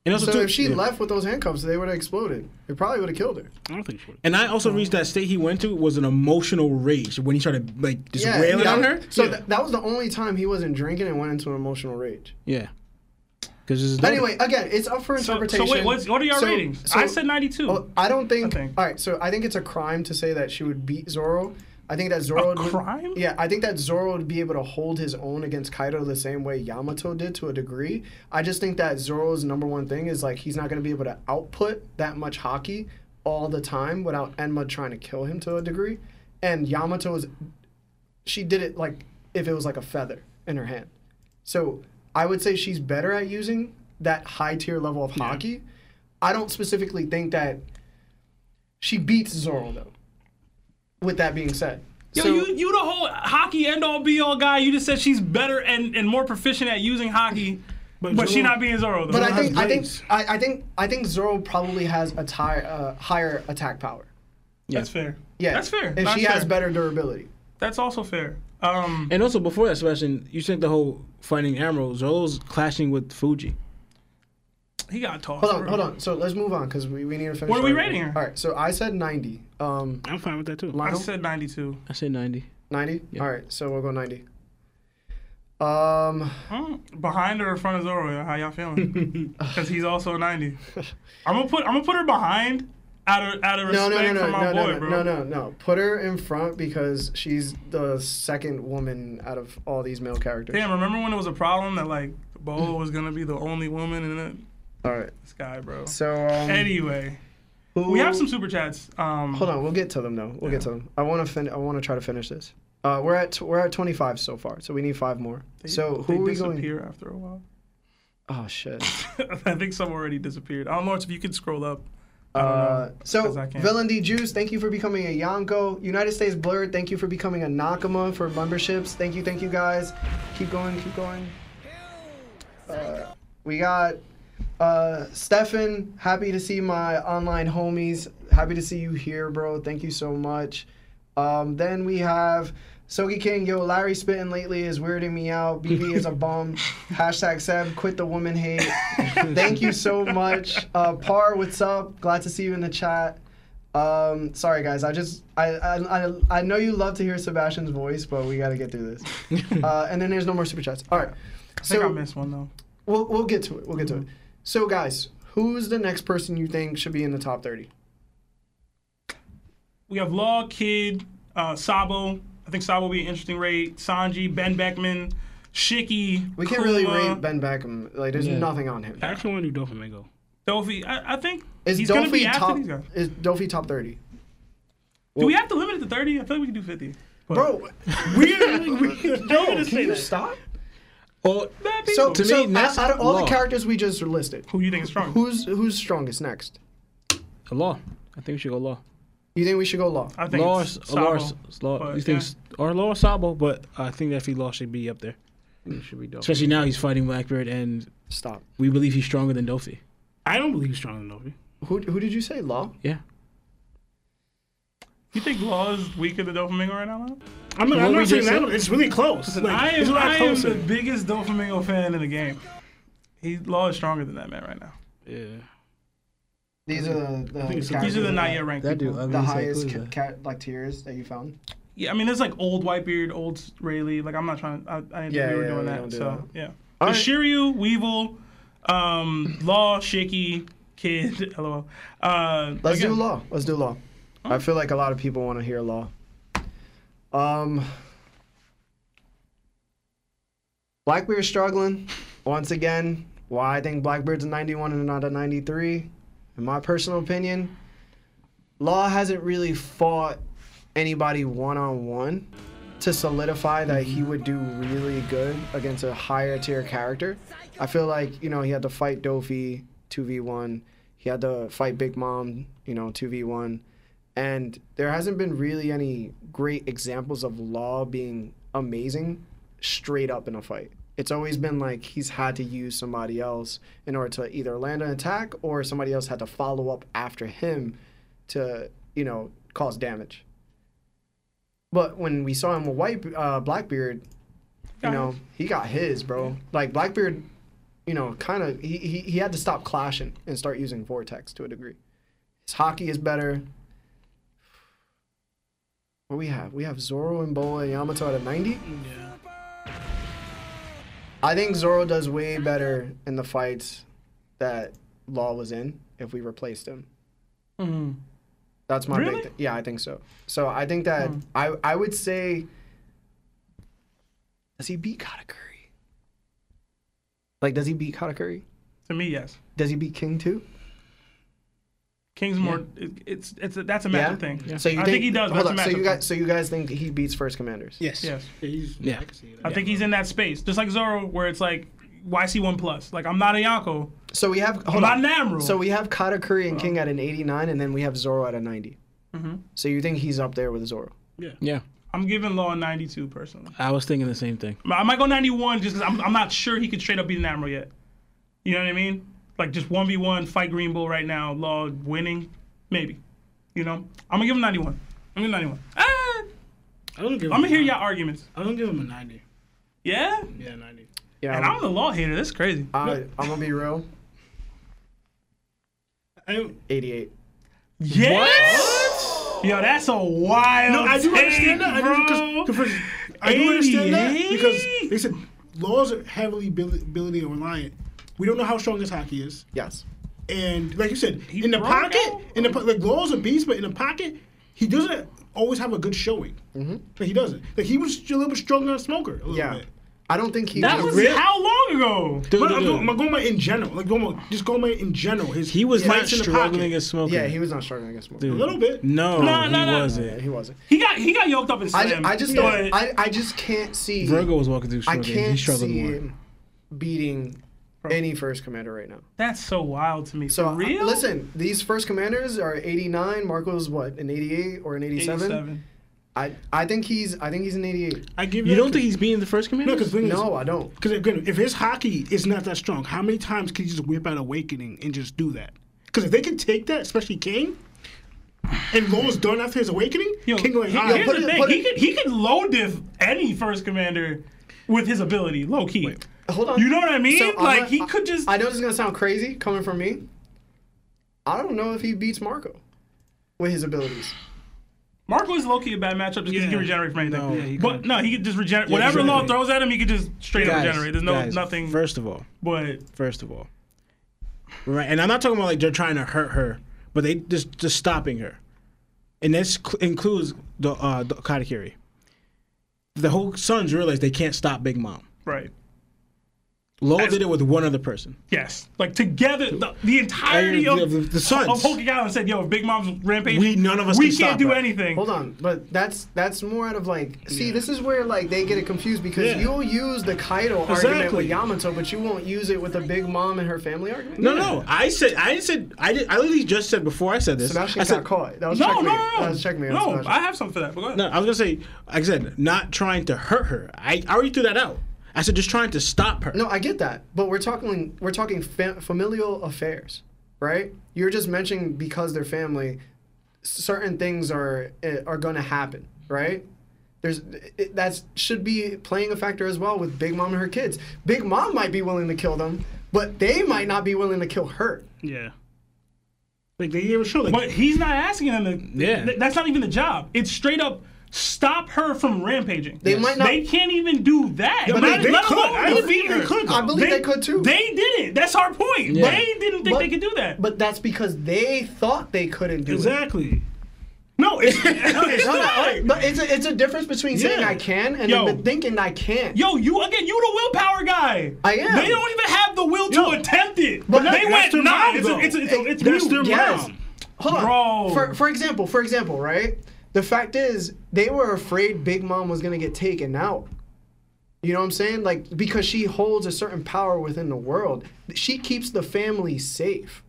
E: And also,
A: So
E: too,
A: if she
E: yeah.
A: left with those handcuffs, they would have exploded. It probably would have killed her.
C: I don't think she would.
E: and I also reached that state he went to was an emotional rage when he started like just wailing
A: that-
E: on her.
A: So th- that was the only time he wasn't drinking and went into an emotional rage.
E: Yeah. Because
A: Anyway, again, it's up for
B: So,
A: interpretation.
B: so wait, what's, what are y'all
A: So-
B: ratings?
A: so-
B: I said 92.
A: Well, I don't think,
B: Okay.
A: All right, so I think it's a crime to say that she would beat Zoro. I think that Zoro. would-
B: crime?
A: Yeah, I think that Zoro would be able to hold his own against Kaido the same way Yamato did to a degree. I just think that Zoro's number one thing is like he's not going to be able to output that much hockey all the time without Enma trying to kill him to a degree. And Yamato is, she did it like if it was like a feather in her hand. So I would say she's better at using that high tier level of hockey. I don't specifically think that she beats Zoro though. With that being said,
B: Yo,
A: So-
B: you you the whole hockey end all be all guy. You just said she's better and, and more proficient at using hockey, but, she
C: Zoro-
B: not being Zoro though.
A: but I
C: has
A: think I think
C: blades.
A: I, I think I think Zoro probably has a ti- uh, higher attack power.
B: that's fair.
A: Yeah,
B: that's fair.
A: And
B: That's
A: she
B: fair.
A: has better durability.
B: That's also fair. Um,
E: And also before that, Sebastian, you said the whole fighting Emerald. Zoro's clashing with Fuji.
B: he got tossed.
A: Hold on,
B: bro.
A: hold on. So let's move on because we, we need to finish.
B: What are we
A: our-
B: rating her?
A: All right. So I said ninety. Um,
C: I'm fine with that too.
B: I
A: Lionel?
B: said 92.
E: I said ninety.
A: 90? All right, so we'll go 90. Um,
B: Mm, behind or in front of Zoro? How y'all feeling? Because he's also a 90. I'm gonna put I'm gonna put her behind out of out of
A: no,
B: respect
A: no, no, no,
B: for my
A: no,
B: boy,
A: no, no,
B: bro.
A: no, no, no. Put her in front because she's the second woman out of all these male characters.
B: Damn, remember when it was a problem that like Bo
A: Mm.
B: was gonna be the only woman in it?
A: All right,
B: This guy, bro.
A: so um,
B: Anyway,
A: who-
B: we have some super chats. Um,
A: Hold on, we'll get to them though. We'll get to them. I want to fin- I want to try to finish this. Uh, we're at we're at 25 so far, so we need five more. so
B: they
A: who are we going?
B: disappear after a while.
A: Oh shit.
B: I think some already disappeared. I don't know if you can scroll up. I don't
A: Uh,
B: know,
A: so
B: 'cause I can't.
A: Villain D Juice, thank you for becoming a Yonko. United States Blurred, thank you for becoming a Nakama for memberships. Thank you, thank you guys. Keep going, keep going. Uh, we got uh, Stefan. Happy to see my online homies. Happy to see you here, bro. Thank you so much. Um, then we have Sogi King. Yo, Larry spitting lately is weirding me out. BB is a bum. Hashtag Seb, quit the woman hate. Thank you so much. Uh, Par, what's up? Glad to see you in the chat. Um, sorry guys, I just I, I I I know you love to hear Sebastian's voice, but we got to get through this. uh, and then there's no more super chats. All right,
B: I think I missed one though.
A: We'll, we'll get to it. We'll get to it.
E: Mm-hmm.
A: So, guys, who's the next person you think should be in the top 30?
B: We have Law Kid, uh, Sabo. I think Sabo will be an interesting rate. Sanji, Ben Beckman, Shiki.
A: We can't really
B: Kuma,
A: rate Ben Beckham. Like, there's
E: Yeah.
A: nothing on him.
C: I actually want to do Doflamingo.
B: Dofi. I, I think
A: Is
B: he's gonna
A: Dolphy
B: be after
A: top?
B: these guys.
A: Is Dolphy top 30?
B: Do we have to limit it to thirty? I feel like we can do fifty. But
A: Bro,
B: weird.
A: yo, can you stop?
E: Oh,
A: So,
E: To
A: to so
E: me,
A: me,
E: next-
A: out of all
E: Law.
A: the characters we just listed,
B: who you think is strong?
A: who's who's strongest next?
E: law. I think we should go law.
A: You think we should go Law?
B: I think
E: Law,
B: it's
E: or- law, or-
B: Sabo.
E: law.
B: but
E: you think
B: yeah.
E: or law or Sabo? But I think that law should be up there.
A: should be Dolphy.
E: Especially now he's fighting Blackbeard, and
A: Stop.
E: we believe he's stronger than Dofi.
C: I don't believe he's stronger than Doflamingo.
A: Who, who did you say? Law?
E: Yeah.
B: You think Law is weaker than Doflamingo right now? Lon?
C: I mean,
E: What
C: I'm
E: we
C: not saying
E: just
C: that.
E: said-
C: but It's really close. Like,
B: I
C: it's
B: am,
C: a lot
B: I am
C: closer.
B: the biggest Doflamingo fan in the game. He Law is stronger than that man right now.
E: Yeah.
A: These are the, the
C: it's-
A: characters
B: These are the
A: that-
B: not yet ranked
E: That dude.
B: people.
A: the highest ca- ca- like tiers that you found.
B: Yeah, I mean, there's like old Whitebeard, old Rayleigh. Like, I'm not trying to. I, I didn't
A: Yeah,
B: think we were
A: yeah,
B: doing
A: we
B: that.
A: don't do
B: so, yeah.
A: All
B: But
A: right.
B: Shiryu, Weevil, um, Law, Shiki, Kid, lol. Uh,
A: Let's
B: again,
A: do law. Let's do law. I feel like a lot of people want to hear law. Um, Blackbeard's struggling once again. Why I think Blackbeard's a 91 and not a 93, in my personal opinion. Law hasn't really fought anybody one on one to solidify that he would do really good against a higher tier character. I feel like, you know, he had to fight Dofi 2v1. He had to fight Big Mom, you know, 2v1. And there hasn't been really any great examples of Law being amazing straight up in a fight. It's always been like he's had to use somebody else in order to either land an attack or somebody else had to follow up after him to, you know, cause damage. But when we saw him with White uh, Blackbeard, you
B: Got
A: know, he got his, bro. Like Blackbeard, you know, kind of he, he he had to stop clashing and start using Vortex to a degree. His hockey is better. What we have? We have Zoro and Boa and Yamato at a 90. Yeah. I think Zoro does way better in the fights that Law was in if we replaced him.
B: mhm.
A: That's my
B: Really? Hmm.
A: big thing. Yeah, I think so. So I think that I I would say does he beat Katakuri? Like does he beat Katakuri?
B: to me, yes.
A: Does he beat King too?
B: King's more. It, it's it's a, that's a magic thing.
A: So you
B: I
A: think,
B: think, he does.
A: Hold
B: That's
A: on.
B: a
A: So
B: magic
A: you guys so you guys think he beats First Commanders?
C: yes.
B: Yes.
C: Yeah, he's,
E: Yeah.
C: I can see
B: I
C: that.
B: think he's in that space, just like Zoro, where it's like YC1 plus. Like I'm not a Yonko.
A: So we have hold
B: I'm
A: on.
B: not Namru.
A: So we have Katakuri and King at an 89, and then we have Zoro at a 90.
B: Mm-hmm.
A: So you think he's up there with Zoro?
E: Yeah,
B: I'm giving Law a 92 personally.
E: I was thinking the same thing.
B: I might go 91 just because I'm, I'm not sure he could straight up beat Namro yet. You know what I mean? Like just 1v1, fight Green Bull right now, Law winning, maybe. You know? I'm going to give him 91. I'm going to 91. Ah,
C: I don't give.
B: I'm
C: him
B: going to hear
C: a-
B: y'all arguments.
C: I don't give him a ninety.
B: Yeah?
C: Yeah, ninety.
A: Yeah.
B: And I'm the Law hater. That's crazy.
A: I, I'm gonna be real.
C: I, don't-
A: 88.
B: Yes! Yo, that's a wild
C: no, I do
B: take,
C: understand that. I do,
B: bro.
C: cause, 'cause first, I do understand that
B: 88?
C: because they said laws are heavily ability, ability reliant. We don't know how strong his hockey is,
A: Yes.
C: and like you said, in the
B: broke
C: pocket,
B: out?
C: in the po- like laws a beast, but in the pocket, he doesn't always have a good showing. Like he doesn't. Like he was a little bit stronger than Smoker. A little
A: Mm-hmm. Yeah.
C: bit.
A: I don't think he.
B: that
A: was-
B: was
E: Really?
B: how long ago?
E: Dude,
C: But
E: dude,
C: I'm,
E: dude.
C: going, I'm going by in general. Like going by, just going by in general. His
E: he was not
C: fights in the pocket.
E: struggling as smoking.
A: yeah, he was not struggling against Smoker.
E: Dude.
C: a little bit.
E: No,
B: No,
E: he
B: no, no.
A: Yeah,
E: wasn't.
A: he wasn't.
B: He got he got yoked up and
A: I,
B: slammed.
A: I just
B: but
A: don't. I, I just can't see.
E: Virgo was walking through
A: I
E: smoking. He
A: can't
E: struggled
A: see
E: more.
A: him beating any first commander right now.
B: that's so wild to me.
A: So
B: For
A: I-
B: real?
A: listen, these first commanders are 89. Marco's what an 88 or an 87?
B: 87.
A: I I think he's I think he's an 88.
C: I give
E: You
C: that
E: don't
C: to-
E: think he's beating the first commander?
C: no? Because
A: No, I don't.
C: Because again, if his hockey is not that strong, how many times can he just whip out Awakening and just do that? Because if they can take that, especially King, and Lowell's done after his Awakening,
B: Yo,
C: King like,
B: he-
C: all
B: here's
C: right,
A: put
B: the
A: it-
B: thing.
A: put
B: he
A: it-
B: could he could low diff any first commander with his ability, low key.
A: Hold on.
B: You know what I mean?
A: So, I'm
B: like
A: not-
B: he could just
A: I know this is gonna sound crazy coming from me. I don't know if he beats Marco with his abilities.
B: Marco is low key a bad matchup just because he
C: Yeah.
B: can regenerate from anything.
E: No. Yeah, he
B: but no, he could just regenerate whatever
E: regenerate.
B: law throws at him. He could just straight up
E: Guys,
B: regenerate. There's no
E: guys,
B: nothing.
E: First of all,
B: but
E: first of all, right? And I'm not talking about like they're trying to hurt her, but they just just stopping her, and this cl- includes the uh, the Katakiri. The whole Suns realize they can't stop Big Mom.
B: right.
E: Law did it with one other person.
B: Yes, like together, the, the entirety
E: I-
B: of
E: the- the- the Suns.
B: of Hulk Island said, "Yo, if Big Mom's rampage.
E: We- none of us
B: we
E: can
B: can't
E: stop
B: do
E: her."
B: anything."
A: Hold on, but that's that's more out of like. See, this is where like they get it confused because
E: Yeah.
A: you'll use the Kaido argument
E: Exactly.
A: with Yamato, but you won't use it with the Big Mom and her family argument.
E: No, no, I said, I said, I did, I literally just said before I said this.
A: Sebastian
E: I
A: got
E: said,
A: caught. That was
B: No, no,
A: checkmate.
B: no, no.
A: That was checkmate. on
B: no,
A: Sebastian.
B: I have something for that. But go ahead.
E: No, I was gonna say, like I said, not trying to hurt her. I, I already threw that out. I said just trying to stop her.
A: No, I get that, but we're talking we're talking fa- familial affairs, right? You're just mentioning because they're family, certain things are eh, are going to happen, right? There's eh, it, that should be playing a factor as well with Big Mom and her kids. Big Mom might be willing to kill them, but they might not be willing to kill her.
C: yeah. Like they didn't show like
B: But he's not asking them to.
E: Yeah.
B: th- that's not even the job. It's straight up stop her from rampaging.
A: They might not-
B: They can't even do that.
C: but
B: Not-
C: they- they
B: let
C: could.
B: alone
C: I
B: defeat
C: believe they
B: her.
C: could, though.
A: I believe they, could too.
B: They did it. That's our point.
E: Yeah.
B: They didn't think
A: But-
B: they could do that.
A: but that's because they thought they couldn't do it.
C: exactly.
B: no, it's, it's
A: No, no,
B: not.
A: no, But it's a, it's a difference between saying
C: Yeah.
A: I can and
B: Yo.
A: then thinking I can't.
B: Yo, you again? You the willpower guy.
A: I am.
B: They don't even have the will to attempt it.
A: But
B: But
A: that-
B: they
A: that's
B: went
C: their
B: nah.
C: mind,
B: It's a,
C: though.
B: it's a, it's a, it's
C: That's
B: mute.
C: their
A: Yes.
C: Wow.
A: Hold on.
B: Bro.
A: For for example, for example, right? The fact is, they were afraid Big Mom was gonna get taken out. You know what I'm saying? Like because she holds a certain power within the world, she keeps the family safe.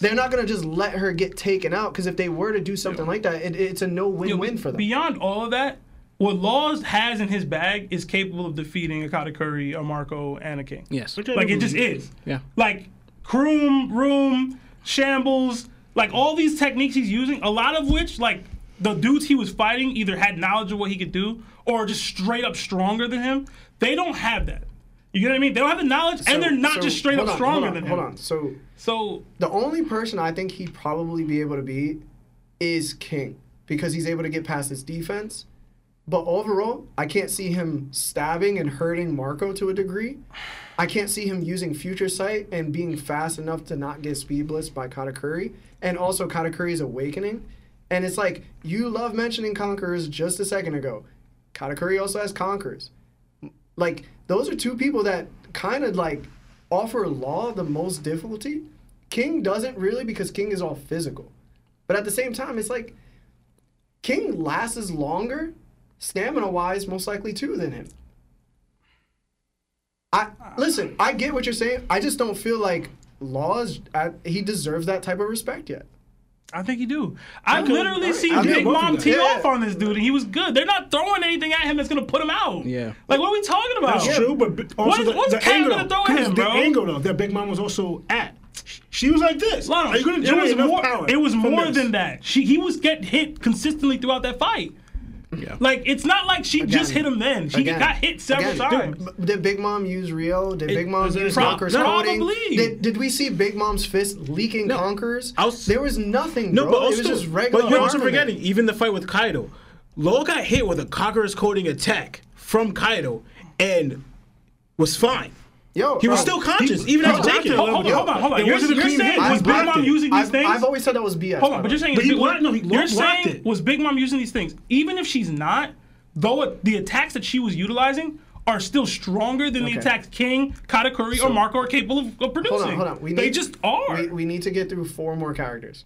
A: They're not gonna just let her get taken out because if they were to do something like that, it, it's a no-win-win for them.
B: Beyond all of that, what Laws has in his bag is capable of defeating a Katakuri, a Marco, and a King.
E: Yes.
B: Like it just is.
E: Yeah.
B: Like Kroom, Room, Shambles, like all these techniques he's using, a lot of which, like the dudes he was fighting either had knowledge of what he could do or just straight up stronger than him. They don't have that. You get what I mean? They don't have the knowledge and they're not
A: So-
B: just straight up
A: hold on,
B: stronger
A: hold on,
B: than
A: Hold
B: him.
A: on. So
B: So
A: the only person I think he'd probably be able to beat is King because he's able to get past his defense. But overall, I can't see him stabbing and hurting Marco to a degree. I can't see him using future sight and being fast enough to not get speed blitzed by Katakuri. And also Katakuri's awakening. And it's like you love mentioning conquerors just a second ago. Katakuri also has conquerors. Like those are two people that kind of like offer Law the most difficulty. King doesn't really because King is all physical. But at the same time, it's like King lasts longer, stamina wise, most likely too, than him. I Listen, I get what you're saying. I just don't feel like Laws I, he deserves that type of respect yet.
B: I think you do. I
C: could-
B: literally
C: I-
B: seen
C: I
B: Big
C: did both of
B: Mom
C: them.
B: tee
A: Yeah.
B: off on this dude, and he was good. They're not throwing anything at him that's gonna put him out.
E: Yeah.
B: Like what are we talking about?
C: That's true, but b- also
B: What is-
C: the,
B: what's
C: the
B: Cam
C: angle
B: gonna
C: though,
B: throw at
C: 'cause
B: him,
C: the
B: bro?
C: angle though that Big Mom was also at. She was like this.
B: Lana,
C: Are you gonna
B: it
C: generate
B: was
C: enough
B: more,
C: power?
B: It was
C: from
B: more
C: this?
B: than that. She he was getting hit consistently throughout that fight. Like it's not like she just hit
A: Again.
B: him then. She
A: Again.
B: got hit several
A: Again.
B: times.
A: B- Did Big Mom use Rio? Did Big Mom
E: was it
A: use
E: prob-
A: Conqueror's
B: no,
A: coding?
B: probably.
A: Did, did we see Big Mom's fist leaking Conquerors?
E: I was-
A: there was nothing,
E: No,
A: bro.
E: but
A: Oh, it
E: also,
A: was just regular
E: but you're also
A: armament.
E: forgetting even the fight with Kaido. Law got hit with a Conqueror's coding attack from Kaido and was fine.
A: Yo,
E: He was
A: bro,
E: still conscious, even after
C: Bro,
E: taking it.
B: Hold, hold on, hold on, hold on.
E: There
B: You're,
E: wasn't a
B: you're
E: clean
B: saying
E: hit.
B: was
E: I
B: Big
E: blocked
B: Mom
E: it.
B: using these
A: I've,
B: things?
A: I've always said that was BS.
B: Hold on,
A: by
B: but
A: the
B: you're saying
C: But he
B: Big-
C: blocked- no, he
B: you're
C: blocked
B: saying
C: it.
B: was Big Mom using these things? Even if she's not, though it, the attacks that she was utilizing are still stronger than
A: Okay.
B: the attacks King, Katakuri, or Marco are capable of, of producing.
A: way. hold on, hold on. We
B: they
A: need,
B: just are.
A: We, we need to get through four more characters.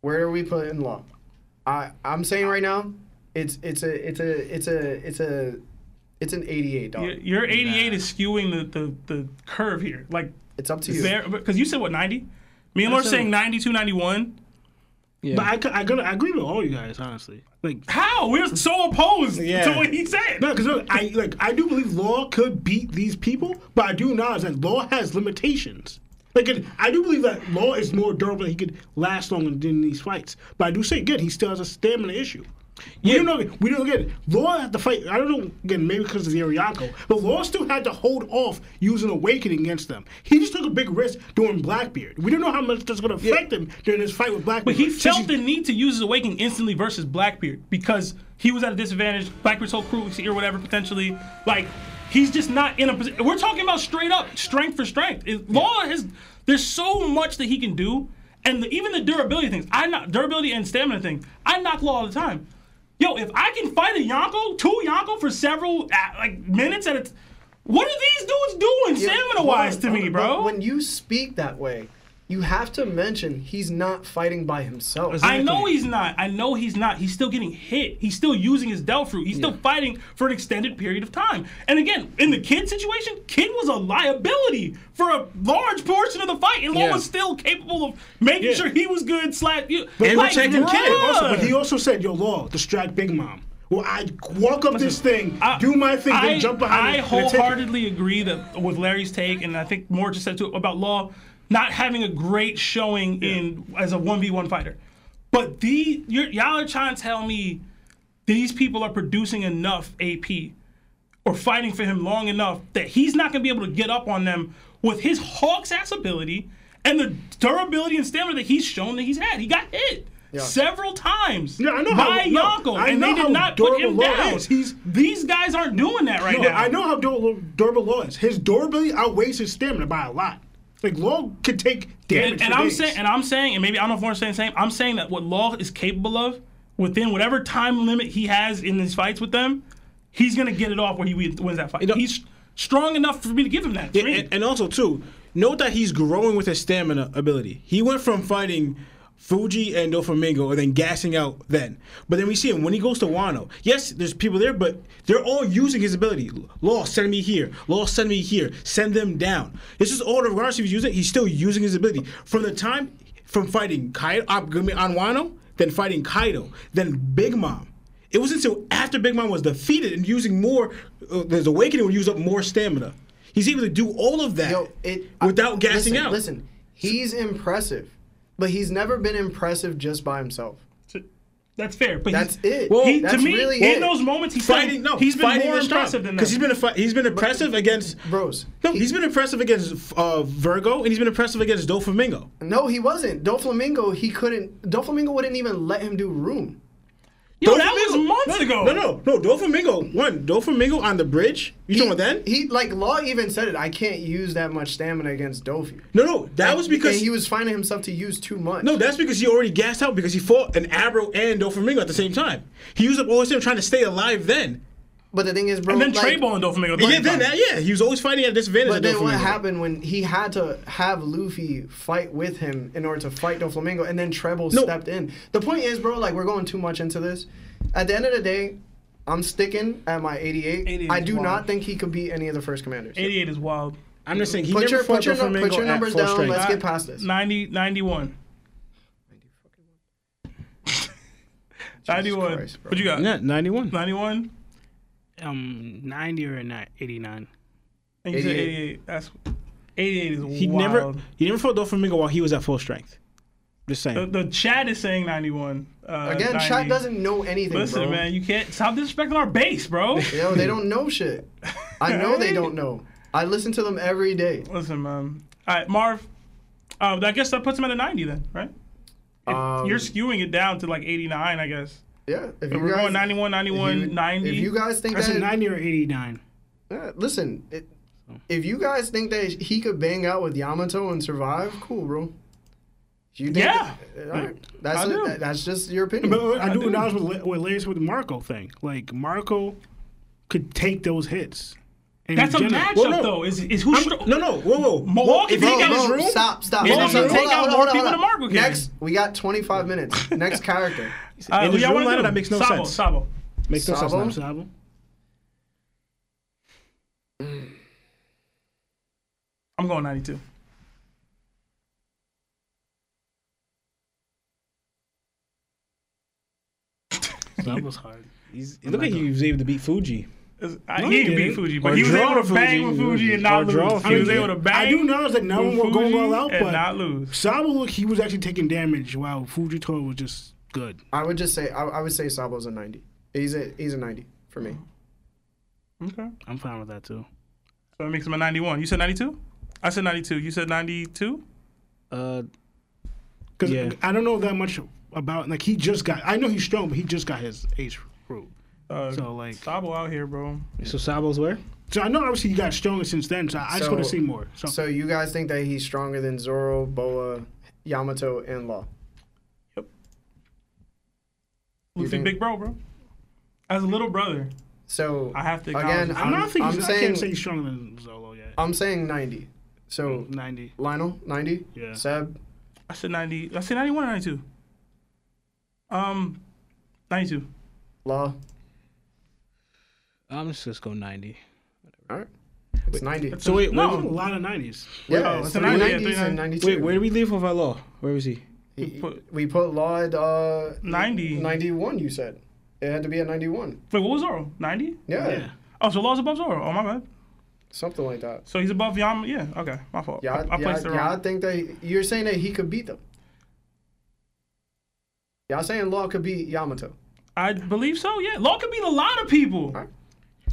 A: Where do we put in law? I I'm saying right now, it's it's a it's a it's a it's a it's an 88 dog.
B: Y- Your 88 is skewing the, the, the curve here. Like,
A: It's up to you.
B: because you said what, 90? Me and Laura saying 92, 91.
E: Yeah.
C: But I, could- I, could- I agree with all you guys, honestly. Like,
B: How? We're so opposed to
E: Yeah.
B: what he said.
C: no, because I like I do believe Law could beat these people, but I do acknowledge that Law has limitations. Like, and I do believe that Law is more durable; he could last longer than these fights. But I do say again, he still has a stamina issue. We don't know. We don't get it. Law had to fight. I don't know. Again, maybe because of the Ariako, but Law still had to hold off using Awakening against them. He just took a big risk during Blackbeard. We don't know how much that's going to affect him during his fight with Blackbeard.
B: But he
C: Since
B: felt
C: he's-
B: the need to use his awakening instantly versus Blackbeard because he was at a disadvantage. Blackbeard's whole crew was here, whatever, potentially. Like, he's just not in a position. We're talking about straight up strength for strength. It, Law has, there's so much that he can do. And the, even the durability things, I knock, durability and stamina thing, I knock Law all the time. Yo, if I can fight a Yonko, two Yonko for several uh, like minutes at a t- what are these dudes doing
A: Yeah,
B: stamina wise
A: hold
B: to
A: on,
B: me,
A: hold on.
B: bro?
A: When you speak that way, you have to mention he's not fighting by himself.
B: I know he's not. I know he's not. He's still getting hit. He's still using his Del fruit. He's still fighting for an extended period of time. And again, in the kid situation, kid was a liability for a large portion of the fight, and Law
E: Yeah.
B: was still capable of making
C: Yeah.
B: sure he was good. Slap you
E: And protecting Kid
B: bruh.
C: Also, but he also said, "Yo, Law, distract Big Mom." Well, I walk up this thing,
B: I-
C: do my thing,
B: I,
C: then jump behind.
B: I
C: it, and then take it.
B: wholeheartedly agree that with Larry's take, and I think more just said too about Law not having a great showing in as a one v one fighter. But the you're, y'all are trying to tell me these people are producing enough AP or fighting for him long enough that he's not going to be able to get up on them with his Hawks ass ability and the durability and stamina that he's shown that he's had. He got hit. Several times
C: Yeah, I know
B: by
C: how- no,
B: Yonko,
C: I
B: and they
C: know
B: did
C: how
B: not put him
C: durable Law
B: down.
C: is. He's-
B: These guys aren't doing that right
C: No,
B: now.
C: I know how durable, durable Law is. His durability outweighs his stamina by a lot. Like Law could take damage.
B: And,
C: for
B: and I'm
C: days.
B: saying, and I'm saying, and maybe I don't know if we're saying the same. I'm saying that what Law is capable of within whatever time limit he has in his fights with them, he's gonna get it off where he win- wins that fight.
E: know-
B: he's strong enough for me to give him that.
E: Yeah,
B: screen.
E: and, and also too, note that he's growing with his stamina ability. He went from fighting Fuji and Doflamingo and then gassing out then. But then we see him when he goes to Wano. Yes, there's people there, but they're all using his ability. Law, send me here. Law, send me here. Send them down. This is all regardless if he's using it, he's still using his ability. From the time from fighting Kaido I mean, on Wano, then fighting Kaido, then Big Mom. It wasn't until after Big Mom was defeated and using more, uh, his awakening would use up more stamina. He's able to do all of that
A: Yo, it,
E: without
A: I-
E: gassing
A: listen,
E: out.
A: Listen, he's impressive, but he's never been impressive just by himself.
B: that's fair. But
A: That's
B: he's,
A: it.
E: Well,
B: He,
A: that's
B: to me,
A: really
B: in
A: it.
B: those moments, he's
E: fighting,
B: fighting.
E: no,
B: he's been
E: fighting
B: more
E: is strong,
B: impressive than
E: because he's
B: them.
E: been a fi- he's been impressive against
A: Bros.
E: No, he, has been impressive against uh, Virgo and he's been impressive against Doflamingo.
A: No, he wasn't. Doflamingo, he couldn't. Doflamingo wouldn't even let him do room.
B: Yo, that was
E: Doflamingo-
B: months
E: no,
B: ago.
E: No, no, no. Doflamingo one. Doflamingo on the bridge. You talking about then?
A: He like Law even said it. I can't use that much stamina against Dofi.
E: no, no. That was because
A: and he was finding himself to use too much.
E: No, that's because he already gassed out because he fought an Abro and Doflamingo at the same time. He used up all his time trying to stay alive then.
A: but the thing is, bro.
B: and then
A: like,
B: Trayvon and Doflamingo.
E: Yeah, then that, yeah, he was always fighting at a disadvantage.
A: But
E: at
A: then what
E: Doflamingo.
A: happened when he had to have Luffy fight with him in order to fight Doflamingo, and then Treble stepped in. The point is, bro, like we're going too much into this. At the end of the day, I'm sticking at my 88.
B: 88
A: I
B: is
A: do
B: wild.
A: not think he could beat any of the first commanders.
B: 88 is wild.
E: I'm just saying he
A: Put
E: never
A: your,
E: fought
A: put your,
E: Doflamingo
A: nu- put your
E: at
A: numbers
E: full
A: down.
E: strength.
A: Let's get past this.
B: 90, 91. 91.
A: Christ, bro.
B: what you got?
E: Yeah, 91.
B: 91?
C: Um, 90 or not 89.
B: I think you said
A: 88.
B: 88. That's 88 is
E: He
B: wild.
E: never he never fought Doflamingo while he was at full strength. Just
B: The,
E: saying.
B: the chat is saying 91. Uh,
A: Again,
B: 90.
A: Shaq doesn't know anything,
B: Listen,
A: bro.
B: man, you can't stop disrespecting our base, bro.
A: Yo, they don't know shit. I know they don't know. I listen to them every day.
B: Listen, man. All right, Marv. Um, I guess that puts him at a 90 then, right? If
A: Um,
B: You're skewing it down to like 89, I guess.
A: Yeah, if
B: But
A: you
B: we're
A: guys,
B: going 91, 91,
A: if you,
B: 90.
A: If you guys think
C: I said
A: that,
C: 90 or 89.
A: yeah, listen, it, if you guys think that he could bang out with Yamato and survive, cool, bro. You think
B: Yeah.
A: all right. That's
B: I
A: it.
B: do.
A: That- that's just your opinion.
C: But I,
B: I
C: do
B: do.
C: acknowledge what, what Larry said with the Marco thing. Like, Marco could take those hits. And
B: That's a
C: generally-
B: matchup,
E: Well, no.
B: though. Is, is who's stro-
E: No, no, whoa, whoa.
B: Milwaukee
E: If
B: beat
E: he
A: Bro,
B: out
E: got
A: bro,
E: his room,
A: stop, stop.
B: Yeah,
A: stop,
B: you
A: stop.
B: take
A: Hold on,
B: out
A: hold on,
B: more
A: hold on,
B: people
A: hold
B: than
A: on.
B: Mark will get.
A: Next, we got 25 minutes. Next character.
B: All right,
E: in
B: what
E: his
B: Ah, y'all
E: room
B: wanna
E: lineup,
B: do?
E: that makes no
B: Sabo,
E: sense.
B: Sabo.
E: makes no sense.
A: Sabo?
E: now.
C: Sabo.
B: I'm going 92.
C: Sabo's hard.
E: He's, look at he was able to beat Fuji.
B: Is- I,
C: No,
B: he
C: he
B: didn't beat
C: didn't.
B: Fuji, but
E: Or
B: he was
E: draw
B: able to bang
E: Fuji.
B: with Fuji and not
E: Or draw
B: lose. He was
E: Fuji.
B: able to bang.
C: I do acknowledge that now
B: with
C: we're going
B: Fuji
C: all out,
B: and
C: but
B: not lose.
C: Sabo look, he was actually taking damage while Fujitora was just good.
A: I would just say I, I would say Sabo's a 90. He's a he's a 90 for me.
B: Okay,
C: I'm fine with that too.
B: so it makes him a 91. You said 92. I said 92. You said 92.
E: Uh,
C: Because
E: Yeah.
C: I don't know that much about like he just got. I know he's strong, but he just got his age group.
B: Uh,
C: So like,
B: Sabo out here, bro.
E: so Sabo's where?
C: so I know obviously he got stronger since then. So I, I just
A: So-
C: want to see more. So,
A: So you guys think that he's stronger than Zoro, Boa, Yamato, and Law?
B: Luffy,
A: think-
B: big bro, bro. As a little brother,
A: So
B: I have to
A: Again,
B: acknowledge-
C: I'm, not thinking.
A: I'm
C: he's, I
A: saying-
C: can't say he's stronger than Zolo yet.
A: I'm saying 90. So
C: Ninety.
A: Lionel 90.
C: Yeah.
A: Seb.
B: I said 90. I said 91 or 92. Um, 92.
A: Law.
E: I'm just just go 90.
A: All right. It's 90.
E: So wait,
B: No.
E: wait,
C: A lot of nineties.
A: Yeah,
B: oh,
A: it's
B: so
A: three
B: 90, yeah,
A: 90s and
B: 390.
A: 92.
E: wait, where did we leave with Law? Where was he?
A: He-
B: put-
A: we put Law at uh,
B: 90.
A: 91, you said. It had to be at 91.
B: Wait, what was Zoro? 90?
A: Yeah.
C: Yeah.
B: Oh, so Law's above Zoro. Oh, my bad.
A: Something like that.
B: So he's above Yam. Yeah, okay. My fault.
A: Yeah,
B: I, I
A: yeah,
B: placed it
A: yeah, I
B: wrong.
A: think that he- you're saying that he could beat them. Y'all saying Law could beat Yamato.
B: I believe so, yeah. Law could beat a lot of people.
A: Right.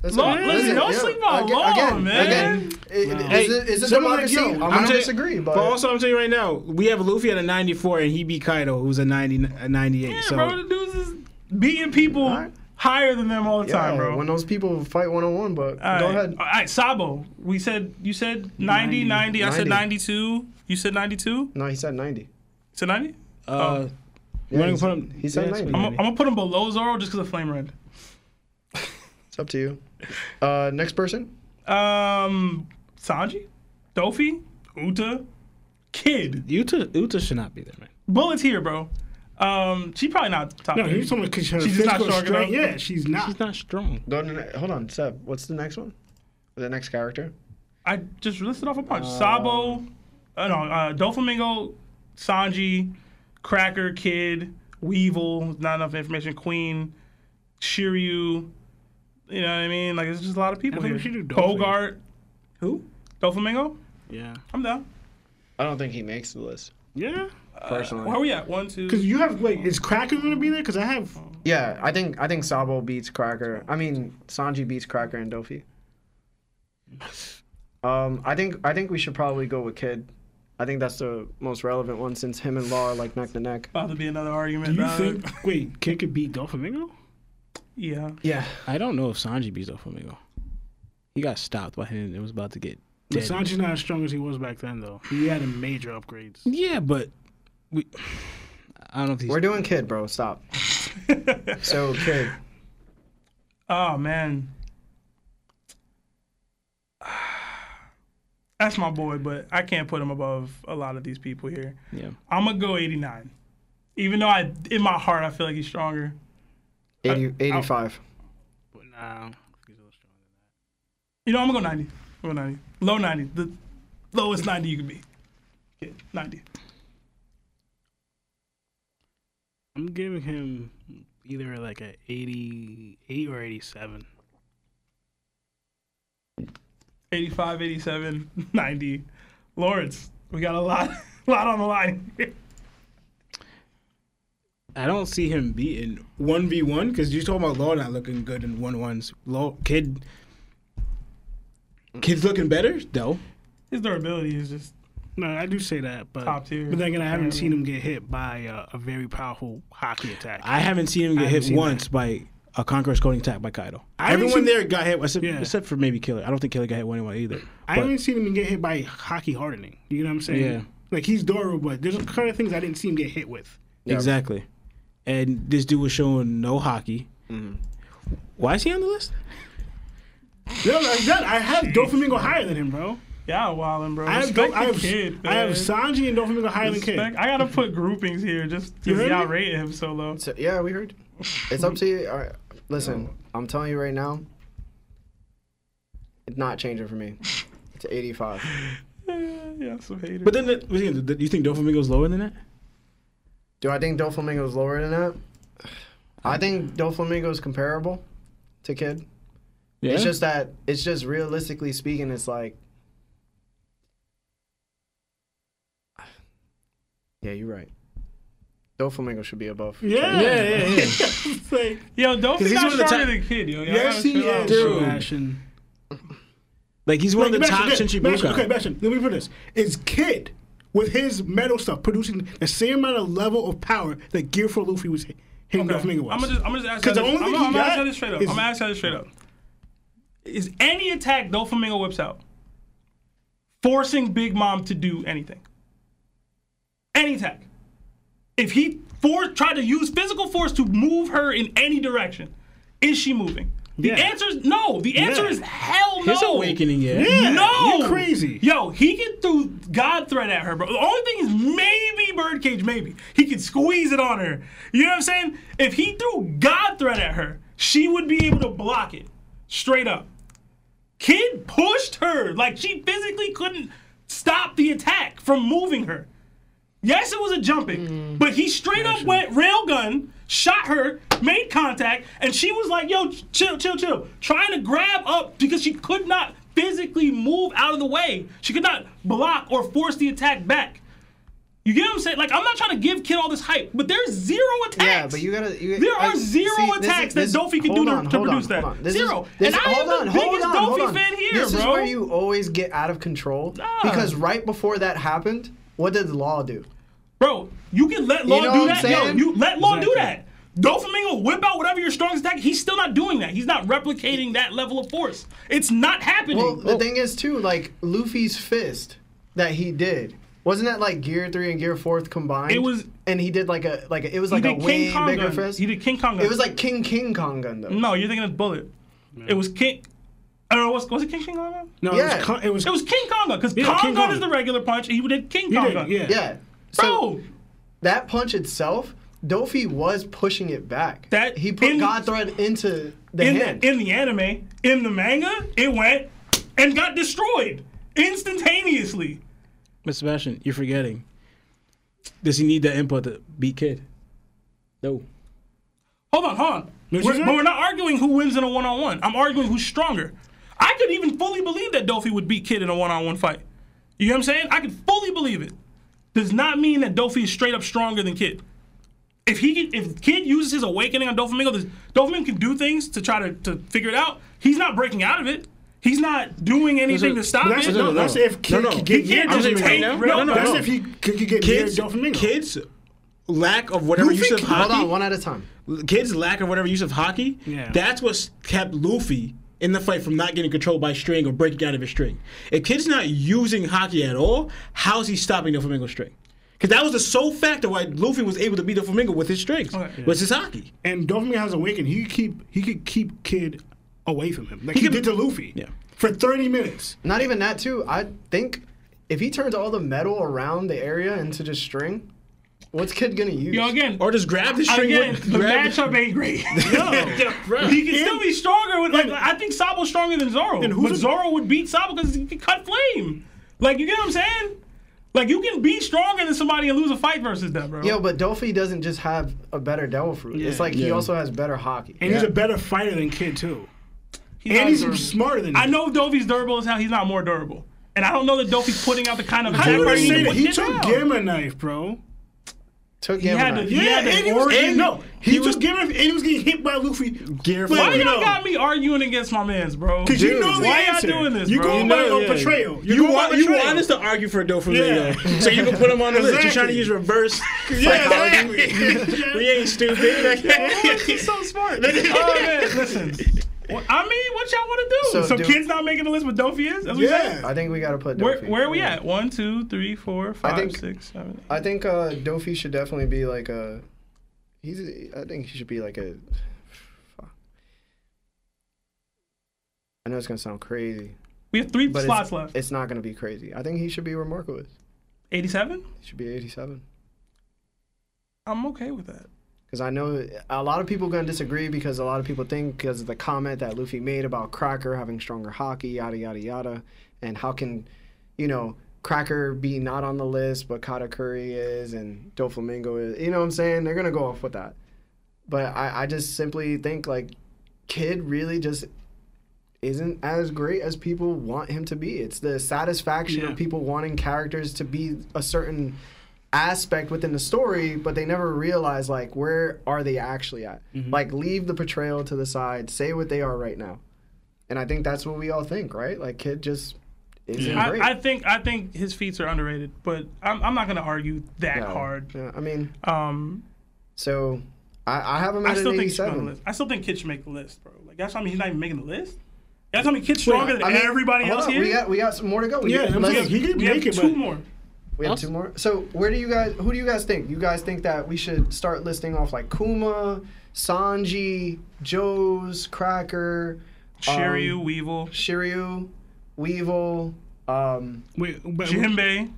A: That's
B: Law-
A: it.
B: listen, don't sleep on
A: Again-
B: Law,
A: again,
B: man.
A: Again, it, it-
E: Hey,
A: it's a- it's a
E: someone like
A: democracy.
E: you,
A: I'm
E: I'm
A: gonna
E: tell-
A: disagree, but,
E: But also, I'm telling you right now, we have Luffy at a 94, and he beat Kaido, who's a 90, a 98.
B: Yeah,
E: so
B: bro, the dudes is beating people
A: Alright.
B: higher than them all the
A: yeah,
B: time, bro. Uh,
A: when those people fight one on one, but
B: All
A: go
B: right.
A: ahead.
B: All right, Sabo. We said you said 90, 90.
C: 90.
B: I said
A: 90.
B: 92. You said 92.
A: No, he said 90.
B: Said 90.
E: uh,
A: Yeah,
E: wanna
A: he's-
E: put him-
A: he said
E: yeah, that's
A: 90.
B: I'm,
E: what
B: gonna- I'm gonna put him below Zoro just because of Flame Red.
A: It's up to you. Uh, next person.
B: Um, Sanji, Dofi, Uta, Kid.
E: Uta, Uta should not be there, man.
B: Bullets here, bro. Um, she probably not top.
C: No,
B: three.
C: he's talking because her
B: She's just not
C: physical
B: strong
C: strength.
B: enough.
C: Yeah, she's not.
E: He's not strong.
A: Go to ne- hold on, Seb. What's the next one? The next character.
B: I just listed off a bunch.
C: Oh.
B: Sabo, uh, no, uh, Doflamingo, Sanji, Cracker, Kid, Weevil, not enough information, Queen, Shiryu, you know what I mean? Like, it's just a lot of people
C: I think
B: here.
C: we should do Doflamingo.
B: Bogart. Who? Doflamingo?
C: Yeah.
B: I'm down.
A: I don't think he makes the list
C: Yeah. Oh.
A: personally.
B: Where are we at? One, two.
C: Because you have like, is Cracker gonna be there? Because I have.
A: yeah, I think I think Sabo beats Cracker. I mean, Sanji beats Cracker and Dofi. Um, I think I think we should probably go with Kid. I think that's the most relevant one since him and Law are like neck to neck.
B: About to be another argument.
C: Do you
B: dog.
C: think? Wait, Kid could beat Dolphamingo?
B: Yeah.
A: Yeah,
E: I don't know if Sanji beats Doflamingo. He got stopped by him and was about to get
C: But
E: dead.
C: Sanji's not as strong as he was back then, though. He had a major upgrades.
E: yeah, but we, I don't think
A: we're
E: he's,
A: doing Kid, bro. Stop. so Kid,
B: Oh, man. That's my boy, but I can't put him above a lot of these people here.
E: yeah.
B: I'm gonna go 89. Even though I, in my heart, I feel like he's stronger.
A: 80, 85.
C: But nah, he's a little stronger.
B: You know, I'm gonna go 90. I'm gonna go 90. Low 90. The Lowest 90 you can be. Yeah, 90.
C: I'm giving him either like a 88 or 87.
B: 85, 87, 90. Lawrence, we got a lot, lot on the line. here.
E: I don't see him beating one v one because you talking about Law not looking good in one ones. Law kid, kid's looking better though.
B: His durability is just
C: No, I do say that, but
B: Top tier.
C: But then again, I haven't seen him get hit by uh, a very powerful hockey attack.
E: I haven't seen him get
C: haven't
E: hit
C: seen
E: once by a Conqueror's coding attack by Kaido.
C: haven't
E: Everyone
C: seen-
E: there got hit except,
C: Yeah.
E: except for maybe Killer. I don't think Killer got hit one one either.
C: I
E: But
C: haven't seen him get hit by hockey hardening. You know what I'm saying?
E: Yeah.
C: Like he's durable, but there's a kind of things I didn't see him get hit with.
E: exactly. And this dude was showing no hockey.
C: Mm-hmm.
E: Why is he on the list?
C: Yo, like that, I have Doflamingo higher than him, bro.
B: yeah, wildin', bro.
C: I have,
B: Respect
C: Do- I,
B: the
C: have
B: kid.
C: I have
B: man.
C: Sanji and Doflamingo higher than
B: Respect-
C: Kid.
B: I gotta put groupings here just
C: You
B: because
C: heard
B: y'all
C: me?
B: rated him so low.
A: So, yeah, we heard. It's up to you. All right, listen, I'm telling you right now, it's not changing for me. It's 85.
B: Eh, yeah, some haters.
E: But then, the, what's he gonna do? you think Doflamingo's lower than that?
A: Do I think Doflamingo's lower than that? I think Doflamingo's comparable to Kid.
E: Yeah.
A: It's just that it's just realistically speaking, it's like Yeah, you're right. Doflamingo should be above.
C: yeah,
E: yeah, yeah, yeah.
C: It's like,
B: yo, don't
E: he's
B: think I'm
E: one of the
B: stronger
E: top-
B: than kid, yo. Y'all
C: yes,
B: gotta
C: he
B: chill out,
C: is.
B: bro.
E: Dude.
C: Bastion.
E: like he's one of the
C: Bastion,
E: top
C: yeah,
E: Shinchi
C: Bastion,
E: Budokai.
C: Okay, Bastion. Let me put this: Is Kid with his metal stuff producing the same amount of level of power that Gear for Luffy was hit- hitting
B: Okay.
C: Doflamingo was?
B: I'm gonna just, I'm gonna just ask
C: 'Cause
B: y'all
C: the
B: this-
C: only
B: I'm
C: thing
B: gonna-
C: he
B: I'm gonna ask
C: got
B: y'all this straight up.
C: is-
B: I'm gonna ask y'all this straight up. Is any attack Doflamingo whips out forcing Big Mom to do anything? Any attack. If he for, tried to use physical force to move her in any direction, is she moving? The
C: Yeah.
B: answer is no. The answer
C: Yeah.
B: is hell no.
E: His awakening, yeah.
C: Yeah,
B: No,
C: you're crazy.
B: Yo, he can throw God threat at her, bro. The only thing is maybe birdcage, maybe he could squeeze it on her. You know what I'm saying? If he threw God threat at her, she would be able to block it straight up. Kid pushed her like she physically couldn't stop the attack from moving her. Yes, it was a jumping,
A: Mm.
B: but he straight up went railgun, shot her, made contact, and she was like, yo, chill, chill, chill. Trying to grab up because she could not physically move out of the way. She could not block or force the attack back. You get what I'm saying? Like, I'm not trying to give Kid all this hype, but there's zero attacks.
A: Yeah, but you gotta. You,
B: There are
A: I-
B: zero
A: see, this is-
B: attacks
A: this-
B: that Dofi
A: hold
B: can do to,
A: on,
B: to
A: hold on,
B: produce that.
A: hold on. This is-
B: zero.
A: this-
B: and I am
A: hold on,
B: the
A: hold
B: biggest
A: on, hold
B: Dofi
A: on.
B: fan here,
A: This
B: bro.
A: is where you always get out of control because right before that happened, what did Law do?
B: Bro, you can let Law
A: You know
B: do
A: what
B: that.
A: I'm
B: Yo,
A: saying?
B: you let Law do that.
E: Exactly.
B: Doflamingo whip out whatever your strongest attack. He's still not doing that. He's not replicating that level of force. It's not happening.
A: Well,
C: Oh.
A: the thing is too, like Luffy's fist that he did. Wasn't that like Gear Three and Gear Four combined?
B: It was-
A: and he did like a like a, it was
B: he
A: like a
B: did
A: way
B: King Kong
A: bigger
B: gun.
A: fist.
B: He did King Kong gun.
A: It was like King King Kong gun though.
B: no, you're thinking of Bullet. It was King. Or was, was it King King Kong gun?
C: no, it
A: Yeah.
C: was, con- it was
B: It was King Kong gun because
C: Yeah,
B: Kong
C: King
B: gun
C: Kong.
B: is the regular punch. and He did King Kong
C: did,
B: gun.
C: yeah.
A: Yeah. So
B: Bro,
A: that punch itself, Dofi was pushing it back.
B: That-
A: he put
B: in-
A: God Thread into the
B: in
A: hand.
B: the, in the anime, in the manga, it went and got destroyed instantaneously.
E: Mr. Sebastian, you're forgetting. Does he need that input to beat Kid? No.
B: Hold on, hold on. We're-
C: What'd you say?
B: but we're not arguing who wins in a one on one. I'm arguing who's stronger. I could even fully believe that Dofi would beat Kid in a one on one fight. You know what I'm saying? I could fully believe it. Does not mean that Dofi is straight up stronger than Kid. If he can, if Kid uses his awakening on Doflamingo, this- Doflamingo can do things to try to, to figure it out. He's not breaking out of it. He's not doing anything to stop
C: That's,
B: it.
C: no, that's if Kid
E: No, no.
C: could get
B: He can't
C: near
B: just
C: Doflamingo.
B: take-
C: No,
B: no, no,
C: That's
B: no.
C: if he could, could get
E: Kids,
C: near Doflamingo.
E: kids, lack of whatever
C: Luffy
E: use of
C: can-
E: hockey.
A: Hold on, one at a time.
E: Kids lack of whatever use of hockey.
C: Yeah.
E: That's what kept Luffy in the fight from not getting controlled by string or breaking out of his string. If Kid's not using hockey at all, how's he stopping the flamingo string? Because that was the sole factor why Luffy was able to beat the flamingo with his strings.
C: Oh,
B: Okay.
E: Was his hockey?
C: and Doflamingo has awakened. He could keep he could keep Kid away from him, like he,
E: could-
C: did to Luffy.
E: Yeah.
C: For thirty minutes.
A: Not even that too. I think if he turns all the metal around the area into just string, what's Kid gonna use?
B: Yo, again,
E: Or just grab the string.
B: again,
E: with-
B: the
E: grab
B: matchup ain't great. He can still be stronger. With, like, I think Sabo's stronger than Zoro.
C: who's
B: But
C: a-
B: Zoro would beat Sabo because he can cut flame. Like, you get what I'm saying? Like, you can be stronger than somebody and lose a fight versus them, bro.
A: Yo, but Dofi doesn't just have a better devil fruit. It's like he
E: Yeah.
A: also has better hockey.
C: And he's a better fighter than Kid too.
B: He's not
C: and he's
B: durable.
C: smarter than.
B: I know Dovey's durable as hell. He's not more durable. And I don't know that Dovey's putting out the kind of
C: How
B: attack
C: you
B: where
C: gonna
B: he
C: say
B: can
C: that?
B: put
C: He
B: shit
C: took
B: out.
C: Gamma Knife, bro.
A: Took
B: He
A: him.
B: had to, he
A: yeah.
B: had to
C: and he was, and
B: origin-
C: no, he,
A: was-
C: was Gamma, and he was getting hit by Luffy.
E: Gear
C: Why
B: Why
E: fighter.
B: y'all
C: No.
B: got me arguing against my man's, bro?
C: Because you know the
B: why
C: answer.
B: y'all doing this,
C: You
B: bro?
C: going by
E: No,
C: your
E: Oh, yeah.
C: portrayal.
E: You,
C: going
E: want
C: by
E: you
C: portrayal.
E: want us to argue for Doflamingo,
C: Yeah.
E: so you can put him on the list. You're trying to
C: Exactly.
E: use reverse
C: Yeah,
E: psychology. we
C: exactly.
E: ain't stupid.
B: He's so smart. oh man, listen. What- I mean, what y'all want to do?
A: So
B: So,
A: do-
B: kids not making the list, but Dofy is. That's what you said?
A: I think we gotta put Dofi.
B: Where, where are we at? One, two, three, four, five,
A: think-
B: six, seven, eight.
A: I think uh, Dofi should definitely be like a. He's. I think he should be like a. Fuck. I know it's gonna sound crazy,
B: We have three
A: but
B: slots
A: it's,
B: left.
A: it's not gonna be crazy. I think he should be where Marco is.
B: Eighty-seven.
A: He should be 87.
B: I'm okay with that.
A: Because I know a lot of people gonna disagree because a lot of people think because of the comment that Luffy made about Cracker having stronger hockey, yada yada yada, and how can, you know, Cracker be not on the list but Katakuri is and Doflamingo is. You know what I'm saying? They're gonna go off with that. But I, I just simply think like, Kid really just isn't as great as people want him to be. It's the satisfaction
C: Yeah.
A: of people wanting characters to be a certain aspect within the story, but they never realize like where are they actually at.
B: Mm-hmm.
A: Like leave the portrayal to the side, say what they are right now. And I think that's what we all think, right? Like kid just isn't great.
B: I, I think I think his feats are underrated, but I'm, I'm not gonna argue that
A: No.
B: hard.
A: Yeah, I mean,
B: Um,
A: so I, I have him
B: I
A: at
B: still
A: an
B: think he should be on the
A: 87.
B: list. I still think kids should make the list, bro. Like that's why I mean he's not even making the list. That's why I mean kids stronger than
A: I mean,
B: everybody
A: hold
B: else
A: on,
B: here.
A: We got we got some more to go. We
C: Yeah,
A: got-
C: I'm
A: let's-
C: saying he didn't
B: we have
C: make it,
B: two
C: but
B: more.
A: We have two more. So where do you guys? Who do you guys think? You guys think that we should start listing off like Kuma, Sanji, Joe's, Cracker, um,
B: Shiryu, Weevil,
A: Shiryu, Weevil. Um,
C: wait, but
B: Jinbei.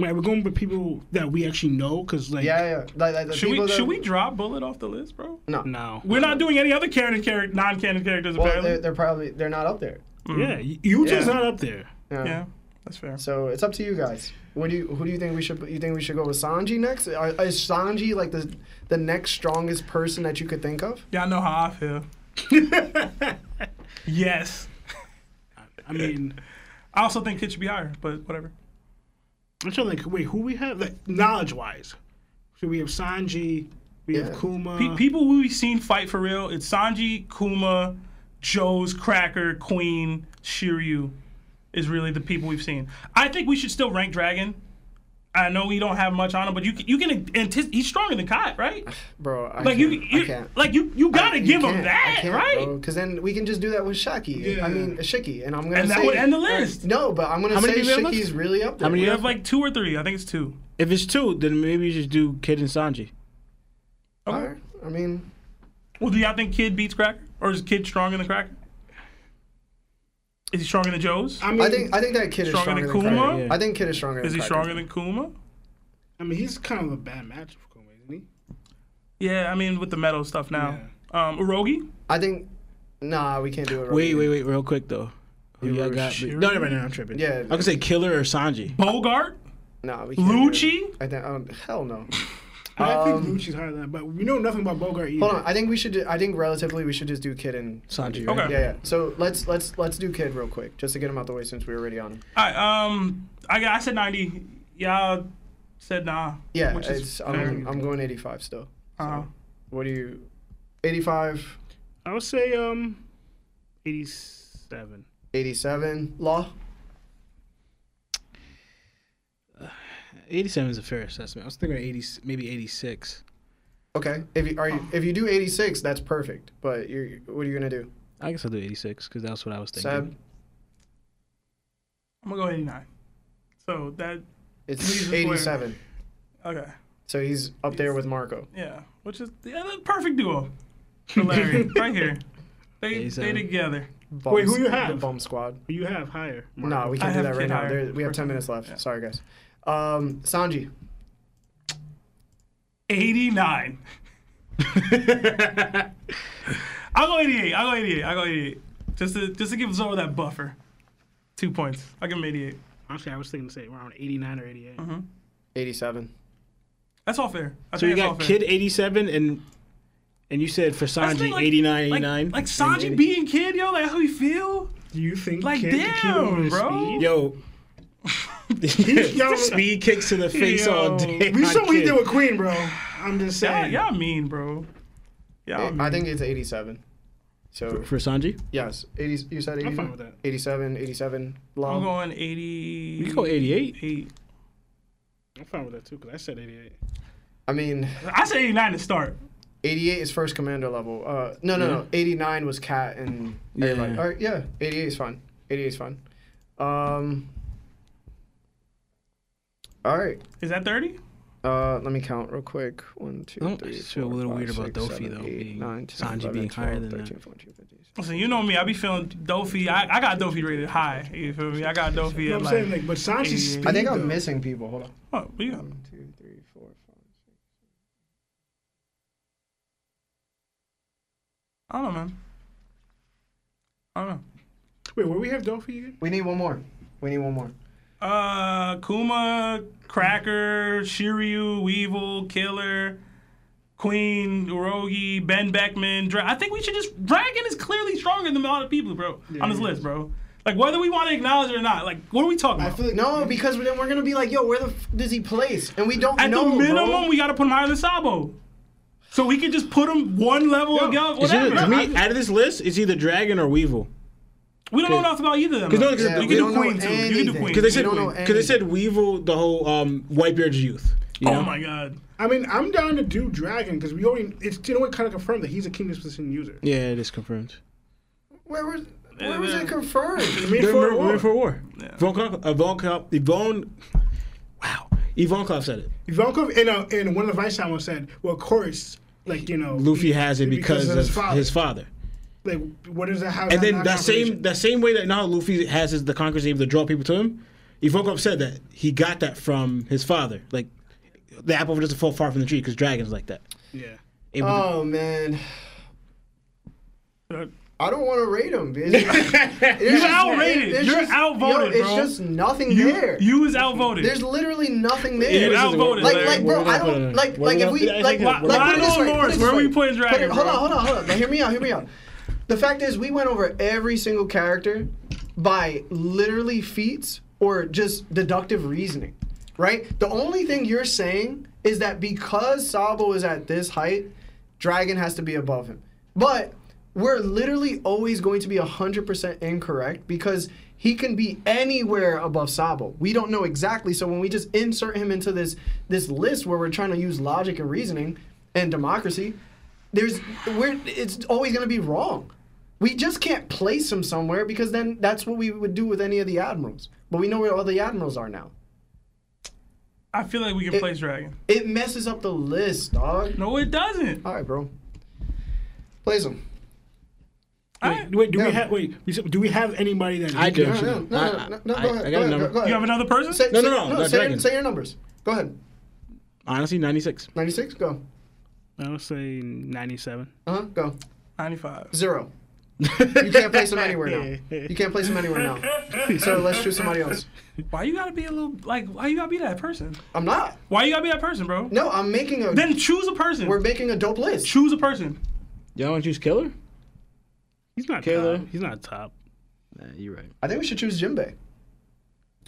C: wait, we're going with people that we actually know, because like
A: yeah, yeah. Like, like the
B: Should
A: people
B: we
A: that,
B: should we drop Bullet off the list, bro?
A: No.
C: no,
B: We're not doing any other canon character, non-canon characters
A: Well,
B: apparently.
A: they're, they're probably they're not up there.
C: yeah, Utah's
A: Yeah.
C: not up there.
A: Yeah.
B: yeah, that's fair.
A: So it's up to you guys. What do you who do you think we should you think we should go with Sanji next? Are, is Sanji like the the next strongest person that you could think of?
B: Y'all know how I feel. yes.
C: I mean,
B: I also think kids should be higher, but whatever.
C: I'm trying to think. Wait, who we have? Like knowledge wise, so we have Sanji, we
A: Yeah.
C: have Kuma.
B: Pe- people who we've seen fight for real, it's Sanji, Kuma, Joe's, Cracker, Queen, Shiryu is really the people we've seen. I think we should still rank Dragon. I know we don't have much on him, but you can, you can anticipate he's stronger than Kai, right?
A: Bro, I
B: Like
A: can't,
B: you,
A: I
B: you
A: can't.
B: like you, you gotta
A: You
B: give him
A: can't. I
B: that,
A: can't,
B: right?
A: Because then we can just do that with Shaki.
C: Yeah.
A: I mean uh, Shiki, and I'm gonna
B: And
A: say
B: that would end the list.
A: No, but I'm gonna
E: many
A: say
E: do we have
A: Shiki's really up there.
E: many
B: We have like two or three. I think it's two.
E: If it's two, then maybe you just do Kid and Sanji.
A: All right. I mean,
B: Well, do y'all think Kid beats Cracker, or is Kid stronger than Cracker? Is he stronger than Joe's?
C: I mean,
A: I think I think that kid is
B: Stronger
A: stronger
B: than
A: than Cracker.
B: Kuma?
A: I think kid is stronger. than
B: Is he
A: Cracker.
B: stronger than Kuma?
C: I mean, he's kind of a bad match for Kuma, isn't he?
B: Yeah, I mean with the metal stuff now. Um, Urogi.
A: I think. Nah, we can't do it. Right
E: Wait, wait, wait, real quick though. Who y'all
B: were
E: got?
B: sure?
E: No, never mind. I'm tripping.
A: Yeah.
E: I could say Killer or Sanji.
B: Bogart,
A: Nah, we can't. do it.
B: Lucci.
A: I think. Um, hell no.
C: I think Lucci's higher than that, but we know nothing about Bogart either.
A: Um, Hold on. I think we should. Do, I think relatively we should just do kid and.
E: Sanji. Right?
B: Okay.
A: Yeah, yeah. So let's let's let's do kid real quick just to get him out the way since we were already on him.
B: All right. Um, I got. I said ninety. Y'all said nah.
A: Yeah,
B: Which is
A: it's, I'm, I'm going 85 still.
B: Uh,
A: What do you? 85,
C: I would say um, eighty-seven.
A: 87, law.
E: Eighty-seven is a fair assessment. I was thinking eighty, maybe eighty-six.
A: Okay. If you are you, if you do 86, that's perfect. But you are what are you gonna do?
E: I guess I'll do eighty-six because that's what I was thinking.
A: Seb,
B: I'm gonna go eighty nine. So that
A: it's
B: Please just
A: 87.
B: okay.
A: So he's up there with Marco.
B: Yeah, which is yeah, the perfect duo. For Larry, right here. They they
E: 87.
B: together.
A: Bum,
C: Wait, who you
A: The
C: have?
A: bomb squad.
C: Who You have higher.
A: No, we
B: I
A: can't do that
B: have
A: right
B: Kid
A: now.
B: higher.
A: There, we have 10 minutes left. Sorry guys. Um, Sanji.
B: Eighty nine. I'll go eighty eight. I'll go eighty eight. I'll go eighty eight. Just to just to give Zoro that buffer. Two points. I give him 88.
C: Honestly, I was thinking to say around 89 or 88.
A: 87.
B: That's all fair. I
E: So you
B: think that's all
E: got
B: fair.
E: Kid 87 and and you said for
B: That's the
E: Sanji
B: thing, like-
E: 89,
B: like-
E: 89.
B: Like, Sanji being Kid, yo, like how you feel?
C: Do you think
B: Like,
C: Kid can keep up
B: damn,
C: with his
B: bro.
C: speed?
E: Yo.
C: Yo.
E: speed kicks to the face
B: Yo.
E: all day.
C: We
E: on
C: saw what he
E: Kid.
C: did with Queen, bro. I'm just
B: Y'all,
C: saying.
B: y'all mean, bro.
C: Oh,
B: Y'all mean.
A: I think it's 87. So,
E: for Sanji.
A: yes, 80, you said 80,
C: I'm fine with that.
A: 87, 87,
B: I'm
A: long.
B: going 80.
E: You go 88.
B: 88.
C: I'm fine with that too, because I said 88.
A: I mean,
B: I said 89 to start.
A: 88 is first commander level. Uh, no, no, no. 89 was Cat and
E: Yeah.
A: everybody. All right, yeah, 88 is fine. 88 is fine. Um, all right.
B: Is that 30?
A: Uh, let me count real quick. One, two,
E: Oh,
A: three,
E: I just feel a
A: four,
E: little
A: five,
E: weird about
A: six,
E: Dofi,
A: seven,
E: though,
A: eight,
E: being-
A: nine, 10,
E: Sanji
A: 11,
E: being higher
A: 12,
E: than that.
A: 13, 14, 15, 16.
B: Listen, you know me. I be feeling Dofi. I, I got Dofi rated high. You feel me? I got Dofi
C: You know
B: at like.
C: what I'm saying? Like, but Sanji's
B: I
C: speed.
A: I think
C: though.
A: I'm missing people. Hold on.
B: oh, we got-
A: One, two, three, four, five.
B: I don't know, man. I don't know.
C: Wait, where we have Dolphy again?
A: We need one more. We need one more.
B: Uh, Kuma, Cracker, Shiryu, Weevil, Killer, Queen, Urogi, Ben Beckman. Dra- I think we should just. Dragon is clearly stronger than a lot of people, bro, on this list, bro. Like, whether we want to acknowledge it or not, like, what are we talking about?
A: No, because then we're gonna be like, yo, where the f- does he place? And we don't
B: At
A: know.
B: the minimum,
A: bro.
B: we got to put him higher than Sabo. So we can just put him one level above,
E: It's
B: whatever.
E: either- to me, out of this list, it's either Dragon or Weevil.
B: we don't know enough about either of them.
E: Because no,
B: though.
E: because
A: Yeah,
B: you
A: we
B: can
A: don't
B: do
A: know
B: Queen, too. You can do
A: anything.
B: Queen.
E: they
A: We
E: said
A: don't know
E: because they said Weevil the whole um, Whitebeard's youth. You
B: Oh,
E: know?
B: my God.
C: I mean, I'm down to do Dragon because we already. It's you know what kind of confirmed that he's a Kingdom's Position user.
E: Yeah, it is confirmed.
A: Where was where was
B: yeah.
A: it confirmed?
C: Made
E: They're
C: for
E: for,
C: war.
E: war. for war. Von Klopp, uh, Von Klopp, Yvonne, wow, Yvonne Klopp said it.
C: Ivankov and uh, and one of the vice admirals said, "Well, of course, like you know,
E: Luffy has it because, of, his, father.
C: Like, what is that? How
E: And then that same that same way that now Luffy has his the conqueror's able to draw people to him, Yvonne Klopp said that he got that from his father. Like the apple doesn't fall far from the tree because dragons like that.
C: yeah.
E: Able to-
A: Oh man,
B: Uh,
A: I don't want to rate him. You're
B: outrated. You're outvoted,
A: It's
B: bro.
A: just nothing
B: You,
A: there.
B: you is outvoted.
A: There's literally nothing there.
E: This is a-
B: outvoted,
A: like,
B: Larry.
A: like,
E: Where
A: bro,
E: we
A: I
E: gonna put
A: don't
E: it?
A: like,
E: Where
A: like
E: we
A: if
E: gonna-
A: we
E: I
A: like,
E: think
A: like,
E: that-
B: Why-
A: put it this
B: Lionel
A: way, put it
B: Morris,
A: this
B: where are we
A: way.
B: putting
A: Put
B: Dragon,
A: it- Hold
B: bro?
A: on, hold on, hold on. Now, hear me out, hear me out. The fact is, we went over every single character by literally feats or just deductive reasoning, right? The only thing you're saying is that because Sabo is at this height, Dragon has to be above him. But we're literally always going to be 100% incorrect because he can be anywhere above Sabo. We don't know exactly. So when we just insert him into this this list where we're trying to use logic and reasoning and democracy, there's we're it's always going to be wrong. We just can't place him somewhere because then that's what we would do with any of the admirals. But we know where all the admirals are now.
B: I feel like we can place Dragon.
A: It messes up the list, dog.
B: No, it doesn't.
A: All right, bro. Place him.
B: I-
C: Wait, do
A: Yeah.
C: we have wait? we said- Do we have anybody that?
E: I do.
A: No, no, no,
E: I-
A: no, no, no,
E: I-
A: go ahead,
E: I
A: go
E: got a
A: ahead,
E: number.
A: go ahead.
B: you have another person?
A: Say,
E: No, no,
A: say-
E: no, not
A: say, your,
E: Dragon.
A: say your numbers. Go ahead.
E: Honestly, ninety six.
A: 96, go.
C: I would say ninety-seven.
A: Uh huh, go.
B: 95.
A: Zero. You can't place him anywhere now. You can't place him anywhere now. So let's choose somebody else.
B: Why you gotta be a little like? Why you gotta be that person?
A: I'm not.
B: Why you gotta be that person, bro?
A: No, I'm making a.
B: Then choose a person.
A: we're making a dope list.
B: choose a person.
E: Y'all want to choose Killer?
C: He's not
E: Kayla.
C: He's not top.
E: Nah, you're right.
A: I think we should choose Jimbei.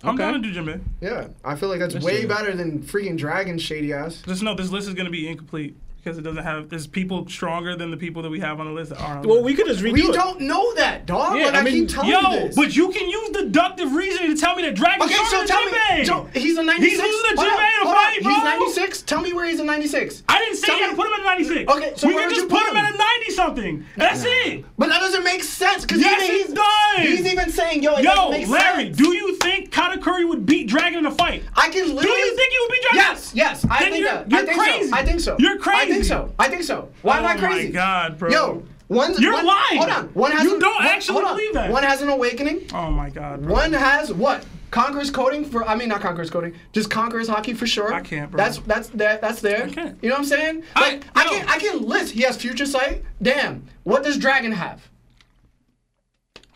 B: I'm
E: Okay.
B: down to do Jimbei.
A: Yeah, I feel like that's
E: Let's
A: way
E: do it.
A: better than freaking Dragon Shady ass.
B: Just know this list is gonna be incomplete because it doesn't have. There's people stronger than the people that we have on the list that are. On the
E: Well,
B: list.
E: we could just redo
A: We
E: it.
A: don't know that, dog.
E: Yeah,
A: like,
E: I
A: I,
E: mean,
A: keep telling
B: Yo,
A: you this.
B: but you can use deductive reasoning to tell me that Dragon
A: okay, so
B: stronger
A: tell
B: than
A: me,
B: Jimbei.
A: so he's a 96.
B: He's losing to
A: Hold up,
B: Jimbei in a
A: hold up.
B: fight, bro.
A: He's 96. Tell me where he's a 96.
B: I didn't say
A: Tell
B: you
A: me-
B: gotta put him at a 96.
A: Okay, so
B: we
A: where
B: can
A: would
B: just
A: you
B: put
A: put
B: him
A: him?
B: at a 90 something. That's it.
A: But that doesn't make sense because
B: Yes,
A: he's,
B: it does.
A: he's even saying, yo, it
B: Yo,
A: doesn't make
B: Larry,
A: sense.
B: do you think Katakuri would beat Dragon in a fight?
A: I can literally.
B: do you think he would beat Dragon?
A: Yes, yes, I
B: Then
A: think
B: you're-
A: that.
B: you're
A: I think
B: crazy.
A: so. I think so.
B: You're
A: I think
B: crazy.
A: so. I think so. Why am
B: Oh
A: I crazy?
B: my God, bro.
A: Yo, one's
B: You're
A: one,
B: lying.
A: Hold on. One has
B: You
A: an-
B: don't
A: one-
B: actually
A: hold on.
B: believe that.
A: One has an awakening.
B: Oh my God, bro.
A: One has what? Conqueror's coding for I mean not Conqueror's coding, just Conqueror's hockey for sure.
B: I can't, bro.
A: That's that's that that's there. I
B: can't.
A: You know what I'm saying?
B: I-
A: Like I,
B: yo.
A: can I can list. He has future sight. Damn. What does Dragon have?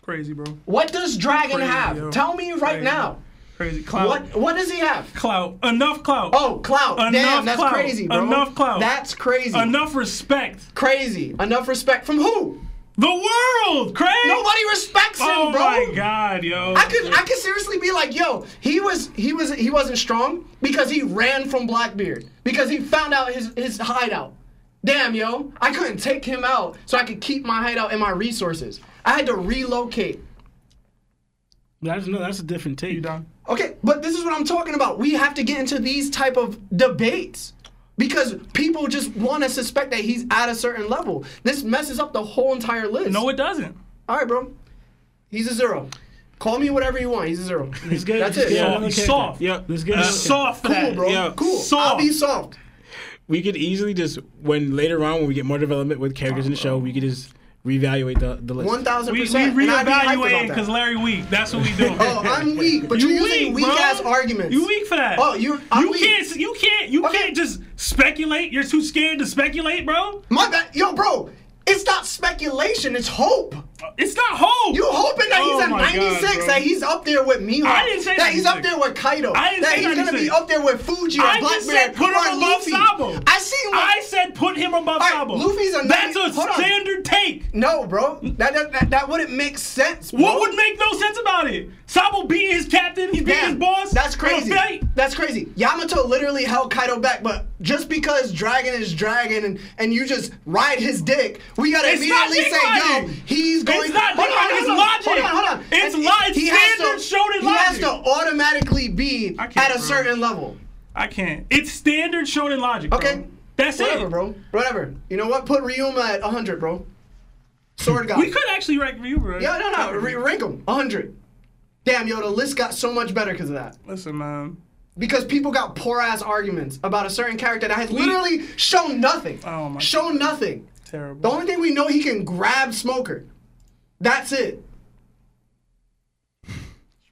B: Crazy, bro.
A: What does Dragon
B: Crazy,
A: have?
B: yo.
A: Tell me right
B: Crazy.
A: now.
B: Crazy. Clout.
A: What what does he have?
B: Clout. Enough clout.
A: Oh, clout. Damn,
B: Enough
A: that's
B: clout.
A: crazy, bro.
B: Enough clout.
A: That's crazy.
B: Enough respect.
A: crazy. Enough respect from who?
B: The world, Craig.
A: Nobody respects him,
B: Oh
A: bro.
B: my God, yo.
A: I could I could seriously be like, yo, he was he was he wasn't strong because he ran from Blackbeard because he found out his his hideout. Damn, yo, I couldn't take him out so I could keep my hideout and my resources. I had to relocate.
C: That's no, that's a different take.
B: You done?
A: Okay, but this is what I'm talking about. We have to get into these type of debates because people just want to suspect that he's at a certain level. This messes up the whole entire list.
B: No, it doesn't.
A: All right, bro. He's a zero. Call me whatever you want. He's a zero.
C: Let's get-
A: That's
C: let's
A: it.
C: get
A: Yeah.
C: another
B: He's
C: character.
B: soft.
E: Yep, let's get
B: He's
E: another
B: Uh, soft for
A: Cool,
B: that.
A: bro.
E: Yo,
A: cool. I'll
B: soft.
A: be soft.
E: we could easily just when later on when we get more development with characters in the show, we could just reevaluate the the list.
A: One thousand
B: We, we
A: percent. And I'd be hyped
B: reevaluate
A: about
B: because
A: that.
B: Larry weak. That's what we do.
A: Oh, I'm weak, but
B: You
A: you're using weak
B: weak, bro.
A: ass arguments.
B: You weak for that.
A: Oh, you- I'm
B: you
A: weak.
B: can't you can't you
A: Okay.
B: can't just speculate. You're too scared to speculate, bro.
A: My bad, yo, bro. It's not speculation. It's hope.
B: It's not hope.
A: You hoping that
B: Oh
A: he's at
B: my God,
A: 96,
B: bro.
A: that he's up there with Mihawk,
B: I didn't say
A: that he's up
B: 96.
A: there with Kaido,
B: I didn't
A: that
B: say
A: he's gonna be
B: 96.
A: up there with Fuji or
B: I
A: Blackbeard
B: just said put
A: or
B: him above
A: Luffy.
B: Sabo.
A: I seen what
B: I said put him above
A: Alright,
B: Sabo.
A: Luffy's a
B: That's
A: nine-
B: a
A: hold on.
B: standard take.
A: No, bro. That that, that, that wouldn't make sense. Bro.
B: What would make no sense about it? Sabo beat his captain. He beat
A: Damn,
B: his boss.
A: That's
B: in a
A: crazy.
B: fight.
A: That's crazy. Yamato literally held Kaido back, but just because Dragon is Dragon and, and you just ride his dick, we gotta
B: It's not
A: immediately
B: dick
A: say, yo,
B: riding.
A: he's going.
B: It's not dick riding, it's logic.
A: Hold on, hold on.
B: It's
A: And
B: li-
A: he has to-
B: standard shonen
A: He has
B: logic.
A: to automatically be
B: I
A: at a
B: can't, bro.
A: certain level.
B: I can't. It's standard shonen logic. bro.
A: Okay.
B: That's
A: Whatever,
B: it.
A: bro. Whatever. You know what? Put Ryuma at 100, bro. Sword God.
B: We could actually rank you, bro.
A: Yo, no, no. Re- rank him. 100. Damn, yo, the list got so much better because of that.
B: Listen, man.
A: because people got poor ass arguments about a certain character that has literally shown nothing.
B: Oh my
A: shown nothing.
B: Terrible.
A: The only thing we know he can grab Smoker. That's it.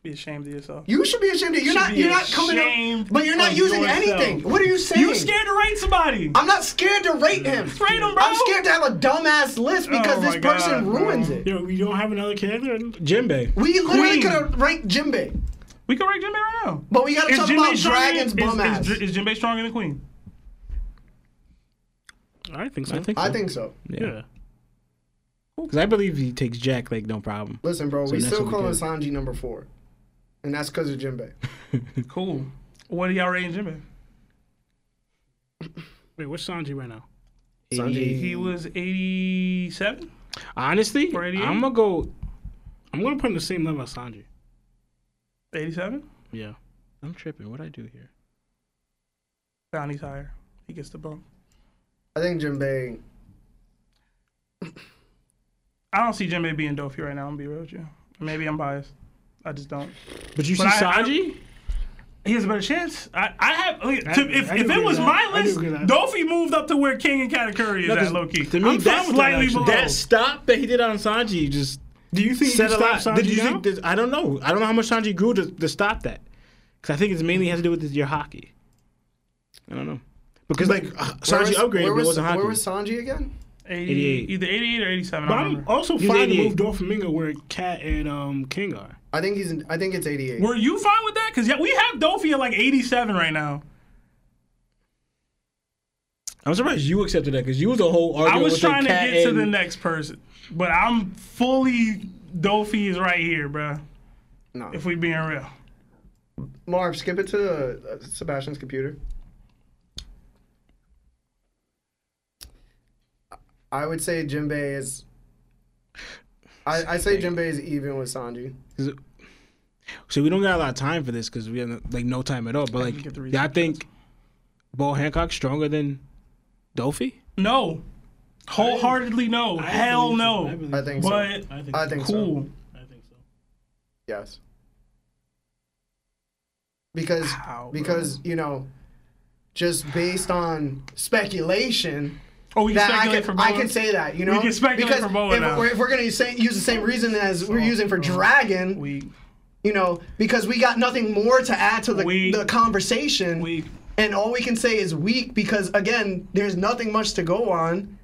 B: be ashamed of yourself.
A: You should be ashamed. Of, you're
B: Should
A: not.
B: be
A: You're not coming up.
B: ashamed
A: But you're not
B: of
A: using
B: yourself.
A: anything. What are you saying?
B: You scared to rate somebody.
A: I'm not scared to rate him.
B: Rate him, bro.
A: I'm scared to have a dumbass list because
B: Oh
A: this
B: my
A: person
B: God, bro.
A: ruins it.
C: Yo, we don't have another character.
E: Jinbei.
A: We literally
B: Queen.
A: could have ranked Jimbei,
B: we can rank Jinbei right now.
A: but we gotta
B: Is
A: talk
B: Jinbei
A: about
B: stronger than-
A: Dragon's
B: is-
A: bum ass.
B: Is, is Jinbei stronger than Queen?
C: I think so.
E: I think. So.
A: I think so.
E: Yeah. Because I believe he takes Jack like no problem.
A: Listen, bro, we
E: next
A: still
E: one we
A: calling
E: got-
A: Sanji number four, and that's because of Jimbei.
B: Cool. What are y'all rating Jinbei?
C: Wait, where's Sanji right now?
B: He
A: Mm.
B: was 87.
E: Honestly,
B: For 88?
E: I'm gonna go.
C: I'm gonna put him the same level as Sanji.
B: 87.
E: Yeah. I'm tripping. What I do here?
B: Bounty's higher. He gets the bump.
A: I think Jimbei
B: I don't see Jinbei being Dofi right now. I'm gonna be real with you. Maybe I'm biased. I just don't.
E: But you
B: But
E: see
B: I- I-
E: Sanji?
B: He has a better chance. I, I have. Look, to, if,
C: I do
B: if it
C: agree
B: was
C: with
B: my
C: that. I do
B: list,
C: agree with that.
B: Dofi moved up to where King and Katakuri is
E: No, 'cause
B: at low key.
E: To me,
B: I'm
E: that's
B: slightly below.
E: That stop that he did on Sanji just
C: Do you think
E: set
C: you
E: a lot.
C: Sanji
E: Did you
C: now?
E: think? This, I don't know. I don't know how much Sanji grew to, to stop that. Because I think it's mainly has to do with your hockey. I don't know. Because like uh,
A: Where
E: Sanji
A: was- Where
E: upgraded, but it
A: was,
E: wasn't hockey.
A: where was Sanji again?
B: 88.
E: 88.
B: Either 88 or 87. I
C: But
B: don't
C: I'm
B: remember.
C: also
E: He's
C: fine to
E: 88.
C: move Doflamingo where Cat and um King are.
A: I think he's. In, I think it's 88.
B: Were you fine with that? Because yeah, we have Dofi at like 87 right now.
E: I'm surprised you accepted that because you was a whole
B: I
E: argument.
B: was
E: with the
B: trying to
E: cat
B: get to
E: and-
B: the next person, but I'm fully Dofi is right here, bruh.
A: no.
B: If we being real,
A: Marv, skip it to uh, Sebastian's computer. I would say Jinbei is. I, I say Jinbei is even with Sanji.
E: 'Cause it- So we don't got a lot of time for this because we have like no time at all. But
B: get the
E: like,
B: reason
E: y'all think Bo Hancock stronger than Dofi?
B: no, wholeheartedly no, hell
C: I
B: no.
C: believe
A: I think so.
B: But
C: I think
A: I
C: so.
A: think so.
B: cool.
C: I think so.
A: Yes. Because
B: Ow, bro.
A: because you know, just based on speculation,
B: Oh, we can
A: that I
B: speculate for
A: can,
B: Bo.
A: I can say that you know
B: can speculate
A: because
B: for Boa
A: if,
B: now. Oh,
A: We're, if we're gonna say, use the same reason as we're using for Dragon,
B: weak,
A: you know, because we got nothing more to add to the,
B: Weak.
A: the conversation,
B: weak.
A: and all we can say is weak because again, there's nothing much to go on.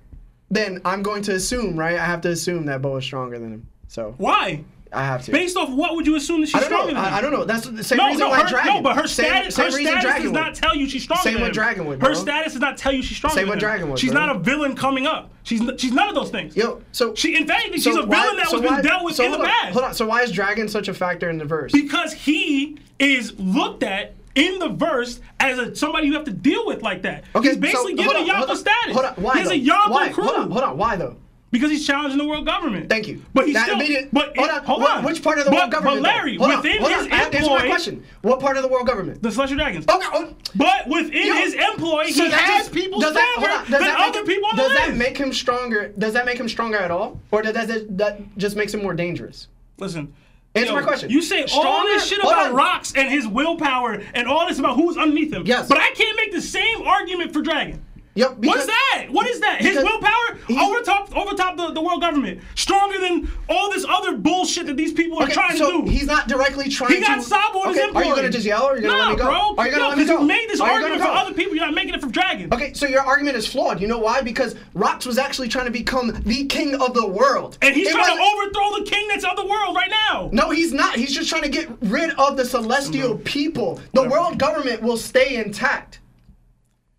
A: Then I'm going to assume, right? I have to assume that Bo is stronger than him. So
B: Why?
A: I have to.
B: Based off what would you assume that she's
A: I don't
B: stronger
A: know.
B: than?
A: I, I
B: him?
A: don't know. That's the same
B: No,
A: reason
B: no,
A: why
B: her,
A: Dragon.
B: no, but her
A: same,
B: status,
A: same
B: her
A: reason
B: status
A: Dragon
B: does
A: would.
B: not tell you she's stronger.
A: Same
B: than
A: with
B: him.
A: Dragon would,
B: Her
A: bro.
B: status does not tell you she's stronger.
A: Same
B: than
A: with
B: him.
A: Dragon would,
B: She's
A: bro.
B: not a villain coming up. She's n- she's none of those things.
A: Yo, so
B: She, in fact, she's
A: so
B: a
A: why-
B: villain that
A: so
B: was
A: why-
B: been dealt with
A: so
B: in the
A: hold on,
B: past.
A: Hold on. So why is Dragon such a factor in the verse?
B: because he is looked at in the verse as a, somebody you have to deal with like that. he's basically
A: hold
B: given a
A: on, hold
B: Yonko
A: on,
B: status.
A: Hold on, why?
B: he has
A: though?
B: a Yonko
A: why?
B: crew
A: Hold on, hold on, why though?
B: because he's challenging the world government.
A: Thank you.
B: But he's
A: That
B: still.
A: immediate-
B: but
A: hold
B: it-
A: on,
B: hold
A: what-
B: on.
A: Which part of the
B: but,
A: world government?
B: But
A: though?
B: Larry,
A: hold
B: within
A: on, hold
B: his
A: on. I- Answer my
B: employ,
A: question. What part of the world government?
B: the Slusher Dragons.
A: okay. oh,
B: But within
A: yo,
B: his employ,
A: so
B: he
A: that
B: has
A: just-
B: people
A: does
B: stronger
A: that- hold on, does
B: than
A: that make
B: other
A: him-
B: people on
A: Does
B: the
A: that
B: list.
A: make him stronger? Does that make him stronger at all, or does that just, that just makes him more dangerous?
B: Listen.
A: Answer
B: yo,
A: my question.
B: You say all
A: Stronger-
B: this shit
A: hold
B: about
A: on.
B: rocks and his willpower and all this about who's underneath him.
A: Yes.
B: But I can't make the same argument for Dragon.
A: Yo,
B: What's
A: because-
B: that? What is that? His
A: because
B: willpower
A: he's-
B: over top, over top the, the world government, stronger than all this other bullshit that these people are
A: Okay,
B: trying
A: so
B: to do.
A: he's not directly trying
B: He got
A: to.
B: Sabo on his
A: okay,
B: employee.
A: Are you gonna just yell or are you gonna
B: nah,
A: let me go?
B: Bro.
A: Are you gonna
B: no,
A: let me
B: 'cause
A: go?
B: you made this
A: Are you gonna
B: argument for
A: go?
B: other people. You're not making it for Dragon.
A: Okay, so your argument is flawed. You know why? Because Rox was actually trying to become the king of the world.
B: And he's
A: It
B: trying to
A: wasn't-
B: overthrow the king that's of the world right now.
A: No, he's not. He's just trying to get rid of the celestial people. The world government will stay intact.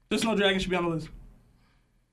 B: There's no Dragon should be on the list.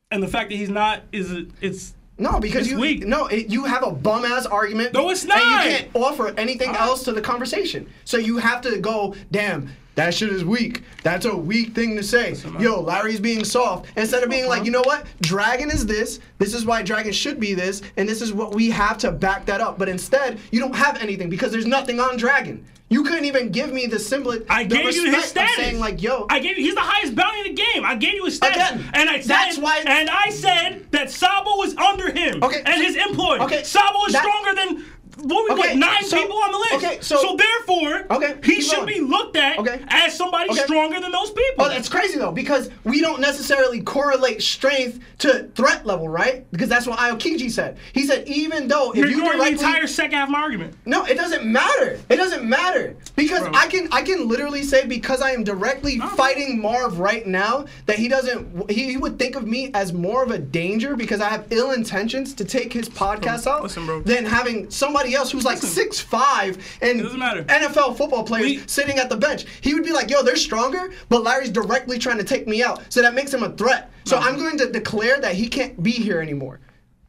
B: And the fact that he's not is a- it's.
A: No, because
B: It's
A: you
B: weak.
A: no, it, you have a bum ass argument.
B: No, it's
A: And you
B: not. Uh-huh.
A: can't offer anything else to the conversation. So you have to go, damn. That shit is weak. That's a weak thing to say. Yo, Larry's being soft. Instead of being
B: Uh-huh.
A: like, you know what? Dragon is this. This is why Dragon should be this. And this is what we have to back that up. But instead, you don't have anything because there's nothing on Dragon. You couldn't even give me the semblance.
B: I
A: the
B: gave you
A: respect
B: his
A: of
B: status.
A: Saying like, yo,
B: I gave you. He's the highest bounty in the game. I gave you his status,
A: Again,
B: and I said,
A: that's why-
B: And I said that Sabo was under him.
A: Okay,
B: and
A: so-
B: his employee.
A: okay,
B: Sabo is
A: that-
B: stronger than. What we
A: Okay,
B: what, nine
A: so-
B: people on the list.
A: okay, so-
B: therefore,
A: Okay,
B: he
A: keep
B: should
A: going.
B: be looked at
A: Okay.
B: as somebody
A: Okay.
B: stronger than those people.
A: Oh, that's crazy though, because we don't necessarily correlate strength to threat level, right? Because that's what Aokiji said. He said even though if
B: You're
A: you
B: ignoring
A: directly,
B: the entire second half of my argument.
A: no, it doesn't matter. It doesn't matter because I can I can literally say because I am directly fighting Marv right now that he doesn't he, he would think of me as more of a danger because I have ill intentions to take his podcast out
B: listen, bro.
A: than having somebody else who's like six five and
B: doesn't matter.
A: NFL football players
B: We-
A: sitting at the bench. He would be like, yo, they're stronger, but Larry's directly trying to take me out. So that makes him a threat. So I'm going to declare that he can't be here anymore.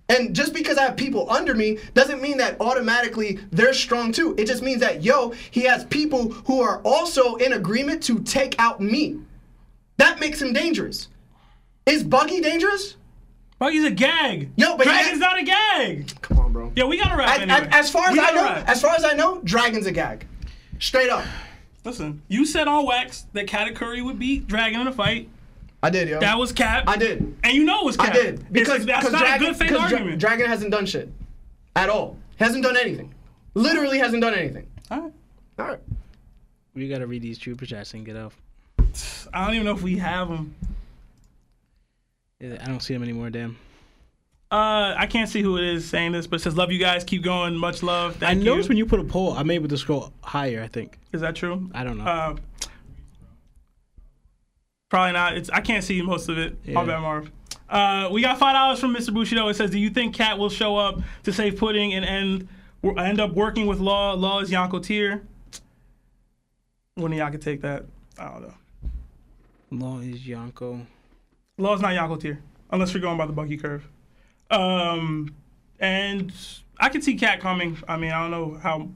A: And just because I have people under me doesn't mean that automatically they're strong too. It just means that, yo, he has people who are also in agreement to take out me. That makes him dangerous. Is Buggy dangerous?
B: But he's a gag.
A: Yo, but he
B: Dragon's
A: has-
B: not a gag.
A: Come on, bro.
B: Yeah, we gotta wrap
A: As-
B: anyway.
A: as- as far as
B: We
A: I
B: gotta
A: know,
B: wrap.
A: as far as I know, Dragon's a gag. Straight up.
B: Listen, you said on wax that Katakuri would beat Dragon in a fight.
A: I did, yo.
B: That was Cap.
A: I did.
B: And you know it was Cap.
A: I did because
B: Because that's
A: because
B: not
A: Dragon,
B: a good faith
A: because Dra-
B: argument.
A: Dragon hasn't done shit at all. Hasn't done anything. Literally hasn't done anything.
B: Alright.
A: All right.
E: We gotta read these trooper chats and get off.
B: I don't even know if we have them.
E: Yeah, I don't see them anymore. Damn.
B: Uh, I can't see who it is saying this, but it says love you guys. Keep going. Much love.
E: I
B: Thank you.
E: noticed when you put a poll, I'm able to scroll higher. I think.
B: Is that true?
E: I don't know.
B: Uh, probably not. It's I can't see most of it. My
E: Yeah.
B: bad, Marv. Uh, we got five dollars from Mr. Bushido. It says, "Do you think Cat will show up to save Pudding and end wo- end up working with Law? Law is Yonko Tier. One of y'all could take that. I don't know.
E: Law is Yonko.
B: Law's not Yonko Tier unless we're going by the Bucky curve. Um, and I could see Cat coming. I mean, I don't know how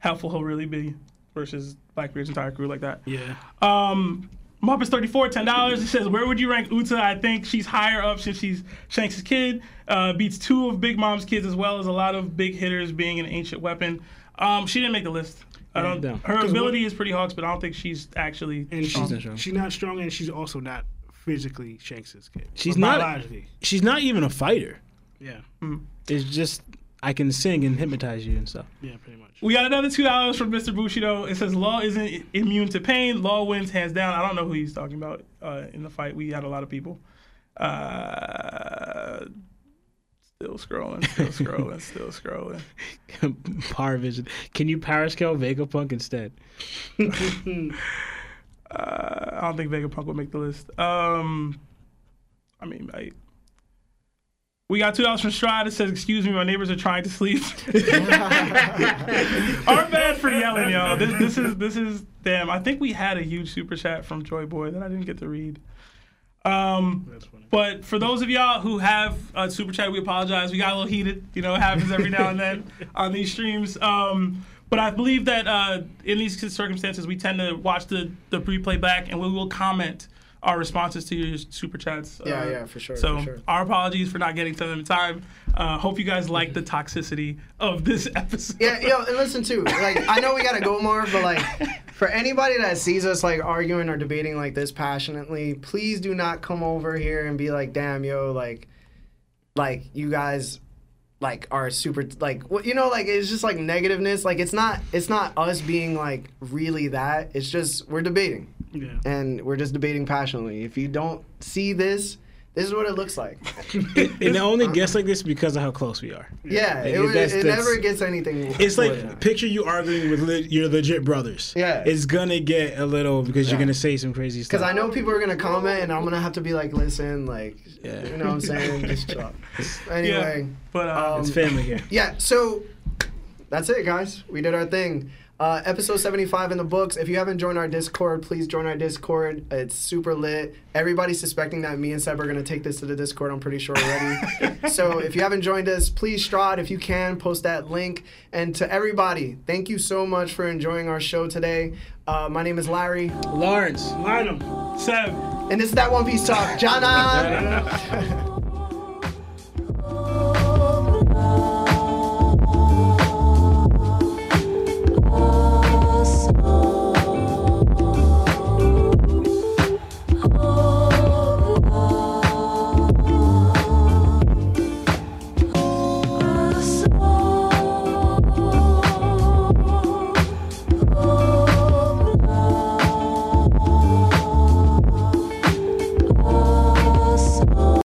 B: helpful he'll really be versus Blackbeard's entire crew like that.
E: Yeah.
B: Um, Muppets 34, $10. It says, Where would you rank Uta? I think she's higher up since she's Shanks' kid. Uh, beats two of Big Mom's kids, as well as a lot of big hitters being an ancient weapon. Um, she didn't make the list. I don't,
E: no.
B: Her ability is pretty hawks, but I don't think she's actually.
C: And she's,
E: not strong.
C: she's not strong, and she's also not physically Shanks' kid.
E: She's
C: But
E: not-
C: biologically.
E: She's not even a fighter.
C: Yeah,
E: It's just I can sing and hypnotize you and stuff.
C: yeah, pretty much.
B: We got another two dollars from Mr. Bushido. It says Law isn't i- immune to pain. Law wins hands down. I don't know who he's talking about uh, in the fight. We had a lot of people. Uh, still scrolling, still scrolling, still scrolling.
E: Power vision. Can you power scale Vegapunk instead?
B: I don't think Vegapunk will make the list. Um, I mean, I, We got two dollars from Stride. It says, "Excuse me, my neighbors are trying to sleep." Our bad for yelling, y'all. This, this is this is damn. I think we had a huge super chat from Joy Boy that I didn't get to read. Um,
C: That's funny.
B: but for those of y'all who have uh, super chat, we apologize. We got a little heated. You know, it happens every now and then on these streams. Um, but I believe that uh, in these circumstances, we tend to watch the the replay back, and we will comment our responses to your super chats.
A: Yeah,
B: uh,
A: yeah, for sure,
B: So
A: for sure.
B: our apologies for not getting to them in time. Uh, hope you guys like the toxicity of this episode.
A: Yeah, yo, and listen too. Like, I know we gotta go more, but like, for anybody that sees us like arguing or debating like this passionately, please do not come over here and be like, "Damn, yo, like, like you guys, like are super, like, what you know, like it's just like negativeness. Like, it's not, it's not us being like really that. It's just we're debating,
C: Yeah.
A: and we're just debating passionately. If you don't see this, this is what it looks like.
E: And it only gets like this because of how close we are.
A: Yeah, it,
E: Yeah,
A: was-
E: that's-
A: it
E: that's-
A: never gets anything.
E: It's like
A: more than that.
E: picture you arguing with le- your legit brothers.
A: Yeah.
E: it's gonna get a little because you're
A: Yeah.
E: gonna say some crazy stuff.
A: Because I know people are gonna comment, and I'm gonna have to be like, listen, like,
E: Yeah.
A: you know what I'm saying? Just chill. Anyway,
B: But uh,
E: it's
A: um,
E: family here.
A: yeah. So that's it, guys. We did our thing. Uh, episode 75 in the books. If you haven't joined our Discord, please join our Discord. It's super lit. Everybody's suspecting that me and Seb are gonna take this to the Discord. I'm pretty sure already. so if you haven't joined us, please Strahd, if you can, post that link. And to everybody, thank you so much for enjoying our show today. Uh, my name is Larry,
E: Lawrence.
C: Line 'em.
B: Seb.
A: and this is that One Piece Talk. John.